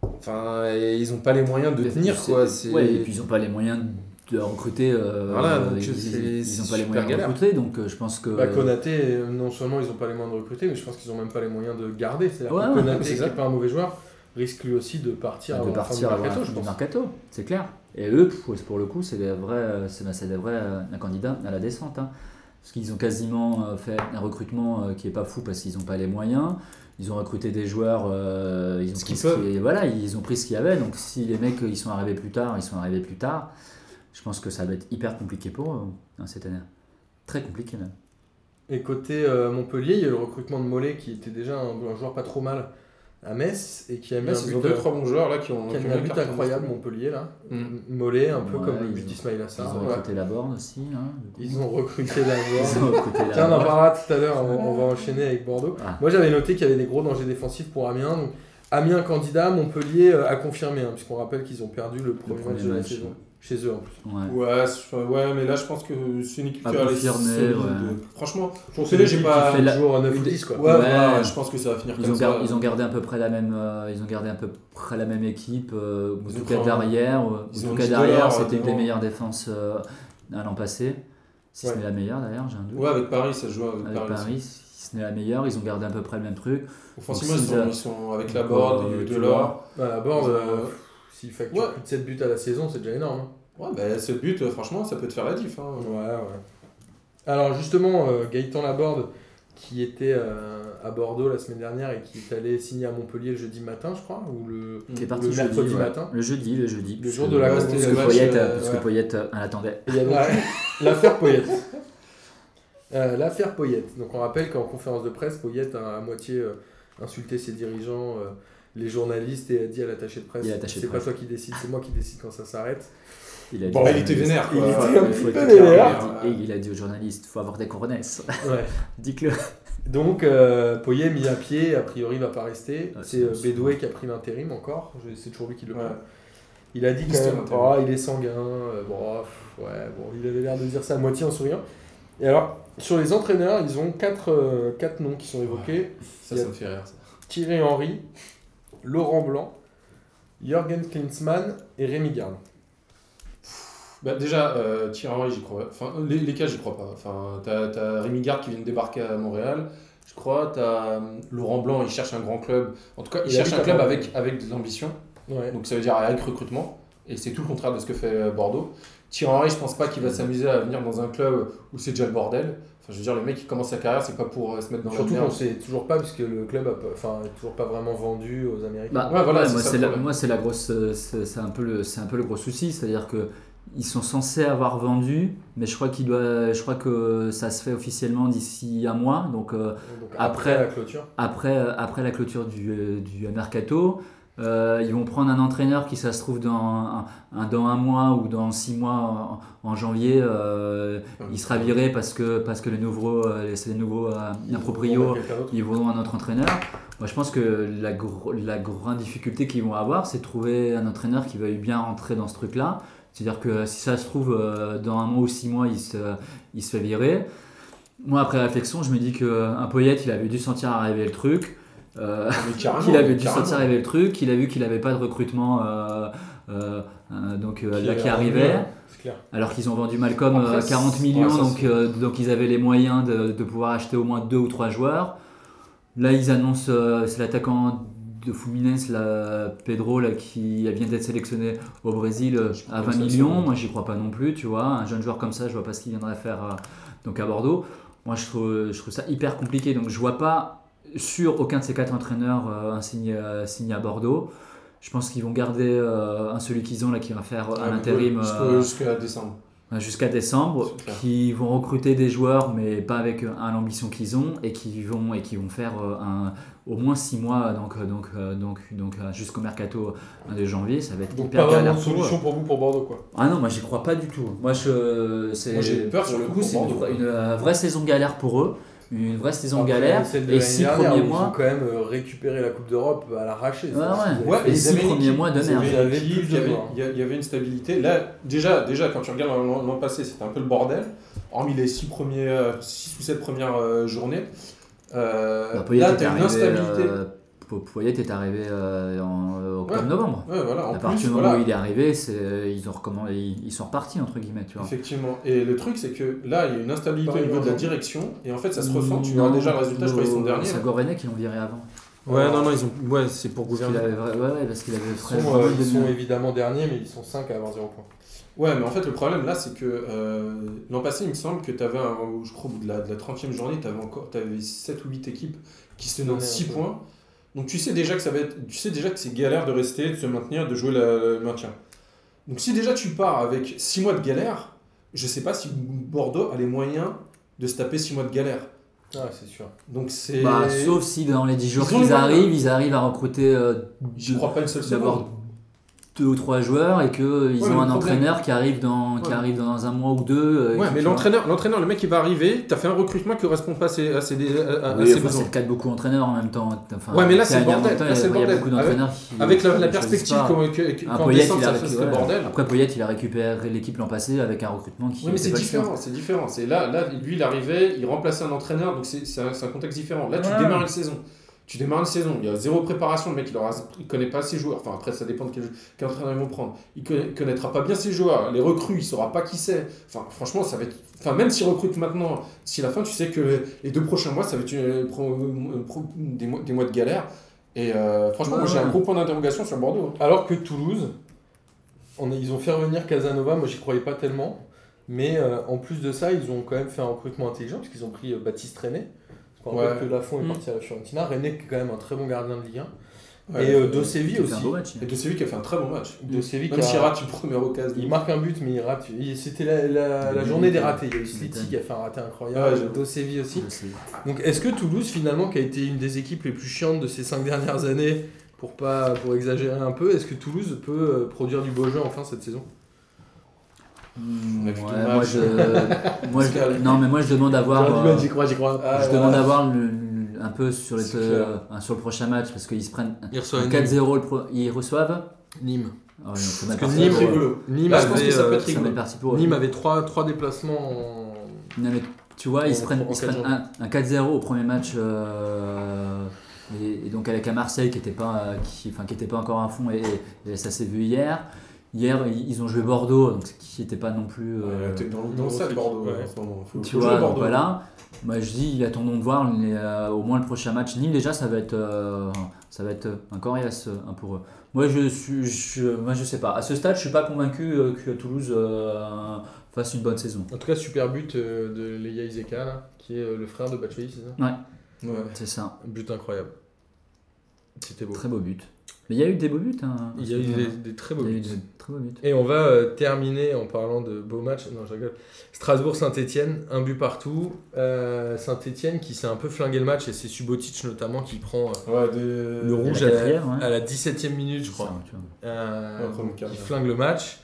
Speaker 3: Enfin, et ils n'ont pas les moyens de
Speaker 2: Peut-être
Speaker 3: tenir.
Speaker 2: que c'est-
Speaker 3: Quoi. C'est-
Speaker 2: Ouais, et puis ils n'ont pas les moyens de recruter. euh,
Speaker 3: Voilà, donc
Speaker 2: ils-
Speaker 3: c'est-
Speaker 2: ils n'ont
Speaker 3: c'est
Speaker 2: pas les
Speaker 3: super
Speaker 2: moyens
Speaker 3: galère.
Speaker 2: de recruter, donc euh, je pense que.
Speaker 1: Bah, Konaté, euh, non seulement ils ont pas les moyens de recruter, mais je pense qu'ils ont même pas les moyens de garder. C'est-à-dire
Speaker 2: Ouais,
Speaker 1: que
Speaker 2: ouais,
Speaker 1: Konaté,
Speaker 3: c'est
Speaker 1: qui
Speaker 3: ça.
Speaker 1: n'est pas un mauvais joueur, risque lui aussi de partir
Speaker 2: de
Speaker 1: avant la fin
Speaker 2: partir
Speaker 1: du
Speaker 2: avant la
Speaker 1: mercato,
Speaker 2: fin
Speaker 1: je
Speaker 2: du
Speaker 1: pense.
Speaker 2: mercato, c'est clair. Et eux, pff, pour le coup, c'est des vrais, euh, c'est c'est des vrais euh, candidats à la descente. hein. Parce qu'ils ont quasiment euh, fait un recrutement euh, qui est pas fou parce qu'ils n'ont pas les moyens. Ils ont recruté des joueurs, euh, ils ont
Speaker 3: Ce
Speaker 2: pris
Speaker 3: qu'ils
Speaker 2: ce qui- voilà, ils ont pris ce qu'il y avait. Donc si les mecs euh, ils sont arrivés plus tard, ils sont arrivés plus tard. Je pense que ça va être hyper compliqué pour eux hein, cette année. Très compliqué même.
Speaker 1: Et côté euh, Montpellier, il y a eu le recrutement de Mollet qui était déjà un, un joueur pas trop mal à Metz et qui a mis
Speaker 3: Là,
Speaker 1: un
Speaker 3: ils ont
Speaker 1: but,
Speaker 3: deux
Speaker 1: euh,
Speaker 3: trois bons joueurs là qui ont
Speaker 1: qui a
Speaker 3: qui
Speaker 1: mis
Speaker 3: ont
Speaker 1: un
Speaker 3: une
Speaker 1: but
Speaker 3: carte en
Speaker 1: incroyable
Speaker 3: main.
Speaker 1: Mollet là.
Speaker 3: Mm.
Speaker 1: Mollet, un peu
Speaker 2: Ouais,
Speaker 1: comme le
Speaker 2: ils
Speaker 1: but
Speaker 2: ont-
Speaker 1: d'Ismail
Speaker 2: Ils
Speaker 1: Assar.
Speaker 2: ont
Speaker 1: ouais.
Speaker 2: recruté la borne aussi. hein, du coup.
Speaker 1: Ils ont recruté la
Speaker 2: Ils
Speaker 1: voix.
Speaker 2: ont recruté la
Speaker 1: Tiens, on en
Speaker 2: borne.
Speaker 1: parlera tout à l'heure, on, on va enchaîner avec Bordeaux.
Speaker 2: Ah.
Speaker 1: Moi j'avais noté qu'il y avait des gros dangers défensifs pour Amiens. Donc, Amiens candidat, Montpellier euh, à confirmer, hein, puisqu'on rappelle qu'ils ont perdu le premier
Speaker 2: premier
Speaker 1: match de la
Speaker 2: match,
Speaker 1: saison.
Speaker 2: ouais.
Speaker 1: Chez eux en plus.
Speaker 2: Ouais.
Speaker 3: Ouais, c'est- ouais, mais là je pense que c'est une équipe
Speaker 2: À
Speaker 3: qui va aller
Speaker 2: confirmer,
Speaker 3: solide.
Speaker 2: Ah, ouais.
Speaker 3: Franchement, pour Télé, j'ai pas.
Speaker 2: fait la-
Speaker 1: Toujours 9
Speaker 3: une
Speaker 1: ou
Speaker 3: des-
Speaker 1: 10 quoi.
Speaker 3: Ouais,
Speaker 2: Ouais.
Speaker 3: voilà, je pense que ça va finir
Speaker 2: Ils
Speaker 3: comme
Speaker 2: ont,
Speaker 3: ça.
Speaker 2: gar- ils ont gardé à peu près la même, euh, ils ont gardé à peu près la même équipe, euh, ou en
Speaker 3: Ils
Speaker 2: tout
Speaker 3: ont
Speaker 2: cas
Speaker 3: pris un-
Speaker 2: derrière. euh,
Speaker 3: ils
Speaker 2: en
Speaker 3: ont
Speaker 2: tout cas
Speaker 3: dit
Speaker 2: derrière,
Speaker 3: dehors,
Speaker 2: c'était une des
Speaker 3: devant.
Speaker 2: meilleures défenses euh, à l'an passé. Si
Speaker 1: Ouais.
Speaker 2: ce n'est la meilleure d'ailleurs, j'ai un doute.
Speaker 3: Ouais, avec Paris, ça se joue avec,
Speaker 2: Avec
Speaker 3: Paris.
Speaker 2: Paris, si ce n'est la meilleure, ils ont gardé à peu près le même truc.
Speaker 3: Offensivement,
Speaker 2: Donc,
Speaker 3: ils,
Speaker 2: s'ils
Speaker 3: sont,
Speaker 2: a-
Speaker 3: ils sont avec la
Speaker 2: Donc,
Speaker 3: board,
Speaker 2: euh,
Speaker 3: il y a eu
Speaker 2: tu
Speaker 3: Delors.
Speaker 1: Voilà, à bord,
Speaker 3: Ils ont-
Speaker 1: euh, pff, s'il facture
Speaker 3: Ouais.
Speaker 1: plus de 7 buts à la saison, c'est déjà énorme. hein.
Speaker 3: Ouais, bah, ce but, euh, franchement, ça peut te faire la diff. Hein.
Speaker 1: Ouais, ouais. Alors justement, euh, Gaëtan Laborde, qui était euh, à Bordeaux la semaine dernière et qui est allé signer à Montpellier le jeudi matin, je crois, ou le...
Speaker 2: C'est
Speaker 3: Mm.
Speaker 2: parti
Speaker 1: Le
Speaker 2: jeudi,
Speaker 1: mercredi
Speaker 2: ouais.
Speaker 1: matin.
Speaker 2: Le jeudi, le jeudi. puisque-
Speaker 1: jour de la
Speaker 2: parce
Speaker 1: Coupe,
Speaker 2: que
Speaker 1: le match,
Speaker 2: Payet,
Speaker 3: euh,
Speaker 2: parce
Speaker 3: ouais.
Speaker 2: que Payet euh, l'attendait.
Speaker 1: Et il y a donc
Speaker 3: Ouais.
Speaker 1: l'affaire Poyet. Euh, l'affaire Poyet. Donc on rappelle qu'en conférence de presse, Poyet a à moitié euh, insulté ses dirigeants, euh, les journalistes, et a dit à l'attaché de presse,
Speaker 2: Et à l'attaché de
Speaker 1: c'est pas
Speaker 2: presse.
Speaker 1: toi qui décide, c'est moi qui décide quand ça s'arrête.
Speaker 2: Il a
Speaker 3: Bon,
Speaker 2: dit-
Speaker 3: il était vénère. Quoi.
Speaker 1: Il était
Speaker 2: Il
Speaker 1: un
Speaker 2: faut
Speaker 1: petit
Speaker 2: être
Speaker 1: peu
Speaker 2: clair,
Speaker 1: vénère.
Speaker 2: il a dit- Et il a dit aux journalistes, faut avoir des couronnesses.
Speaker 1: Ouais.
Speaker 2: Dites-le.
Speaker 1: Donc, euh, Poyet mis à pied, a priori va pas rester.
Speaker 2: Ah,
Speaker 1: c'est
Speaker 2: c'est
Speaker 1: euh,
Speaker 2: absurde.
Speaker 1: Bédoué qui a pris l'intérim encore. Je- C'est toujours lui qui le prend.
Speaker 3: Ouais.
Speaker 1: Il a dit quand
Speaker 3: Qu'est-ce
Speaker 1: même,
Speaker 3: qu'il y a
Speaker 1: Oh, il est sanguin. euh, bon, pff, ouais, bon, il avait l'air de dire ça à moitié en souriant. Et alors, sur les entraîneurs, ils ont quatre, euh, quatre noms qui sont évoqués.
Speaker 3: Ça, ça me fait rire. ça.
Speaker 1: Thierry Henry, Laurent Blanc, Jürgen Klinsmann et Rémi Garde.
Speaker 3: Bah, déjà, euh, Thierry Henry, j'y crois. Enfin, les, les cas, j'y crois pas. Enfin, t'as, t'as Rémi Garde qui vient de débarquer à Montréal. Je crois, t'as euh, Laurent Blanc, il cherche un grand club. En tout cas, il,
Speaker 1: Il
Speaker 3: cherche
Speaker 1: habite
Speaker 3: un
Speaker 1: à
Speaker 3: club
Speaker 1: Montréal.
Speaker 3: avec, avec des ambitions.
Speaker 1: Ouais.
Speaker 3: Donc ça veut dire avec recrutement. Et c'est tout le contraire de ce que fait euh, Bordeaux. Thierry Henry, je pense pas qu'il va s'amuser à venir dans un club où c'est déjà le bordel. Enfin, je veux dire, le mec qui commence sa carrière, c'est pas pour euh, se mettre dans
Speaker 1: Surtout
Speaker 3: la
Speaker 1: qu'on
Speaker 3: merde.
Speaker 1: sait toujours pas, puisque le club a pas- enfin, est toujours pas vraiment vendu aux Américains.
Speaker 2: Bah,
Speaker 3: Ouais, voilà,
Speaker 2: ouais,
Speaker 3: c'est
Speaker 2: moi
Speaker 3: ça
Speaker 2: c'est
Speaker 3: le
Speaker 2: la,
Speaker 3: problème.
Speaker 2: moi, c'est la grosse, euh, c'est c'est un peu le, c'est un peu le gros souci, c'est-à-dire que ils sont censés avoir vendu, mais je crois qu'il doit, je crois que ça se fait officiellement d'ici un mois, donc euh,
Speaker 1: Donc,
Speaker 2: Après-
Speaker 1: la clôture.
Speaker 2: après, euh, après la clôture du, euh, du mercato. euh, ils vont prendre un entraîneur qui, ça se trouve, dans un, un- dans un mois ou dans six mois en, en janvier, euh,
Speaker 3: Ah
Speaker 2: il sera viré parce que, parce que les nouveaux, euh, c'est les nouveaux euh,
Speaker 1: Ils
Speaker 2: improprio
Speaker 1: vont mettre quelqu'un d'autre.
Speaker 2: ils vont à un autre entraîneur. Moi, je pense que la, gro- la grande difficulté qu'ils vont avoir, c'est de trouver un entraîneur qui veuille bien rentrer dans ce truc-là. C'est-à-dire que si ça se trouve, euh, dans un mois ou six mois, il se, il se fait virer. Moi, après réflexion, je me dis qu'un Poyette, il avait dû sentir arriver le truc. Euh,
Speaker 3: Mais carrément,
Speaker 2: qu'il avait
Speaker 3: mais
Speaker 2: dû
Speaker 3: Ah carrément.
Speaker 2: sentir arriver le truc. qu'il a vu qu'il n'avait pas de recrutement euh, euh, euh, donc euh,
Speaker 3: Qui
Speaker 2: là
Speaker 3: est
Speaker 2: qui
Speaker 3: à
Speaker 2: arrivait.
Speaker 3: Rennes, C'est clair.
Speaker 2: Alors qu'ils ont vendu Malcolm euh,
Speaker 3: Après,
Speaker 2: à 40
Speaker 3: c'est-
Speaker 2: millions,
Speaker 3: ouais, ça,
Speaker 2: donc,
Speaker 3: c'est-
Speaker 2: euh, donc ils avaient les moyens de, de pouvoir acheter au moins deux ou trois joueurs. Là, ils annoncent euh, c'est l'attaquant de Fluminense, là, Pedro, là, qui vient d'être sélectionné au Brésil euh,
Speaker 3: Je crois
Speaker 2: à 20
Speaker 3: pas que ça,
Speaker 2: millions.
Speaker 3: c'est-
Speaker 2: Moi, j'y crois pas non plus, tu vois. Un jeune joueur comme ça, je vois pas ce qu'il viendrait faire euh, donc à Bordeaux. Moi, je trouve, je trouve ça hyper compliqué. Donc, je vois pas sur aucun de ces quatre entraîneurs euh, un signe, euh, signé à Bordeaux. Je pense qu'ils vont garder euh, un celui qu'ils ont là qui va faire euh, à
Speaker 3: Ah, Ouais,
Speaker 2: l'intérim.
Speaker 3: jusqu'au-
Speaker 2: euh,
Speaker 3: Jusqu'à décembre.
Speaker 2: euh, jusqu'à décembre,
Speaker 3: Super.
Speaker 2: qui vont recruter des joueurs, mais pas avec euh, un, l'ambition qu'ils ont, et qui vont et qui vont faire euh, un, au moins 6 mois, donc euh, donc euh, donc donc euh, jusqu'au mercato euh, de janvier, ça va être
Speaker 3: Donc,
Speaker 2: hyper
Speaker 3: pas vraiment
Speaker 2: galère
Speaker 3: de
Speaker 2: pour eux.
Speaker 3: solution pour vous, pour Bordeaux, quoi.
Speaker 2: Ah non, moi j'y crois pas du tout. Moi je c'est
Speaker 3: Moi, j'ai peur,
Speaker 2: pour le
Speaker 3: surtout,
Speaker 2: coup,
Speaker 3: pour
Speaker 2: c'est une,
Speaker 3: Bordeaux.
Speaker 2: vra- une, euh, vraie saison galère pour eux, une vraie saison
Speaker 1: Après,
Speaker 2: galère
Speaker 1: celle de
Speaker 2: et
Speaker 1: l'année
Speaker 2: 6
Speaker 1: dernière,
Speaker 2: premiers
Speaker 1: où Ils ont
Speaker 2: mois.
Speaker 1: quand même euh, récupéré la Coupe d'Europe à l'arraché.
Speaker 2: Ouais,
Speaker 1: ça,
Speaker 2: ouais.
Speaker 1: vous avez
Speaker 2: Et
Speaker 1: fait-
Speaker 2: les six premiers mois de
Speaker 3: Il y avait
Speaker 1: merde.
Speaker 3: une équipe,
Speaker 1: J'avais plus de
Speaker 3: il y avait-
Speaker 1: voir.
Speaker 3: Il y a- il y avait une stabilité. Là, déjà, déjà quand tu regardes l'an l'an passé, c'était un peu le bordel. Hormis les 6 ou 7 premières euh, journées. Euh,
Speaker 2: Bah, Payet
Speaker 3: là,
Speaker 2: est
Speaker 3: tu as une
Speaker 2: arrivé,
Speaker 3: instabilité.
Speaker 2: euh, Po- Poyet est arrivé euh, en euh, octobre-novembre.
Speaker 3: Ouais, voilà. En
Speaker 2: À partir
Speaker 3: plus,
Speaker 2: du moment
Speaker 3: voilà.
Speaker 2: où il est arrivé, c'est- euh, ils, ont recommen- ils, ils sont repartis, entre guillemets, tu vois.
Speaker 3: Effectivement. Et le truc, c'est que là, il y a une instabilité
Speaker 1: Pas
Speaker 3: au niveau de la
Speaker 1: vraiment.
Speaker 3: direction. Et en fait, ça se
Speaker 2: Mm,
Speaker 3: ressent. Tu
Speaker 2: non,
Speaker 3: vois déjà le résultat, je crois qu'ils sont
Speaker 2: euh,
Speaker 3: derniers. hein.
Speaker 2: C'est Gourvenek qui l'ont viré avant.
Speaker 4: Ouais, non, non, ils ont. Ouais, c'est pour
Speaker 2: Parce qu'il
Speaker 4: gouverner.
Speaker 2: avait, vra- ouais, ouais, parce qu'il avait
Speaker 1: Ils sont,
Speaker 2: vraiment
Speaker 1: euh,
Speaker 2: donné-
Speaker 1: ils sont évidemment derniers, mais ils sont 5 à avoir 0 points.
Speaker 3: Ouais, mais en fait, le problème là, c'est que euh, l'an passé, il me semble que tu avais, je crois, au bout de la, de la 30e journée, tu avais encore avais 7 ou 8 équipes qui se donnent
Speaker 1: Ouais,
Speaker 3: 6
Speaker 1: ouais.
Speaker 3: points. Donc tu sais déjà que ça va être, tu sais déjà que c'est galère de rester, de se maintenir, de jouer la- le maintien. Donc si déjà tu pars avec 6 mois de galère, je sais pas si Bordeaux a les moyens de se taper 6 mois de galère.
Speaker 1: Ah, c'est sûr.
Speaker 3: Donc c'est.
Speaker 2: Bah, sauf si dans les 10 jours
Speaker 3: Ils ont les
Speaker 2: qu'ils
Speaker 3: moyens.
Speaker 2: arrivent, ils arrivent à recruter euh,
Speaker 3: J'y
Speaker 2: deux-
Speaker 3: crois pas une seule seconde.
Speaker 2: d'avoir deux ou trois joueurs et qu'ils
Speaker 3: Ouais, mais
Speaker 2: ont
Speaker 3: le
Speaker 2: un
Speaker 3: problème-
Speaker 2: entraîneur qui arrive, dans, qui
Speaker 3: Ouais.
Speaker 2: arrive dans un mois ou deux. euh,
Speaker 3: Ouais,
Speaker 2: qui-
Speaker 3: mais
Speaker 2: tu vois.
Speaker 3: l'entraîneur, l'entraîneur, le mec, il va arriver, t'as fait un recrutement qui correspond pas à ses, à ses, dé- à- à- à
Speaker 2: Oui,
Speaker 3: ses
Speaker 2: enfin,
Speaker 3: besoins.
Speaker 2: c'est le cas de beaucoup d'entraîneurs en même temps. Enfin,
Speaker 3: Ouais, mais là,
Speaker 2: tu sais,
Speaker 3: c'est le
Speaker 2: en même
Speaker 3: bordel.
Speaker 2: temps,
Speaker 3: Là, c'est le
Speaker 2: Il y a
Speaker 3: bordel.
Speaker 2: beaucoup d'entraîneurs qui.
Speaker 3: Avec la, la
Speaker 2: qui choisissent
Speaker 3: perspective
Speaker 2: pas.
Speaker 3: qu'en que- que-
Speaker 2: Ah,
Speaker 3: qu'en
Speaker 2: Poyet,
Speaker 3: décembre,
Speaker 2: il a
Speaker 3: ça fasse
Speaker 2: récupéré-
Speaker 3: le bordel.
Speaker 2: Après, Poyet, il a récupéré l'équipe l'an passé avec un recrutement qui.
Speaker 3: Oui, mais c'est
Speaker 2: était pas le sien.
Speaker 3: différent, c'est différent. C'est là, là, lui, il arrivait, il remplaçait un entraîneur, donc c'est c'est un, c'est un contexte différent. Là, tu
Speaker 2: Ouais.
Speaker 3: démarres une saison. Tu démarres une saison, il y a zéro préparation, le mec, il, aura, il connaît pas ses joueurs. Enfin, après, ça dépend de quel, quel entraîneur ils vont prendre. Il conna- connaîtra pas bien ses joueurs, les recrues, il saura pas qui c'est. Enfin, franchement, ça va être. Enfin, même s'il recrute maintenant, si la fin, tu sais que les deux prochains mois, ça va être une- pro- pro- des, mois, des mois de galère. Et euh, franchement, moi,
Speaker 2: Ouais.
Speaker 3: j'ai un gros point d'interrogation sur Bordeaux.
Speaker 1: Alors que Toulouse, on est- ils ont fait revenir Casanova, moi j'y croyais pas tellement. Mais euh, en plus de ça, ils ont quand même fait un recrutement intelligent parce qu'ils ont pris euh, Baptiste René. Parce qu'on
Speaker 3: Ouais.
Speaker 1: rappelle que Lafont est
Speaker 2: Mm.
Speaker 1: parti à la Fiorentina. René qui est quand même un très bon gardien de Ligue 1.
Speaker 3: Ouais,
Speaker 1: et euh,
Speaker 3: euh,
Speaker 1: Dosevi
Speaker 2: Il fait un
Speaker 1: aussi.
Speaker 2: beau match.
Speaker 3: Et de Séville qui a fait un très bon match.
Speaker 1: Dosevi qui
Speaker 3: Même
Speaker 1: a-
Speaker 3: s'il rate une première occasion.
Speaker 1: il marque un but mais il rate. Il- C'était la, la- la
Speaker 2: Il
Speaker 1: journée des
Speaker 2: m'étonne.
Speaker 1: ratés. Il y a eu
Speaker 2: Il
Speaker 1: Sliti
Speaker 2: m'étonne.
Speaker 1: qui a fait un raté
Speaker 3: Ouais,
Speaker 1: incroyable.
Speaker 3: j'avoue.
Speaker 1: Dosevi aussi.
Speaker 2: Je sais.
Speaker 1: Donc est-ce que Toulouse finalement qui a été une des équipes les plus chiantes de ces cinq dernières années pour pas pour exagérer un peu, est-ce que Toulouse peut euh, produire du beau jeu enfin cette saison
Speaker 2: Hmm,
Speaker 3: On a vu
Speaker 2: ouais,
Speaker 3: tout le
Speaker 2: moi,
Speaker 3: match.
Speaker 2: je, moi, je-
Speaker 3: Pascal.
Speaker 2: non, mais moi, je demande à voir.
Speaker 1: J'aurais dû
Speaker 2: euh,
Speaker 1: mettre, J'y crois, j'y crois.
Speaker 3: Ah,
Speaker 2: je
Speaker 3: ouais.
Speaker 2: demande à voir le- le- un peu sur, les,
Speaker 1: C'est clair.
Speaker 2: euh, sur le prochain match parce qu'ils se prennent
Speaker 1: Il reçoit
Speaker 2: 4-0, le pro- ils reçoivent.
Speaker 1: Nîmes.
Speaker 2: Oh, ils sont mal
Speaker 1: que
Speaker 2: partis
Speaker 1: Nîmes,
Speaker 2: pour
Speaker 1: c'est
Speaker 2: eux.
Speaker 3: rigolo.
Speaker 1: Nîmes
Speaker 3: Là, je pense
Speaker 1: avait,
Speaker 3: que ça peut
Speaker 1: euh,
Speaker 3: être
Speaker 2: Ils sont mal partis pour eux.
Speaker 1: Nîmes avait 3, déplacements en...
Speaker 2: Non, mais tu vois, ils se
Speaker 1: En-
Speaker 2: prennent,
Speaker 1: en
Speaker 2: ils se
Speaker 1: quatre
Speaker 2: prennent un, un 4-0 au premier match. euh, et, et donc avec un Marseille qui n'était pas, euh, qui, enfin, qui était pas encore à fond et, et ça s'est vu hier. Hier, ils ils ont joué Bordeaux, donc, qui n'était pas non plus. euh,
Speaker 3: T'es dans,
Speaker 1: dans
Speaker 3: dans ça,
Speaker 1: le
Speaker 3: Bordeaux,
Speaker 1: truc, ouais.
Speaker 3: en ce moment. Faut-
Speaker 2: tu
Speaker 3: faut
Speaker 2: vois,
Speaker 3: jouer
Speaker 2: donc
Speaker 3: Bordeaux.
Speaker 2: voilà. Moi, je dis, attendons de voir les, euh, au moins le prochain match. Nîmes, déjà, ça va être, euh, ça va être euh, un coriace euh, un pour eux. Moi, je suis, je, moi, je sais pas. À ce stade, je suis pas convaincu euh, que Toulouse euh, fasse une bonne saison.
Speaker 1: En tout cas, super but euh, de Leia Izeka, là, qui est euh, le frère de Batshuayi, c'est ça
Speaker 3: Ouais.
Speaker 2: C'est ça.
Speaker 1: But incroyable. C'était beau.
Speaker 2: Très beau but. Mais il y a eu des beaux buts. hein.
Speaker 1: Il y a eu des, des très beaux
Speaker 2: Il y a eu
Speaker 1: buts.
Speaker 2: des très beaux buts.
Speaker 1: Et on va euh, terminer en parlant de beaux matchs. Non, je rigole. Strasbourg-Saint-Etienne, un but partout. Saint-Etienne qui s'est un peu flingué le match et c'est Subotic notamment qui prend euh,
Speaker 3: Ouais, de...
Speaker 1: le rouge
Speaker 2: la
Speaker 1: à la,
Speaker 2: quatrième, ouais.
Speaker 1: à la 17e minute, je crois.
Speaker 2: Ça, tu vois.
Speaker 1: Euh,
Speaker 3: Ouais, comme quart
Speaker 1: il
Speaker 3: d'heure.
Speaker 1: flingue le match.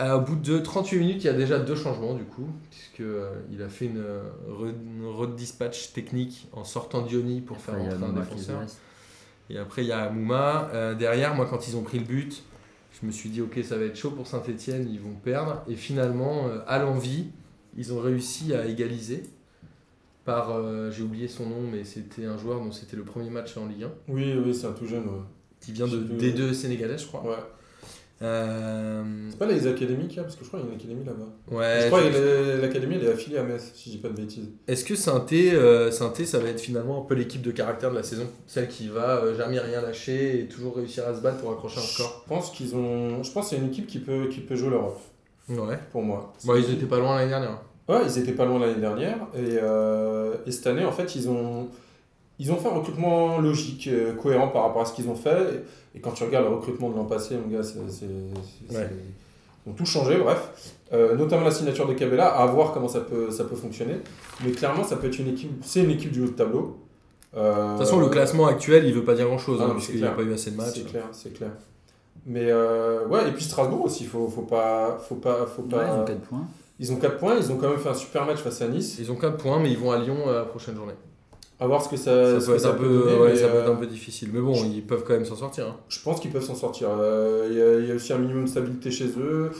Speaker 1: Euh, au bout de 38 minutes, il y a déjà deux changements du coup, puisque euh, il a fait une euh, re- une redispatch technique en sortant Diony pour faire
Speaker 2: Enfin, il y a
Speaker 1: rentrer un
Speaker 2: Mouma qui
Speaker 1: défenseur.
Speaker 2: reste.
Speaker 1: Et après, il y a Mouma. Euh, derrière, moi, quand ils ont pris le but, je me suis dit, ok, ça va être chaud pour Saint-Etienne, ils vont perdre. Et finalement, euh, à l'envie, ils ont réussi à égaliser par, euh, j'ai oublié son nom, mais c'était un joueur dont c'était le premier match en Ligue 1,
Speaker 3: Oui, oui, c'est un tout jeune. Ouais.
Speaker 1: qui vient de
Speaker 3: Je-
Speaker 1: D2 sénégalais, je crois.
Speaker 3: Ouais.
Speaker 1: Euh,
Speaker 3: C'est pas les académies qu'il y a Parce que je crois qu'il y a une académie là-bas.
Speaker 1: ouais.
Speaker 3: je crois
Speaker 1: je-
Speaker 3: que l'A- l'académie elle est affiliée à Metz, si je dis pas de bêtises.
Speaker 1: Est-ce que Sainté, euh, Sainté, ça va être finalement un peu l'équipe de caractère de la saison Celle qui va euh, jamais rien lâcher et toujours réussir à se battre pour accrocher un score
Speaker 3: Je pense qu'ils ont. Je pense que c'est une équipe qui peut, qui peut jouer l'Europe,
Speaker 1: Ouais.
Speaker 3: pour moi.
Speaker 1: Bon, ils étaient pas loin l'année dernière. hein.
Speaker 3: Ouais, ils étaient pas loin l'année dernière. Et, euh, et cette année, en fait, ils ont, ils ont fait un recrutement logique, euh, cohérent par rapport à ce qu'ils ont fait. Et, et quand tu regardes le recrutement de l'an passé, mon gars, c'est. c'est- c'est-
Speaker 1: Ouais.
Speaker 3: c'est- Ils ont tout changé, bref. Euh, notamment la signature de Cabella, à voir comment ça peut, ça peut fonctionner. Mais clairement, ça peut être une équipe. C'est une équipe du haut de tableau. Euh,
Speaker 1: De toute façon, le classement actuel, il veut pas dire grand-chose,
Speaker 3: Ah,
Speaker 1: hein,
Speaker 3: mais c'est
Speaker 1: puisqu'il n'y a
Speaker 3: clair.
Speaker 1: pas eu assez de matchs. hein.
Speaker 3: C'est clair, c'est clair. Mais euh, ouais, et puis Strasbourg aussi, faut, faut pas. Faut pas, faut
Speaker 2: Ouais, ils
Speaker 3: pas
Speaker 2: ont 4 points.
Speaker 3: ils ont 4 points, ils ont quand même fait un super match face à Nice.
Speaker 1: Ils ont 4 points, mais ils vont à Lyon euh, la prochaine journée.
Speaker 3: À voir ce que ça,
Speaker 1: ça
Speaker 3: ce
Speaker 1: peut être
Speaker 3: que Euh, ça
Speaker 1: un peu,
Speaker 3: donner,
Speaker 1: ouais,
Speaker 3: mais,
Speaker 1: ça peut être
Speaker 3: euh,
Speaker 1: un peu difficile. Mais bon,
Speaker 3: je-
Speaker 1: ils peuvent quand même s'en sortir. hein.
Speaker 3: Je pense qu'ils peuvent s'en sortir. Euh, Il y a- il y, a aussi un minimum de stabilité chez eux.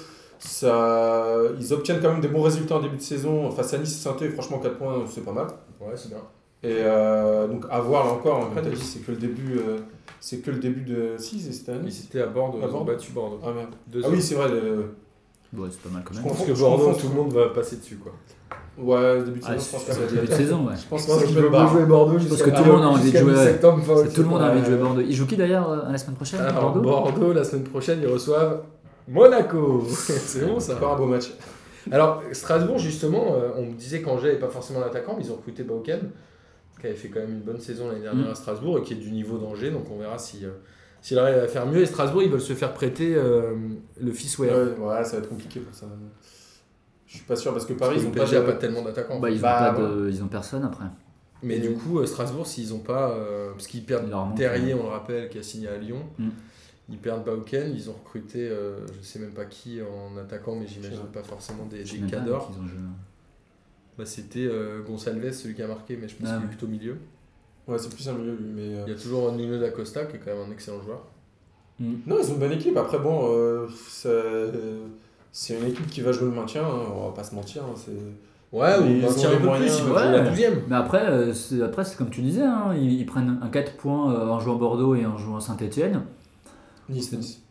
Speaker 3: Ça, ils obtiennent quand même des bons résultats en début de saison. Face à Nice, Saint-Étienne, franchement, 4 points, c'est pas mal.
Speaker 1: Ouais, c'est bien.
Speaker 3: Et euh, donc, à voir là encore. Après, t'as dit, c'est que le début, euh, c'est que le début de 6 c'était à
Speaker 1: Ils
Speaker 3: Nice.
Speaker 1: étaient à Bordeaux,
Speaker 3: À
Speaker 1: ils ont
Speaker 3: Bordeaux.
Speaker 1: battu Bordeaux.
Speaker 3: Ah merde.
Speaker 1: Deux
Speaker 3: Ah oui, c'est vrai. le-
Speaker 2: Ouais, c'est pas mal quand
Speaker 3: Je
Speaker 1: je pense
Speaker 2: même.
Speaker 3: confonds-
Speaker 1: que
Speaker 3: je
Speaker 1: Bordeaux,
Speaker 3: confonds-
Speaker 1: tout le monde va passer dessus. Quoi.
Speaker 3: Ouais, le début de
Speaker 2: Ah,
Speaker 3: saison, je pense
Speaker 2: c'est c'est
Speaker 3: que ça Oh, va
Speaker 2: le début de
Speaker 3: être-
Speaker 2: saison, ouais.
Speaker 3: je pense que ça peut être barre.
Speaker 1: Bordeaux
Speaker 2: Parce que tout le monde a envie de jouer.
Speaker 1: septembre, fin
Speaker 2: C'est- Tout le monde a envie de jouer
Speaker 3: euh,
Speaker 2: Bordeaux. Ils jouent qui d'ailleurs euh, la semaine prochaine
Speaker 3: Ah,
Speaker 1: Alors, Bordeaux.
Speaker 2: Bordeaux
Speaker 1: la semaine prochaine, ils reçivent Monaco. c'est bon ça.
Speaker 3: Encore un beau match.
Speaker 1: Alors, Strasbourg, justement, euh, on me disait qu'Angers n'est pas forcément l'attaquant, mais ils ont recruté Bauken, qui avait fait quand même une bonne saison l'année dernière
Speaker 2: Mm.
Speaker 1: à Strasbourg et qui est du niveau d'Angers, donc on verra si. euh, S'il arrive à faire mieux, et Strasbourg, ils veulent se faire prêter euh, le fils
Speaker 3: Ouais,
Speaker 1: Ware.
Speaker 3: ouais, ça va être compliqué pour ça. Je suis pas sûr parce que Paris, ils ont pas
Speaker 1: déjà
Speaker 3: de-
Speaker 1: pas tellement d'attaquants.
Speaker 2: Bah, ils ont pas
Speaker 3: Bah, voilà.
Speaker 2: de- ils ont personne après.
Speaker 1: Mais du coup, euh, Strasbourg, s'ils ont pas. euh, parce qu'ils
Speaker 2: Il
Speaker 1: perdent
Speaker 2: leur manque, euh,
Speaker 1: Terrier, on le rappelle, qui a signé à Lyon.
Speaker 2: Mm.
Speaker 1: Ils perdent Bauken, ils ont recruté, euh, je sais même pas qui en attaquant, mais j'imagine
Speaker 3: vrai.
Speaker 1: pas forcément des,
Speaker 2: Je
Speaker 1: des
Speaker 2: sais même pas
Speaker 1: cadors.
Speaker 2: avec qui ils ont joué.
Speaker 1: Bah, C'était euh, Gonçalves, celui qui a marqué, mais je pense
Speaker 2: Ah,
Speaker 1: qu'il est
Speaker 2: ouais.
Speaker 1: plutôt milieu.
Speaker 3: Ouais, c'est plus un milieu, lui, mais. euh,
Speaker 1: Il y a toujours Nuno da Costa, qui est quand même un excellent joueur.
Speaker 3: Non, ils ont une bonne équipe. Après, bon, euh, ça- euh, c'est une équipe qui va jouer le maintien, hein, on va pas se mentir. hein, c'est-
Speaker 1: Ouais,
Speaker 3: Mais
Speaker 1: ou
Speaker 3: ils
Speaker 1: maintient
Speaker 3: ont les
Speaker 1: un peu
Speaker 3: moyens,
Speaker 1: plus, ils
Speaker 2: ouais.
Speaker 1: peuvent jouer la 12ème.
Speaker 2: Mais après, euh, c'est après, c'est comme tu disais, hein, ils, ils prennent un 4 points euh, en jouant Bordeaux et en jouant Saint-Etienne.
Speaker 3: Nice, Nice.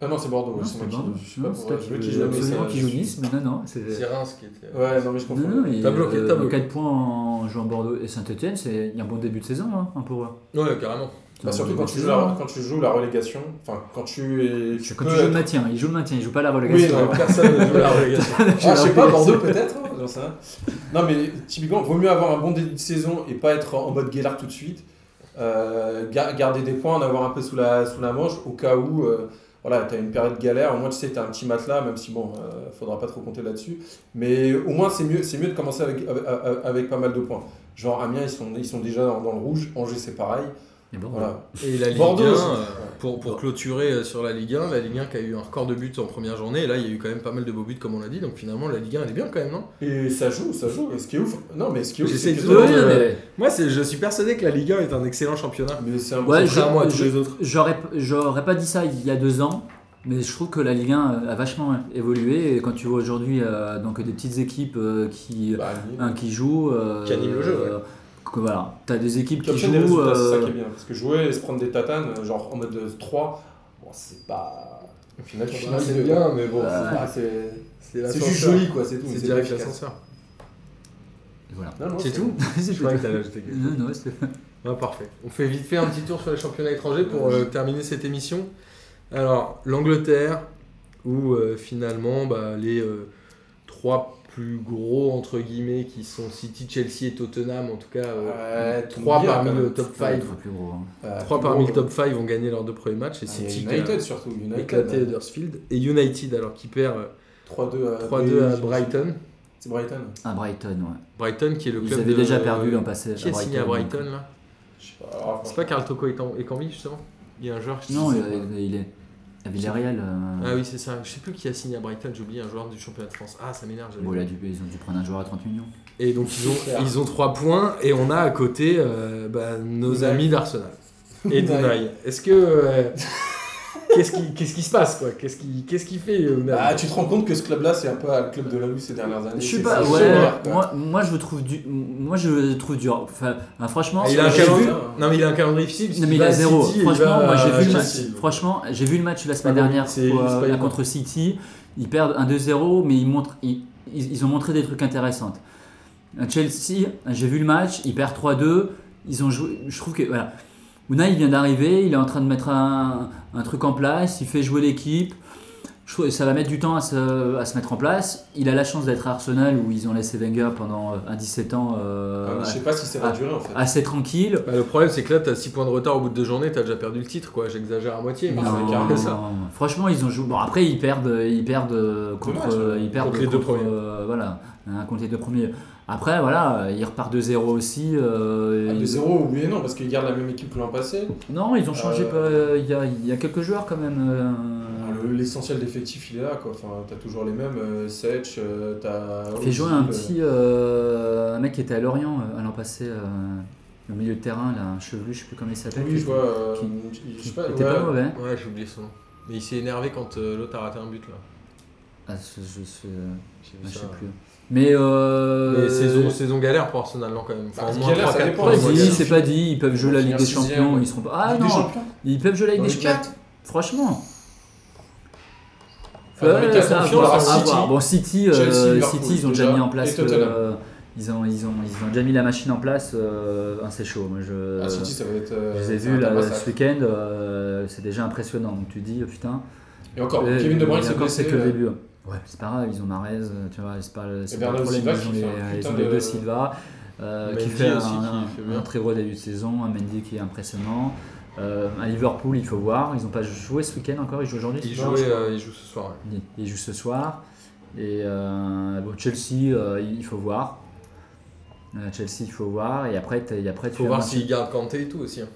Speaker 3: Ah non, c'est Bordeaux,
Speaker 2: Non,
Speaker 3: c'est
Speaker 2: c'est
Speaker 3: moi
Speaker 2: pas
Speaker 3: qui-
Speaker 2: Bordeaux.
Speaker 3: je sais pas
Speaker 2: Non,
Speaker 3: pour-
Speaker 2: c'est
Speaker 3: je veux
Speaker 2: absolument
Speaker 3: qu'ils jouent, mais ça-
Speaker 2: qui joue Nice, mais non, non. c'est-
Speaker 1: C'est Reims qui était.
Speaker 3: hein.
Speaker 1: euh,
Speaker 3: Ouais, non, mais je comprends.
Speaker 2: Non, non, mais
Speaker 1: T'as bloqué, t'as bloqué.
Speaker 2: 4 points en jouant Bordeaux et Saint-Etienne, c'est il y a un bon début de saison hein, hein, pour eux.
Speaker 1: Ouais, carrément.
Speaker 3: Bah, surtout quand tu, joues la, quand tu joues la relégation, enfin, quand tu es.
Speaker 2: Quand tu joues le maintien, ils jouent le maintien, ils jouent pas la
Speaker 3: Oui,
Speaker 2: relégation.
Speaker 3: non, personne ne joue la relégation. Ah, je sais pas, Bordeaux peut-être hein, j'en sais rien. Non, mais typiquement, vaut mieux avoir un bon début de saison et pas être en mode Guélard tout de suite. Euh, ga- garder des points, en avoir un peu sous la, sous la manche au cas où euh, voilà, tu as une période galère. Au moins, tu sais, tu as un petit matelas, même si bon, euh, faudra pas trop compter là-dessus. Mais au moins, c'est mieux, c'est mieux de commencer avec, avec, avec pas mal de points. Genre, Amiens, ils sont, ils sont déjà dans, dans le rouge. Angers, c'est pareil.
Speaker 2: Mais bon,
Speaker 3: Voilà.
Speaker 1: Et la Ligue
Speaker 3: Bordeaux
Speaker 1: 1,
Speaker 3: aussi.
Speaker 1: euh, pour, pour clôturer euh, sur la Ligue 1, la Ligue 1 qui a eu un record de buts en première journée, et là il y a eu quand même pas mal de beaux buts comme on l'a dit, donc finalement la Ligue 1 elle est bien quand même, non
Speaker 3: Et ça joue, ça joue. Et ce qui est ouf, non, mais ce qui est ouf,
Speaker 1: J'essaie
Speaker 3: c'est que-
Speaker 1: de-
Speaker 2: Ouais,
Speaker 1: euh,
Speaker 2: mais-
Speaker 1: Moi je suis persuadé que la Ligue 1 est un excellent championnat,
Speaker 3: Mais c'est un
Speaker 2: Ouais,
Speaker 1: contrairement
Speaker 2: je-
Speaker 1: à tous
Speaker 2: je-
Speaker 1: les autres.
Speaker 2: J'aurais, j'aurais pas dit ça il y a deux ans, mais je trouve que la Ligue 1 a vachement évolué. Et quand tu vois aujourd'hui euh, donc des petites équipes euh, qui,
Speaker 3: Bah, Amiens.
Speaker 2: hein, qui jouent. euh,
Speaker 1: Qui animent le jeu, ouais.
Speaker 2: euh, que voilà, t'as des équipes qui
Speaker 3: Captain des
Speaker 2: jouent.
Speaker 3: résultats, c'est ça qui
Speaker 2: euh,
Speaker 3: est bien. Parce que jouer et se prendre des tatanes, euh, genre en mode euh, 3, bon, c'est pas. Au final, tu
Speaker 1: Ah,
Speaker 3: finis de-
Speaker 1: mais bon,
Speaker 2: euh,
Speaker 3: Ah, c'est
Speaker 1: c'est
Speaker 3: c'est
Speaker 1: l'ascenseur.
Speaker 3: juste joli, quoi, c'est tout.
Speaker 1: C'est
Speaker 3: mais
Speaker 1: direct
Speaker 3: pas efficace.
Speaker 1: l'ascenseur.
Speaker 2: voilà.
Speaker 3: Non, non,
Speaker 1: C'est tout
Speaker 2: C'est
Speaker 1: Je croyais que t'allais ajouter quelque chose.
Speaker 2: Non, non, c'est-
Speaker 1: Ah, parfait. On fait vite fait un petit tour sur les championnats étrangers pour euh, terminer cette émission. Alors, l'Angleterre, où euh, finalement bah, les euh, trois plus gros, entre guillemets, qui sont City, Chelsea et Tottenham, en tout cas, euh,
Speaker 3: Ouais,
Speaker 1: trois
Speaker 3: bien,
Speaker 1: parmi
Speaker 3: quand
Speaker 1: le
Speaker 3: même.
Speaker 1: top
Speaker 2: Ouais,
Speaker 1: 5.
Speaker 2: trois plus gros. hein.
Speaker 3: Euh,
Speaker 1: Trois
Speaker 3: plus
Speaker 1: parmi
Speaker 3: gros,
Speaker 1: le top euh, 5 vont gagner leurs deux premiers matchs. Et
Speaker 3: Ah, et
Speaker 1: City qui a
Speaker 3: United surtout. United,
Speaker 1: éclaté
Speaker 3: euh,
Speaker 1: Huddersfield. Et United, alors qui perd euh,
Speaker 3: 3-2 à,
Speaker 1: 3-2 à Brighton.
Speaker 3: C'est Brighton.
Speaker 2: À Brighton, ouais.
Speaker 1: Brighton qui est le
Speaker 2: Ils
Speaker 1: club.
Speaker 2: avaient
Speaker 1: de-
Speaker 2: déjà perdu hein, en passé.
Speaker 1: Qui est signé à Brighton là
Speaker 3: Je sais pas. ah,
Speaker 1: C'est pas Carl Toko et Cam- et Cambi justement Il y a un joueur. je
Speaker 2: Non,
Speaker 1: sais
Speaker 2: il,
Speaker 1: pas.
Speaker 2: il est à Villarreal. euh,
Speaker 1: Ah oui, c'est ça. Je sais plus qui a signé à Brighton, j'ai oublié un joueur du championnat de France. Ah, ça m'énerve. j'avais
Speaker 2: bon,
Speaker 1: pas.
Speaker 2: il a dû- ils ont dû prendre un joueur à 30 millions.
Speaker 3: Ah
Speaker 1: Et donc, ils ont, ils ont 3 points et on a à côté euh, bah, nos
Speaker 3: Unai.
Speaker 1: amis d'Arsenal. Et
Speaker 3: Unai.
Speaker 1: Dunai. Est-ce que. euh, Qu'est-ce qui, qu'est-ce qui se passe quoi Qu'est-ce qui, qu'est-ce qui fait euh, merde
Speaker 3: Ah, tu te rends compte que ce club-là, c'est un peu le club de la rue ces dernières années.
Speaker 2: Je suis
Speaker 3: C'est-
Speaker 2: pas.
Speaker 3: c'est
Speaker 2: Ouais,
Speaker 3: sévère, quoi.
Speaker 2: moi, moi, je le trouve du. Moi, je le trouve dur. Enfin, ah, franchement.
Speaker 1: Ah, il
Speaker 2: c'est-
Speaker 1: a un
Speaker 3: j'ai
Speaker 1: calendrier.
Speaker 3: vu.
Speaker 1: Non mais il a un calendrier difficile. parce
Speaker 2: Non, mais
Speaker 1: qu'il
Speaker 2: il
Speaker 1: va
Speaker 2: a
Speaker 1: à
Speaker 2: zéro.
Speaker 1: City et il
Speaker 2: franchement,
Speaker 1: va
Speaker 2: moi, j'ai
Speaker 1: à
Speaker 2: vu le match.
Speaker 1: Chelsea, donc.
Speaker 2: Franchement, j'ai vu le match la semaine
Speaker 1: Ah bon,
Speaker 2: dernière
Speaker 1: c'est-
Speaker 2: pour,
Speaker 1: c'est pas
Speaker 2: euh,
Speaker 1: évident.
Speaker 2: contre City. Ils perdent 1-2-0, mais ils, montrent, ils, ils- ils ont montré des trucs intéressants. Euh, Chelsea, j'ai vu le match, ils perdent 3-2. Ils ont joué. Je trouve que voilà. Unai il vient d'arriver, il est en train de mettre un, un truc en place, il fait jouer l'équipe. Je trouve que ça va mettre du temps à se, à se mettre en place. Il a la chance d'être à Arsenal où ils ont laissé Wenger pendant euh, un 17 ans
Speaker 3: Ah,
Speaker 2: euh,
Speaker 3: mais Je sais pas si ça va
Speaker 2: Ah.
Speaker 3: durer en fait.
Speaker 2: assez tranquille.
Speaker 1: Bah, le problème, c'est que là, t'as 6 points de retard au bout de deux journées, t'as déjà perdu le titre, quoi. J'exagère à moitié, mais
Speaker 2: Non,
Speaker 1: c'est
Speaker 3: Ah,
Speaker 1: un
Speaker 2: non,
Speaker 1: quart
Speaker 2: non,
Speaker 1: de ça.
Speaker 2: non. Franchement, ils ont joué. Bon, après, ils perdent, ils perdent euh, contre,
Speaker 3: Dommage,
Speaker 2: euh, ils perdent
Speaker 1: contre les deux premiers.
Speaker 2: euh, voilà, hein, contre les deux premiers. Après, voilà, ils repartent de zéro aussi. euh,
Speaker 3: Ah,
Speaker 2: ils-
Speaker 3: De 0, oui et non, parce qu'ils gardent la même équipe que l'an passé.
Speaker 2: Non, ils ont changé.
Speaker 3: Euh,
Speaker 2: pas- Il y, a, il y a quelques joueurs quand même. euh,
Speaker 3: Ah, le- L'essentiel d'effectif, il est là, quoi. Enfin, t'as toujours les mêmes. euh, Sech, euh, t'as.
Speaker 2: Fait
Speaker 3: Ozil,
Speaker 2: jouer un
Speaker 3: euh,
Speaker 2: petit, euh, un mec qui était à Lorient euh, à l'an passé, euh, au milieu de terrain, là, un chevelu, je sais plus comment il s'appelle.
Speaker 3: Oui, je vois. euh, je sais
Speaker 2: Qui
Speaker 3: pas.
Speaker 2: était pas
Speaker 3: ouais.
Speaker 2: mauvais. hein.
Speaker 1: Ouais, j'ai oublié son nom. Mais il s'est énervé quand euh, l'autre a raté un but, là.
Speaker 2: Ah, je, je, je-
Speaker 1: J'ai
Speaker 2: je
Speaker 1: vu
Speaker 2: sais
Speaker 1: ça.
Speaker 2: plus. Mais euh,
Speaker 1: Mais saison, saison galère pour Arsenal, non, quand même. Enfin,
Speaker 3: Bah,
Speaker 1: au moins
Speaker 3: galère, ça
Speaker 1: 3-4
Speaker 3: dépend.
Speaker 1: points.
Speaker 2: Pas
Speaker 3: Ouais,
Speaker 2: dit,
Speaker 3: ouais.
Speaker 2: c'est pas dit, ils peuvent jouer la Ligue
Speaker 3: finir
Speaker 2: des
Speaker 3: sixième,
Speaker 2: Champions,
Speaker 3: ouais.
Speaker 2: ils seront pas. Ah
Speaker 3: Ligue des
Speaker 2: non,
Speaker 3: Champions
Speaker 2: ils peuvent jouer la Ligue
Speaker 3: Dans
Speaker 2: des
Speaker 3: les
Speaker 2: Champions.
Speaker 3: quatre.
Speaker 2: Franchement.
Speaker 3: Ah, dans les
Speaker 2: Ouais,
Speaker 3: quatre
Speaker 2: ça, à
Speaker 3: champions,
Speaker 2: voir,
Speaker 3: c'est
Speaker 2: à
Speaker 3: City.
Speaker 2: voir. Bon, City, euh,
Speaker 3: Chelsea, Liverpool,
Speaker 2: City, ils ont
Speaker 3: déjà,
Speaker 2: déjà mis en place.
Speaker 3: et Tottenham.
Speaker 2: le- Ils ont, ils, ont, ils ont déjà mis la machine en place, euh, ah, c'est chaud. Moi, je,
Speaker 3: Ah, City, ça va être. euh,
Speaker 2: je les ai
Speaker 3: ça va
Speaker 2: vus
Speaker 3: être un
Speaker 2: là,
Speaker 3: massacre.
Speaker 2: ce week-end, euh, c'est déjà impressionnant. Donc tu dis, oh, putain.
Speaker 3: Et encore,
Speaker 2: euh,
Speaker 3: Kevin De Bruyne
Speaker 2: et
Speaker 3: s'est
Speaker 2: encore, c'est
Speaker 3: blessé.
Speaker 2: que le
Speaker 3: euh,
Speaker 2: début. Ouais, c'est pas grave, ils ont Marez, euh, tu vois, c'est pas, le- c'est
Speaker 3: Et
Speaker 2: pas le
Speaker 3: Bernardo
Speaker 2: problème.
Speaker 3: Silva
Speaker 2: Ils ont
Speaker 3: qui
Speaker 2: les,
Speaker 3: fait un
Speaker 2: ils
Speaker 3: putain
Speaker 2: ont les
Speaker 3: de-
Speaker 2: deux Silva, euh, qui
Speaker 1: Mendy
Speaker 2: fait, un,
Speaker 1: aussi, qui fait
Speaker 2: un-
Speaker 1: bien.
Speaker 2: un très gros début de saison, un Mendy qui est impressionnant. Euh, à Liverpool, il faut voir, ils ont pas joué ce week-end encore, ils jouent aujourd'hui.
Speaker 1: Il
Speaker 2: ce soir,
Speaker 1: joue,
Speaker 2: je crois.
Speaker 1: euh, il joue ce soir. ouais.
Speaker 2: Ils- Ils jouent ce soir. Et euh, bon, Chelsea, euh, il faut voir. Euh, Chelsea, il faut voir. Et après, t'as- et après tu
Speaker 1: Faut
Speaker 2: as
Speaker 1: voir
Speaker 2: Marseille.
Speaker 1: s'il garde Kanté et tout aussi. hein.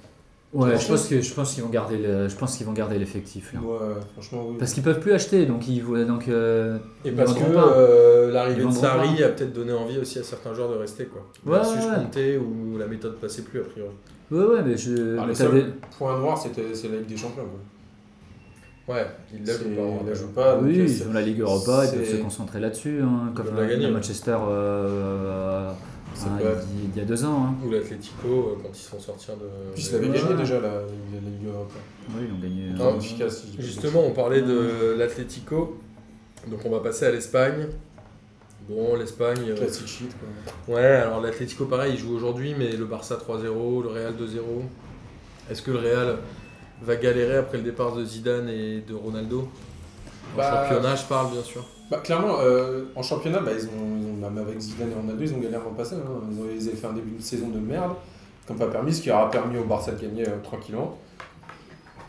Speaker 2: Ouais, je pense que je pense qu'ils vont garder le- je pense qu'ils vont garder l'effectif. là.
Speaker 3: Ouais, euh, franchement, oui.
Speaker 2: Parce qu'ils peuvent plus acheter, donc ils voulaient donc. euh,
Speaker 1: Et
Speaker 2: Ils
Speaker 1: parce que
Speaker 2: vendront pas.
Speaker 1: euh, l'arrivée
Speaker 2: Ils
Speaker 1: de
Speaker 2: vendront
Speaker 1: Sarri a peut-être donné envie aussi à certains joueurs de rester, quoi.
Speaker 2: Ouais,
Speaker 1: Versus
Speaker 2: ouais.
Speaker 1: Kanté, où la méthode passait plus, a priori.
Speaker 2: Ouais, ouais, mais je.
Speaker 3: Ah,
Speaker 2: mais
Speaker 3: les
Speaker 2: t'as
Speaker 3: seuls
Speaker 2: des-
Speaker 3: points noirs, c'était- c'est la Ligue des Champions. quoi.
Speaker 1: Ouais, il la
Speaker 3: C'est-
Speaker 1: joue pas. on
Speaker 3: il la
Speaker 1: rappelle.
Speaker 3: joue pas. donc,
Speaker 2: oui,
Speaker 3: euh, c'est-
Speaker 2: ils ont la Ligue Europa, ils
Speaker 3: c'est-
Speaker 2: peuvent se concentrer là-dessus, hein, comme
Speaker 1: peuvent la
Speaker 2: euh,
Speaker 1: gagner.
Speaker 2: la Manchester euh,
Speaker 3: Ça
Speaker 2: hein,
Speaker 3: peut être-
Speaker 2: il, y- il y a deux ans. hein.
Speaker 1: Ou l'Atletico, euh, quand ils se font sortir de.
Speaker 3: Puis ils l'avaient
Speaker 2: Ouais.
Speaker 3: gagné déjà la, la Ligue Europe.
Speaker 2: Oui, ils ont gagné.
Speaker 3: Non,
Speaker 2: euh,
Speaker 3: efficace. si je peux dire.
Speaker 1: Justement, on parlait de l'Atlético, donc on va passer à l'Espagne. Bon, l'Espagne. euh,
Speaker 3: Classic shit quoi.
Speaker 1: Ouais, alors l'Atlético, pareil, il joue aujourd'hui, mais le Barça 3-0, le Real 2-0. Est-ce que le Real va galérer après le départ de Zidane et de Ronaldo En
Speaker 3: Bah,
Speaker 1: championnat, je parle, bien sûr.
Speaker 3: Bah, clairement, euh, en championnat, bah, ils ont, ils ont- même avec Zidane et Ronaldo, ils ont galéré en passé. hein. Ils, ont, ils avaient fait un début de saison de merde, comme pas permis, ce qui aura permis au Barça de gagner euh, tranquillement.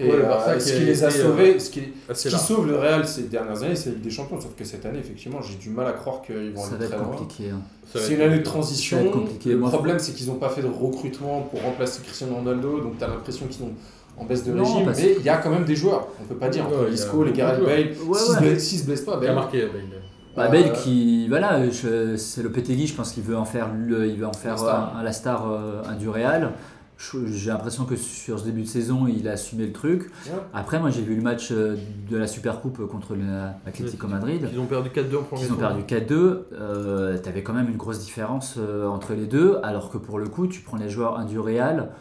Speaker 3: Et
Speaker 1: Ouais, le
Speaker 3: euh,
Speaker 1: Barça qui
Speaker 3: ce
Speaker 1: a
Speaker 3: qui les a
Speaker 1: été, euh,
Speaker 3: sauvés, ce qui, ce
Speaker 1: Assez
Speaker 3: qui
Speaker 1: large.
Speaker 3: sauve le Real ces dernières années, c'est la Ligue des Champions. Sauf que cette année, effectivement, j'ai du mal à croire qu'ils vont
Speaker 2: ça va
Speaker 3: aller
Speaker 2: être
Speaker 3: très loin.
Speaker 2: compliqué. hein.
Speaker 1: Ça va
Speaker 3: C'est
Speaker 1: être
Speaker 3: une année de
Speaker 1: compliqué.
Speaker 2: Ça va
Speaker 3: transition.
Speaker 2: être compliqué,
Speaker 3: Le
Speaker 2: moi,
Speaker 3: problème, c'est qu'ils n'ont pas fait de recrutement pour remplacer Cristiano Ronaldo, donc tu as l'impression qu'ils sont en baisse de
Speaker 2: Non,
Speaker 3: régime.
Speaker 2: parce
Speaker 3: Mais il y a quand même des joueurs, on peut pas dire.
Speaker 1: Ouais,
Speaker 3: Entre
Speaker 1: il y a
Speaker 3: Isco, les
Speaker 1: beaucoup
Speaker 3: Gareth
Speaker 1: de joueurs.
Speaker 3: Bale,
Speaker 2: Ouais,
Speaker 3: s'ils
Speaker 2: ouais.
Speaker 3: se blessent- s'ils se blessent
Speaker 1: Il
Speaker 3: pas,
Speaker 1: a
Speaker 3: Bale.
Speaker 1: marqué Bale.
Speaker 2: Bah,
Speaker 3: euh,
Speaker 2: Bale qui voilà je- c'est le Petegui je pense qu'il veut en faire le- il veut en faire
Speaker 3: La star.
Speaker 2: un, un- la star euh, un du Real Je- j'ai l'impression que sur ce début de saison il a assumé le truc
Speaker 3: Ouais.
Speaker 2: après moi j'ai vu le match euh, de la Supercoupe euh, contre la- l'Atlético Madrid
Speaker 1: Ils ont perdu 4-2 en premier
Speaker 2: ils ont
Speaker 1: tour.
Speaker 2: perdu 4-2 euh, t'avais quand même une grosse différence euh, entre les deux alors que pour le coup tu prends les joueurs un du Real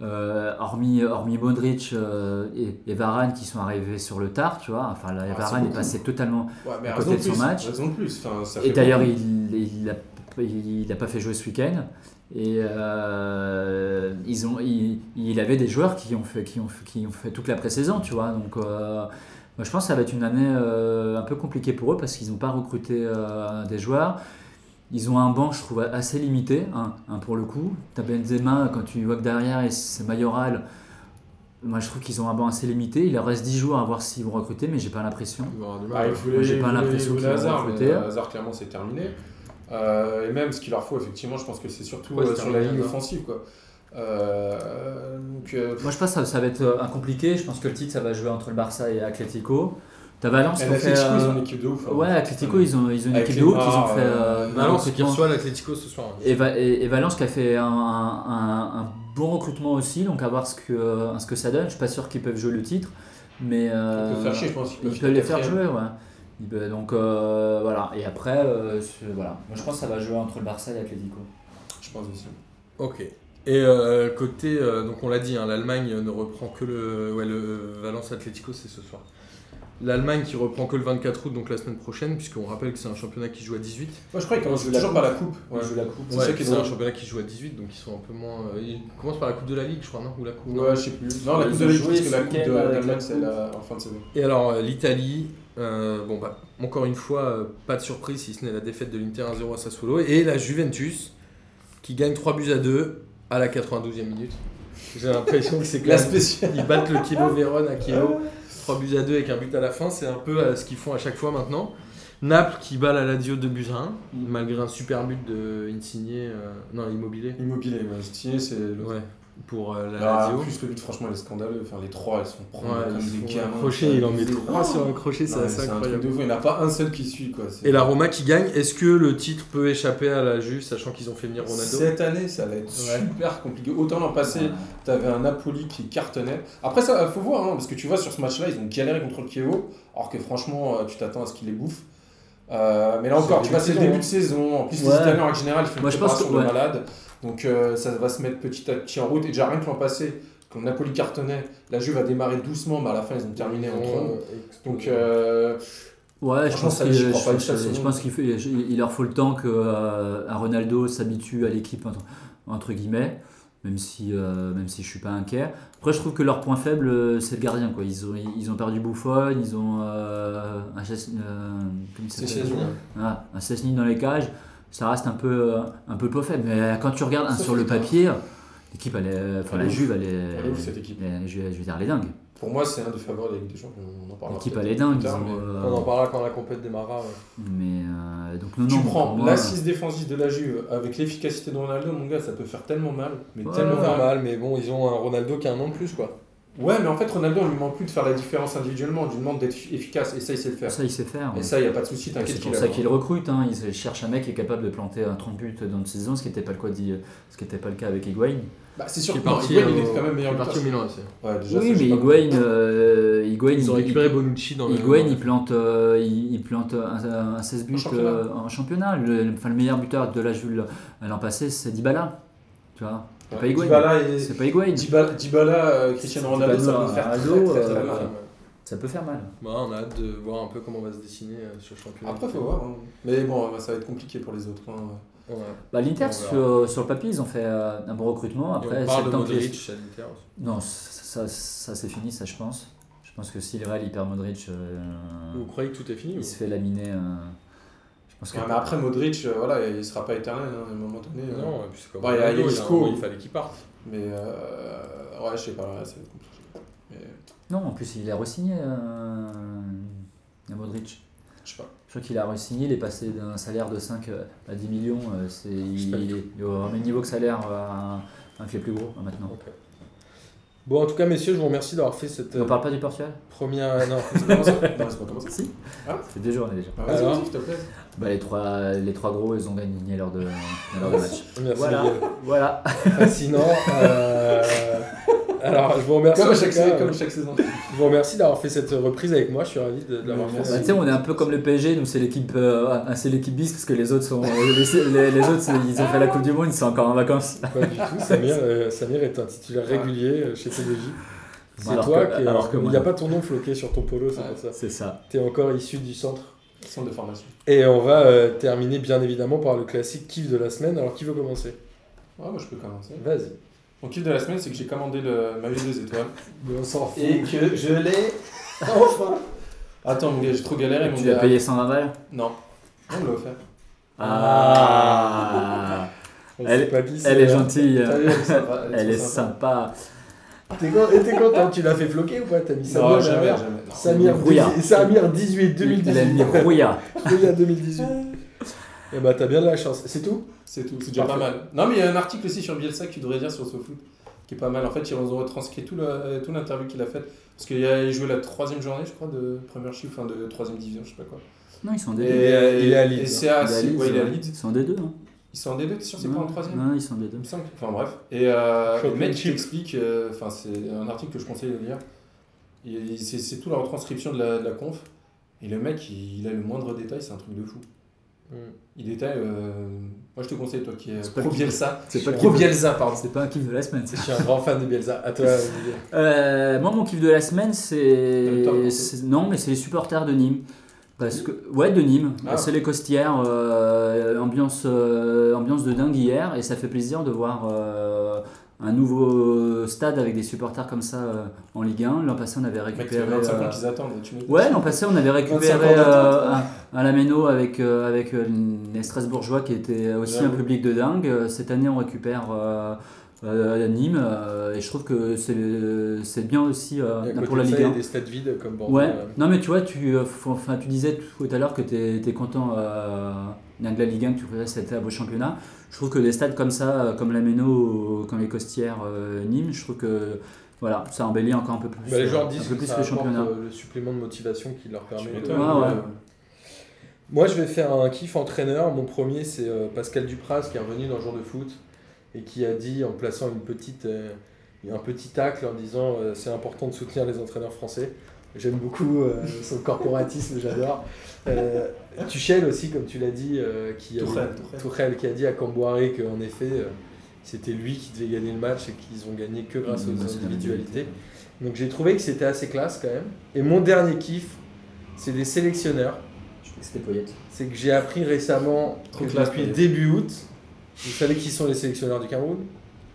Speaker 2: euh, hormis, hormis Modric euh, et, et Varane qui sont arrivés sur le tard, tu vois. Enfin, la-
Speaker 3: Ah, c'est
Speaker 2: Varane est
Speaker 3: beaucoup.
Speaker 2: passé totalement
Speaker 3: Ouais, mais
Speaker 2: à
Speaker 3: raison
Speaker 2: côté
Speaker 3: de
Speaker 2: de son
Speaker 3: plus,
Speaker 2: match.
Speaker 3: raison de plus. Enfin, ça
Speaker 2: Et
Speaker 3: fait
Speaker 2: d'ailleurs,
Speaker 3: beaucoup.
Speaker 2: il il l'a il l'a pas fait jouer ce week-end. Et euh, ils ont, il, il avait des joueurs qui ont fait, qui ont, fait- qui ont fait toute la pré-saison, tu vois. Donc, euh, moi, je pense que ça va être une année euh, un peu compliquée pour eux parce qu'ils n'ont pas recruté euh, des joueurs. Ils ont un banc, je trouve, assez limité, hein, hein, pour le coup. T'as Benzema, quand tu vois que derrière, et c'est Mayoral. Moi, je trouve qu'ils ont un banc assez limité. Il leur reste 10 jours à voir s'ils vont recruter, mais j'ai pas l'impression.
Speaker 1: Ils vont avoir du
Speaker 3: Bah,
Speaker 1: mal.
Speaker 3: il voulait-
Speaker 2: j'ai
Speaker 3: il
Speaker 2: pas
Speaker 3: voulait-
Speaker 2: l'impression
Speaker 3: il voulait
Speaker 2: qu'ils vont
Speaker 3: Hazard, mais
Speaker 2: recruter.
Speaker 3: euh, Hazard, clairement, c'est terminé. Euh, et même ce qu'il leur faut, effectivement, je pense que c'est surtout
Speaker 1: Ouais,
Speaker 3: euh,
Speaker 1: c'est
Speaker 3: sur la
Speaker 1: terminé,
Speaker 3: ligne
Speaker 1: Hazard.
Speaker 3: offensive. Quoi. Euh, donc, euh,
Speaker 2: Moi je pense que ça, ça va être euh, un compliqué. Je pense que le titre ça va jouer entre le Barça et Atletico. T'as Valence
Speaker 3: Eh
Speaker 2: qui ont fait.
Speaker 3: l'Atlético, ils ont
Speaker 2: euh,
Speaker 3: une équipe de ouf. hein.
Speaker 2: Ouais, Atletico ils ont, ils ont une
Speaker 3: Avec
Speaker 2: équipe
Speaker 3: les
Speaker 2: de ouf. Ils ont
Speaker 3: Noirs,
Speaker 2: fait.
Speaker 3: euh,
Speaker 2: euh,
Speaker 1: Valence qui
Speaker 2: recrutement.
Speaker 1: reçoit l'Atlético ce soir.
Speaker 2: et, Va- et- et Valence qui a fait un, un- un- un bon recrutement aussi, donc à voir ce que, euh, ce que ça donne. Je suis pas sûr qu'ils peuvent jouer le titre, mais
Speaker 3: Ils
Speaker 2: euh,
Speaker 3: peuvent faire chier, je pense. Ils
Speaker 2: ils
Speaker 3: peuvent
Speaker 2: peuvent les faire
Speaker 3: quatrième.
Speaker 2: jouer. Ouais. Ils peuvent- donc euh, voilà. Et après, euh, ce- voilà. Moi je pense que ça va jouer entre le Barça et l'Atlético.
Speaker 3: Je pense aussi.
Speaker 1: Ok. Et euh, côté, euh, donc on l'a dit, hein, l'Allemagne ne reprend que le, ouais, le Valence Atlético, c'est ce soir. L'Allemagne qui reprend que le 24 août, donc la semaine prochaine, puisqu'on rappelle que c'est un championnat qui joue à 18.
Speaker 3: Moi, je crois qu'ils commencent
Speaker 2: Ils jouent la
Speaker 3: toujours par la coupe.
Speaker 2: Ils
Speaker 3: Ouais.
Speaker 2: jouent la coupe.
Speaker 1: C'est
Speaker 3: Ouais,
Speaker 1: ça qui est
Speaker 3: ouais.
Speaker 1: un championnat qui joue à 18, donc ils sont un peu moins. euh, ils commencent par la Coupe de la Ligue, je crois, non Ou la Coupe
Speaker 3: Ouais, je sais plus. Non, la
Speaker 2: Ils
Speaker 3: Coupe
Speaker 2: ont
Speaker 3: de la Ligue,
Speaker 2: joué
Speaker 3: parce que la
Speaker 2: ce
Speaker 3: Coupe
Speaker 2: week-end
Speaker 3: de
Speaker 2: avec la
Speaker 3: l'Allemagne, c'est
Speaker 2: coupe.
Speaker 3: la- en fin de saison.
Speaker 1: Et alors, euh, l'Italie, euh, bon, bah, encore une fois, euh, pas de surprise si ce n'est la défaite de l'Inter 1-0 à Sassuolo. Et la Juventus, qui gagne 3 buts à 2 à la 92e minute. J'ai l'impression que c'est quand
Speaker 3: La
Speaker 1: même-
Speaker 3: spéciale.
Speaker 1: Ils battent le Kilo Vérone à Kilo. 3 buts à 2 avec un but à la fin. C'est un peu euh, ce qu'ils font à chaque fois maintenant. Naples qui bat la Lazio 2 buts à 1,
Speaker 2: Mm.
Speaker 1: malgré un super but de Insigné, euh, non, Immobilier.
Speaker 3: Immobilier, ouais. Stier, c'est l'autre.
Speaker 1: Ouais, pour euh, la
Speaker 3: Ah, en
Speaker 1: Lazio.
Speaker 3: plus, le but, franchement, il est scandaleux. Enfin, les trois, elles sont prendre
Speaker 1: Ouais,
Speaker 3: comme
Speaker 1: ils
Speaker 3: des
Speaker 1: font un
Speaker 3: gamins.
Speaker 1: crochet, il en met
Speaker 3: Des-
Speaker 1: 3 sur un crochet,
Speaker 3: Non,
Speaker 1: c'est
Speaker 3: mais
Speaker 1: assez
Speaker 3: c'est un truc
Speaker 1: incroyable.
Speaker 3: de fou. Il n'y en a pas un seul qui suit, quoi. C'est-
Speaker 1: Et la Roma qui gagne, est-ce que le titre peut échapper à la Juve, sachant qu'ils ont fait venir Ronaldo
Speaker 3: Cette année, ça va être
Speaker 1: Ouais.
Speaker 3: super compliqué. Autant l'an passé, t'avais un Napoli qui cartonnait. Après, ça, faut voir, hein, parce que tu vois, sur ce match-là, ils ont galéré contre le Kievo, alors que franchement, euh, tu t'attends à ce qu'ils les bouffent. Euh, mais là
Speaker 2: C'est
Speaker 3: encore,
Speaker 2: le
Speaker 3: tu vois, c'est le
Speaker 2: début
Speaker 3: début de saison. En plus,
Speaker 2: Ouais.
Speaker 3: les Italiens, en général, ils font une
Speaker 2: Moi, je pense
Speaker 3: préparation
Speaker 2: que-
Speaker 3: de
Speaker 2: ouais.
Speaker 3: malade. Donc, euh, ça va se mettre petit à petit en route. Et déjà, rien que l'an passé, quand le Napoli cartonnait, la Juve a démarré doucement, mais à la fin, ils ont terminé en trombe. Donc, euh,
Speaker 2: Ouais, je
Speaker 3: Franchement,
Speaker 2: pense
Speaker 3: ça,
Speaker 2: qu'il
Speaker 3: j'y crois
Speaker 2: je-
Speaker 3: pas une
Speaker 2: je-
Speaker 3: seule seconde.
Speaker 2: je pense qu'il faut- il leur faut le temps que euh, à Ronaldo s'habitue à l'équipe entre, entre guillemets, même si euh, même si je suis pas inquiet. Après, je trouve que leur point faible euh, c'est le gardien quoi. Ils ont ils ont perdu Buffon, ils ont euh, un Chas- euh, comment il
Speaker 3: c'est
Speaker 2: s'appelle
Speaker 3: chez eux.
Speaker 2: Ah, un Chesney dans les cages. Ça reste un peu euh, un peu peu faible, mais quand tu regardes hein,
Speaker 3: Ça
Speaker 2: sur le
Speaker 3: fait peur.
Speaker 2: papier, l'équipe elle est, enfin
Speaker 3: Elle est
Speaker 2: la
Speaker 3: ouf.
Speaker 2: Juve elle est,
Speaker 3: Elle est ouf, cette équipe.
Speaker 2: elle est- je, vais- je vais dire elle est dingue.
Speaker 3: Pour moi, c'est un des favoris de la Ligue des Champions. On en parlera.
Speaker 2: L'équipe
Speaker 3: peut-être
Speaker 2: elle est dingue.
Speaker 3: plus tard,
Speaker 2: ils ont,
Speaker 3: mais-
Speaker 2: euh,
Speaker 1: On en parlera quand la compète démarrera. ouais.
Speaker 2: mais euh, donc non,
Speaker 3: Tu
Speaker 2: non,
Speaker 3: prends
Speaker 2: pour moi,
Speaker 3: l'assise défensive de la Juve avec l'efficacité de Ronaldo, mon gars, ça peut faire tellement mal, mais
Speaker 2: Ouais.
Speaker 3: tellement
Speaker 1: Pas
Speaker 3: mal.
Speaker 1: mal, mais bon, ils ont un Ronaldo qui a un an de plus, quoi.
Speaker 3: Ouais, mais en fait, Ronaldo, on lui demande plus de faire la différence individuellement, on lui demande d'être efficace, et ça, il sait le faire.
Speaker 2: Ça, il sait faire.
Speaker 3: Et ça, il n'y a pas de souci, t'inquiète
Speaker 2: C'est
Speaker 3: qu'il
Speaker 2: pour
Speaker 3: a-
Speaker 2: ça qu'il recrute. Hein. Il cherche un mec qui est capable de planter un 30 buts dans une saison, ce qui n'était pas, le cas d'Hi- ce qui était pas le cas avec Higuain.
Speaker 3: Bah, c'est
Speaker 1: Qui
Speaker 3: sûr
Speaker 1: est
Speaker 3: que non,
Speaker 1: parti,
Speaker 3: Higuain, il
Speaker 1: euh,
Speaker 3: est quand même
Speaker 1: qui
Speaker 3: meilleur
Speaker 1: est
Speaker 3: que
Speaker 1: parti au
Speaker 3: Tarsi.
Speaker 1: Milan aussi.
Speaker 3: Ouais, déjà,
Speaker 2: Oui,
Speaker 3: ça,
Speaker 2: mais
Speaker 3: je sais pas.
Speaker 2: Higuain, euh, Higuain,
Speaker 1: Ils ont
Speaker 2: il-
Speaker 1: récupéré hein.
Speaker 2: il-
Speaker 1: Bonucci dans le.
Speaker 2: Higuain, il plante, euh, il, il plante un, un 16 buts
Speaker 3: En championnat.
Speaker 2: euh, en championnat. Le, enfin, le meilleur buteur de la Jules l'an passé, c'est Dybala. Tu vois C'est
Speaker 3: Ouais,
Speaker 2: pas Higuain.
Speaker 3: Dybala et-
Speaker 2: C'est pas Higuain.
Speaker 3: Dybala, Dybala, euh, Cristiano Ronaldo, ça
Speaker 2: Dybala,
Speaker 3: peut faire
Speaker 2: Ronaldo,
Speaker 3: très, très, très
Speaker 2: euh,
Speaker 3: mal.
Speaker 2: Ça peut faire mal.
Speaker 1: Bah, on a hâte de voir un peu comment va se dessiner euh, sur le championnat.
Speaker 3: Après, faut voir. hein. Mais bon, bah, ça va être compliqué pour les autres. hein.
Speaker 1: Ouais.
Speaker 2: Bah, L'Inter,
Speaker 1: On verra.
Speaker 2: sur, sur le papier, ils ont fait euh, un bon recrutement. Après,
Speaker 1: Et on
Speaker 2: c'est
Speaker 1: parle
Speaker 2: le
Speaker 1: de
Speaker 2: temps que les-
Speaker 1: Modric à l'Inter aussi.
Speaker 2: Non, ça, ça, ça, c'est fini, ça je pense. Je pense que si le Real il perd Modric, euh,
Speaker 1: Vous croyez que tout est fini
Speaker 2: il
Speaker 1: ou-
Speaker 2: se fait laminer. euh, je pense que.
Speaker 3: Ouais, mais après, Modric, euh, voilà, il ne sera pas éternel hein, à un moment donné. euh.
Speaker 1: Non, et puis c'est comme
Speaker 3: Bah, il y a
Speaker 1: Ronaldo, il, a un
Speaker 3: Isco.
Speaker 1: moment, il fallait qu'il parte.
Speaker 3: Mais euh, ouais, je sais pas, ouais, ça va être compliqué. Mais,
Speaker 2: Non, en plus il a re-signé euh, à Modric.
Speaker 3: je sais pas.
Speaker 2: Je crois qu'il a re-signé, il est passé d'un salaire de 5 à 10 millions. euh, c'est, il, il est, il est au même niveau que salaire euh, à un- un club plus gros euh, maintenant.
Speaker 1: Ok. Bon, en tout cas, messieurs, je vous remercie d'avoir fait cette
Speaker 2: On
Speaker 1: euh,
Speaker 2: parle pas du Portugal
Speaker 1: première. euh, Non,
Speaker 3: C'est pas comme ça Non, c'est pas comme ça.
Speaker 2: Si.
Speaker 3: Ah.
Speaker 2: Ça fait deux journées déjà.
Speaker 3: Ah, Vas-y,
Speaker 1: Alors
Speaker 3: vas-y, s'il te plaît.
Speaker 2: Bah, les, trois, les trois gros, ils ont gagné lors de, lors de match.
Speaker 1: merci.
Speaker 2: Voilà,
Speaker 1: les gars.
Speaker 2: voilà.
Speaker 1: euh, Fascinant. euh, Alors, je vous remercie.
Speaker 3: Comme
Speaker 1: en
Speaker 3: à
Speaker 1: tout
Speaker 3: chaque,
Speaker 1: cas,
Speaker 3: saison- comme à
Speaker 1: euh,
Speaker 3: chaque saison.
Speaker 1: Je vous remercie d'avoir fait cette reprise avec moi. Je suis ravi de, de l'avoir
Speaker 3: Merci.
Speaker 1: fait.
Speaker 2: Bah, tu sais, on est un peu comme le PSG, nous c'est l'équipe euh, ah, c'est l'équipe bis parce que les autres sont euh, les, les- les autres c'est- ils ont fait la Coupe du Monde, ils sont encore en vacances.
Speaker 1: Pas du tout. Samir, euh, Samir est un titulaire régulier euh, chez TDJ. C'est
Speaker 2: alors
Speaker 1: toi
Speaker 2: que-
Speaker 1: qui.
Speaker 2: alors que
Speaker 1: il
Speaker 2: moi,
Speaker 1: n'y a
Speaker 2: non.
Speaker 1: pas ton nom floqué sur ton polo, c'est
Speaker 3: Ouais.
Speaker 1: pour ça.
Speaker 2: C'est ça.
Speaker 1: T'es encore issu du centre.
Speaker 3: Centre de formation.
Speaker 1: Et on va euh, terminer bien évidemment par le classique kiff de la semaine. Alors, qui veut commencer
Speaker 3: Ouais, moi je peux commencer.
Speaker 1: Vas-y.
Speaker 3: Mon kiff de la semaine, c'est que j'ai commandé le maillot des étoiles.
Speaker 1: Mais on s'en fout.
Speaker 3: Et que je l'ai enfin Attends, mon gars, j'ai trop galéré. Mon
Speaker 2: tu
Speaker 3: gars.
Speaker 2: l'as payé 120 balles
Speaker 3: Non. On me l'a offert.
Speaker 2: Ah
Speaker 1: On
Speaker 2: Elle-
Speaker 1: sait pas qui c'est, hein.
Speaker 2: Elle est
Speaker 1: là.
Speaker 2: gentille.
Speaker 3: T'as vu, elle est sympa.
Speaker 2: Elle est sympa.
Speaker 1: T'es con- et t'es content Tu l'as fait floquer ou pas T'as mis Samir
Speaker 3: Non, jamais,
Speaker 1: derrière.
Speaker 3: jamais. non.
Speaker 1: Samir,
Speaker 2: Brouillard.
Speaker 1: 18 Samir 18,
Speaker 2: Elle a
Speaker 1: 2018.
Speaker 2: mis rouillard.
Speaker 1: Brouillard 2018. Et bah, t'as bien de la chance. C'est tout
Speaker 3: C'est tout, c'est déjà pas mal. Non, mais il y a un article aussi sur Bielsa que tu devrais lire sur SoFoot, qui est pas mal. En fait, ils ont retranscrit tout la- tout l'interview qu'il a faite. Parce qu'il a joué la troisième journée, je crois, de première chiffre, enfin de troisième division, je sais pas quoi.
Speaker 2: Non, ils sont en
Speaker 3: Et,
Speaker 2: D2.
Speaker 1: est à- il est à
Speaker 3: et
Speaker 1: Leeds,
Speaker 3: c'est à-
Speaker 2: Ils sont en
Speaker 3: ouais, il est à
Speaker 2: D2,
Speaker 3: Leeds.
Speaker 2: Ils sont en D2. hein.
Speaker 3: Ils sont en D2, t'es sûr que c'est
Speaker 2: Non,
Speaker 3: pas en troisième
Speaker 2: Non, ils sont des
Speaker 3: Il
Speaker 2: deux.
Speaker 3: me semble que- Enfin bref. Et euh,
Speaker 4: Choc
Speaker 3: le mec
Speaker 4: Chip.
Speaker 3: qui explique, euh, enfin c'est un article que je conseille de lire. Il- C'est c'est tout la retranscription de la, de la conf. Et le mec, il, il a le moindre détail, c'est un truc de fou.
Speaker 1: Hmm.
Speaker 3: Il détaille. euh, moi, je te conseille, toi qui es
Speaker 2: pas
Speaker 3: pro
Speaker 2: le-
Speaker 3: Bielsa.
Speaker 2: C'est pas, le
Speaker 3: Pro
Speaker 2: kiff de-
Speaker 3: Bielsa, pardon.
Speaker 2: c'est pas un kiff de la semaine. c'est-
Speaker 3: Je suis un grand fan de Bielsa. À toi, Olivier.
Speaker 2: Euh, moi, mon kiff de la semaine,
Speaker 3: Le top, en
Speaker 2: c'est.
Speaker 3: fait.
Speaker 2: c'est- Non, mais c'est les supporters de Nîmes. Parce que, ouais, de Nîmes.
Speaker 3: Ah.
Speaker 2: C'est les costières. euh, ambiance, euh, ambiance de dingue hier. Et ça fait plaisir de voir euh, un nouveau stade avec des supporters comme ça euh, en Ligue 1. L'an passé, on avait
Speaker 3: Le mec, il y a
Speaker 2: récupéré.
Speaker 3: 25
Speaker 2: euh,
Speaker 3: ans qu'ils attendent. Tu me-
Speaker 2: Ouais, l'an passé, on avait
Speaker 3: 25 ans
Speaker 2: récupéré
Speaker 3: d'attente.
Speaker 2: euh, un, un Lameno avec, euh, avec euh, les Strasbourgeois qui était aussi
Speaker 3: J'avoue.
Speaker 2: un public de dingue. Euh, Cette année, on récupère euh, euh, Nîmes euh, et je trouve que c'est c'est bien aussi euh,
Speaker 1: Et à côté
Speaker 2: pour la
Speaker 1: de ça, il
Speaker 2: Ligue
Speaker 1: y
Speaker 2: 1.
Speaker 1: a des stades vides comme Bordeaux.
Speaker 2: Ouais,
Speaker 1: euh,
Speaker 2: non mais tu vois, tu, euh, faut- enfin, tu disais tout à l'heure que tu étais content euh, de la Ligue 1, que tu préférais cet beau championnat. Je trouve que des stades comme ça, euh, comme la Méno, comme les Costières, euh, Nîmes, je trouve que voilà, ça embellit encore un peu plus,
Speaker 1: bah, les
Speaker 2: euh,
Speaker 1: joueurs
Speaker 2: un
Speaker 1: disent
Speaker 2: peu
Speaker 1: que
Speaker 2: plus
Speaker 1: ça
Speaker 2: le
Speaker 1: apporte,
Speaker 2: championnat. Ah,
Speaker 1: euh, le supplément de motivation qui leur
Speaker 3: Tu
Speaker 1: permet de... Euh,
Speaker 3: m'étonnes.
Speaker 2: Ouais, ouais.
Speaker 3: Euh,
Speaker 1: Moi, je vais faire un kiff entraîneur. Mon premier, c'est euh, Pascal Dupras qui est revenu dans le jour de foot et qui a dit, en plaçant une petite, euh, un petit tacle en disant euh, c'est important de soutenir les entraîneurs français. J'aime beaucoup euh, son corporatisme, j'adore. Euh, Tuchel aussi, comme tu l'as dit, euh, qui, avait-
Speaker 3: Tourelle, Tourelle.
Speaker 1: Tourelle qui a dit à Camboiré qu'en effet, euh, c'était lui qui devait gagner le match et qu'ils ont gagné que grâce
Speaker 2: Mmh,
Speaker 1: aux
Speaker 2: bah, c'est
Speaker 1: individualités. Donc j'ai trouvé que c'était assez classe quand même. Et mon dernier kiff, c'est des sélectionneurs
Speaker 2: C'était Poyet.
Speaker 1: c'est que j'ai appris récemment
Speaker 3: Trop
Speaker 1: que
Speaker 3: classe,
Speaker 1: depuis
Speaker 3: Pierre.
Speaker 1: début août, vous savez qui sont les sélectionneurs du Cameroun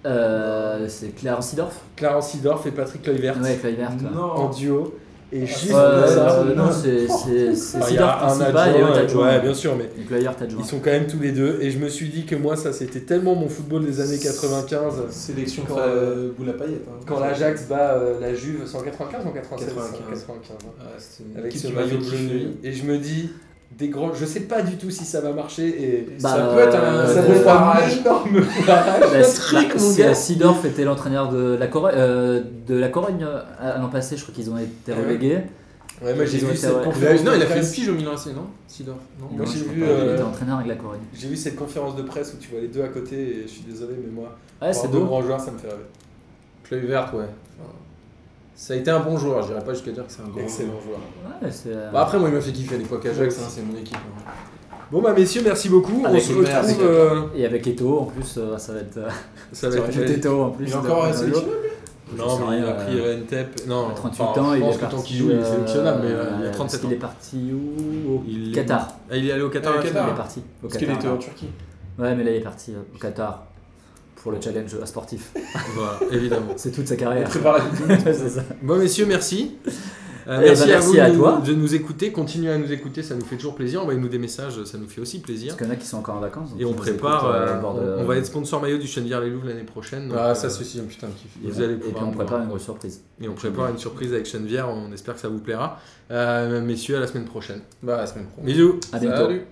Speaker 2: Euh, c'est Claire Sidorf
Speaker 1: Clarence Sidorf et Patrick Kluivert
Speaker 2: Ouais, Claire Verte. ouais.
Speaker 1: en
Speaker 3: Non.
Speaker 1: duo. Et juste
Speaker 2: Ouais,
Speaker 1: pour ça,
Speaker 2: euh, non, c'est c'est- c'est
Speaker 1: enfin, Ah, il y
Speaker 2: Sidorf
Speaker 1: a un
Speaker 2: principal et
Speaker 1: adjoint,
Speaker 2: l'autre
Speaker 1: ouais,
Speaker 2: adjoint.
Speaker 1: ouais, bien sûr, mais
Speaker 2: Et Kluivert, adjoint.
Speaker 1: ils sont quand même tous les deux. Et je me suis dit que moi, ça c'était tellement mon football des années 95.
Speaker 3: Sélection
Speaker 1: Quand,
Speaker 3: quand,
Speaker 1: euh,
Speaker 3: boule à paillettes. hein.
Speaker 1: Quand l'Ajax bat euh, la Juve, c'est en 95 ou en 96
Speaker 3: 95.
Speaker 1: 95, hein.
Speaker 3: Ah, c'était une
Speaker 1: Avec
Speaker 3: équipe
Speaker 1: ce
Speaker 3: qui m'a
Speaker 1: maillot
Speaker 3: fait
Speaker 1: bleu
Speaker 3: kiffer.
Speaker 1: nuit. Et je me dis, des gros... je sais pas du tout si ça va marcher. Et
Speaker 2: Bah,
Speaker 3: ça peut être un,
Speaker 2: euh,
Speaker 1: ça
Speaker 3: ça
Speaker 1: va
Speaker 3: peut
Speaker 1: être
Speaker 3: être
Speaker 1: un
Speaker 3: un
Speaker 1: énorme barrage.
Speaker 2: Bah,
Speaker 1: Le
Speaker 2: c'est-
Speaker 1: truc,
Speaker 2: bah,
Speaker 1: mon
Speaker 2: c'est-
Speaker 1: gars.
Speaker 2: Sidorf était l'entraîneur de la Corée, euh, de la Corogne euh, l'an passé, je crois qu'ils ont été
Speaker 1: Ah Ouais.
Speaker 2: relégués.
Speaker 1: Ouais, moi j'ai
Speaker 2: Ils ont
Speaker 1: vu
Speaker 2: été,
Speaker 1: cette
Speaker 2: ouais.
Speaker 1: conférence.
Speaker 3: Il a- non, il
Speaker 1: de
Speaker 3: a fait
Speaker 1: presse.
Speaker 3: une pige au Milan AC, non Sidor. Non.
Speaker 1: Moi,
Speaker 2: Non,
Speaker 1: j'ai
Speaker 2: je crois
Speaker 1: vu,
Speaker 2: pas, Il
Speaker 1: euh,
Speaker 2: était entraîneur avec la Corée.
Speaker 1: J'ai vu cette conférence de presse où tu vois les deux à côté et je suis désolé, mais moi,
Speaker 2: Ouais,
Speaker 1: voir
Speaker 2: Ah, c'est
Speaker 1: deux
Speaker 2: beau.
Speaker 1: grands joueurs, ça me fait rêver.
Speaker 3: Play verte, ouais. Enfin, Ça a été un bon joueur, je dirais pas jusqu'à dire que c'est un grand
Speaker 1: Excellent joueur.
Speaker 2: Ouais, c'est, euh,
Speaker 3: Bah après, moi, il m'a fait kiffer les fois qu'Ajax,
Speaker 1: Ouais.
Speaker 3: hein, c'est mon équipe. hein.
Speaker 1: Bon, bah, messieurs, merci beaucoup.
Speaker 2: Avec
Speaker 1: On se
Speaker 2: une merde,
Speaker 1: retrouve.
Speaker 2: c'est
Speaker 1: euh,
Speaker 2: Et avec Eto en plus, euh, ça va être. euh,
Speaker 1: ça
Speaker 2: ça
Speaker 1: va
Speaker 2: va être
Speaker 1: être.
Speaker 2: Eto'o, en plus.
Speaker 3: Il est encore
Speaker 2: d'après
Speaker 3: euh, sélectionnable
Speaker 1: Non,
Speaker 2: Je
Speaker 1: mais il a
Speaker 2: sais
Speaker 1: pris
Speaker 2: rien,
Speaker 1: euh, NTEP. Non,
Speaker 2: 38
Speaker 1: enfin,
Speaker 2: ans,
Speaker 1: je
Speaker 2: il
Speaker 1: pense
Speaker 2: est
Speaker 1: que tant
Speaker 2: parti.
Speaker 1: qu'il joue, il est
Speaker 2: euh,
Speaker 1: sélectionnable, mais euh, il a
Speaker 2: parce
Speaker 1: 37 ans.
Speaker 2: qu'il est parti où Au
Speaker 1: Il est-
Speaker 2: Qatar.
Speaker 1: Ah, il est allé au Qatar.
Speaker 3: Au
Speaker 1: la
Speaker 3: Qatar.
Speaker 2: Il
Speaker 1: finale.
Speaker 2: est parti. Au
Speaker 3: Parce qu'il
Speaker 2: Qatar.
Speaker 3: était en Turquie.
Speaker 2: Ouais, mais là, il est parti euh, au Qatar pour le challenge euh, sportif.
Speaker 1: Voilà, évidemment.
Speaker 2: C'est toute sa
Speaker 3: Il
Speaker 2: carrière.
Speaker 3: prépare la Coupe du Monde.
Speaker 2: C'est ça.
Speaker 1: Bon, messieurs, merci. Euh,
Speaker 2: Eh ben, merci
Speaker 1: vous
Speaker 2: à
Speaker 1: de, nous-
Speaker 2: toi.
Speaker 1: de nous écouter. Continuez à nous écouter, ça nous fait toujours plaisir. Envoyez-nous des messages, ça nous fait aussi plaisir.
Speaker 2: Parce qu'il y en a qui sont encore en vacances. donc
Speaker 1: Et on
Speaker 2: ils nous écoutent,
Speaker 1: prépare.
Speaker 2: euh,
Speaker 1: euh,
Speaker 2: au bord de-
Speaker 1: on on va être sponsor maillot du Chenvière-les-Louves l'année prochaine. donc,
Speaker 3: Ah,
Speaker 1: euh,
Speaker 3: ça, c'est aussi un putain de kiff.
Speaker 2: Et
Speaker 1: Vous allez
Speaker 2: puis
Speaker 1: pouvoir
Speaker 2: on
Speaker 1: nous voir.
Speaker 2: prépare une grosse surprise.
Speaker 1: Et on prépare une surprise avec Chenevière, on espère que ça vous plaira. Euh, messieurs, à la semaine prochaine.
Speaker 3: Bah, à la semaine pro.
Speaker 1: Bisous
Speaker 2: À bientôt.
Speaker 3: Salut.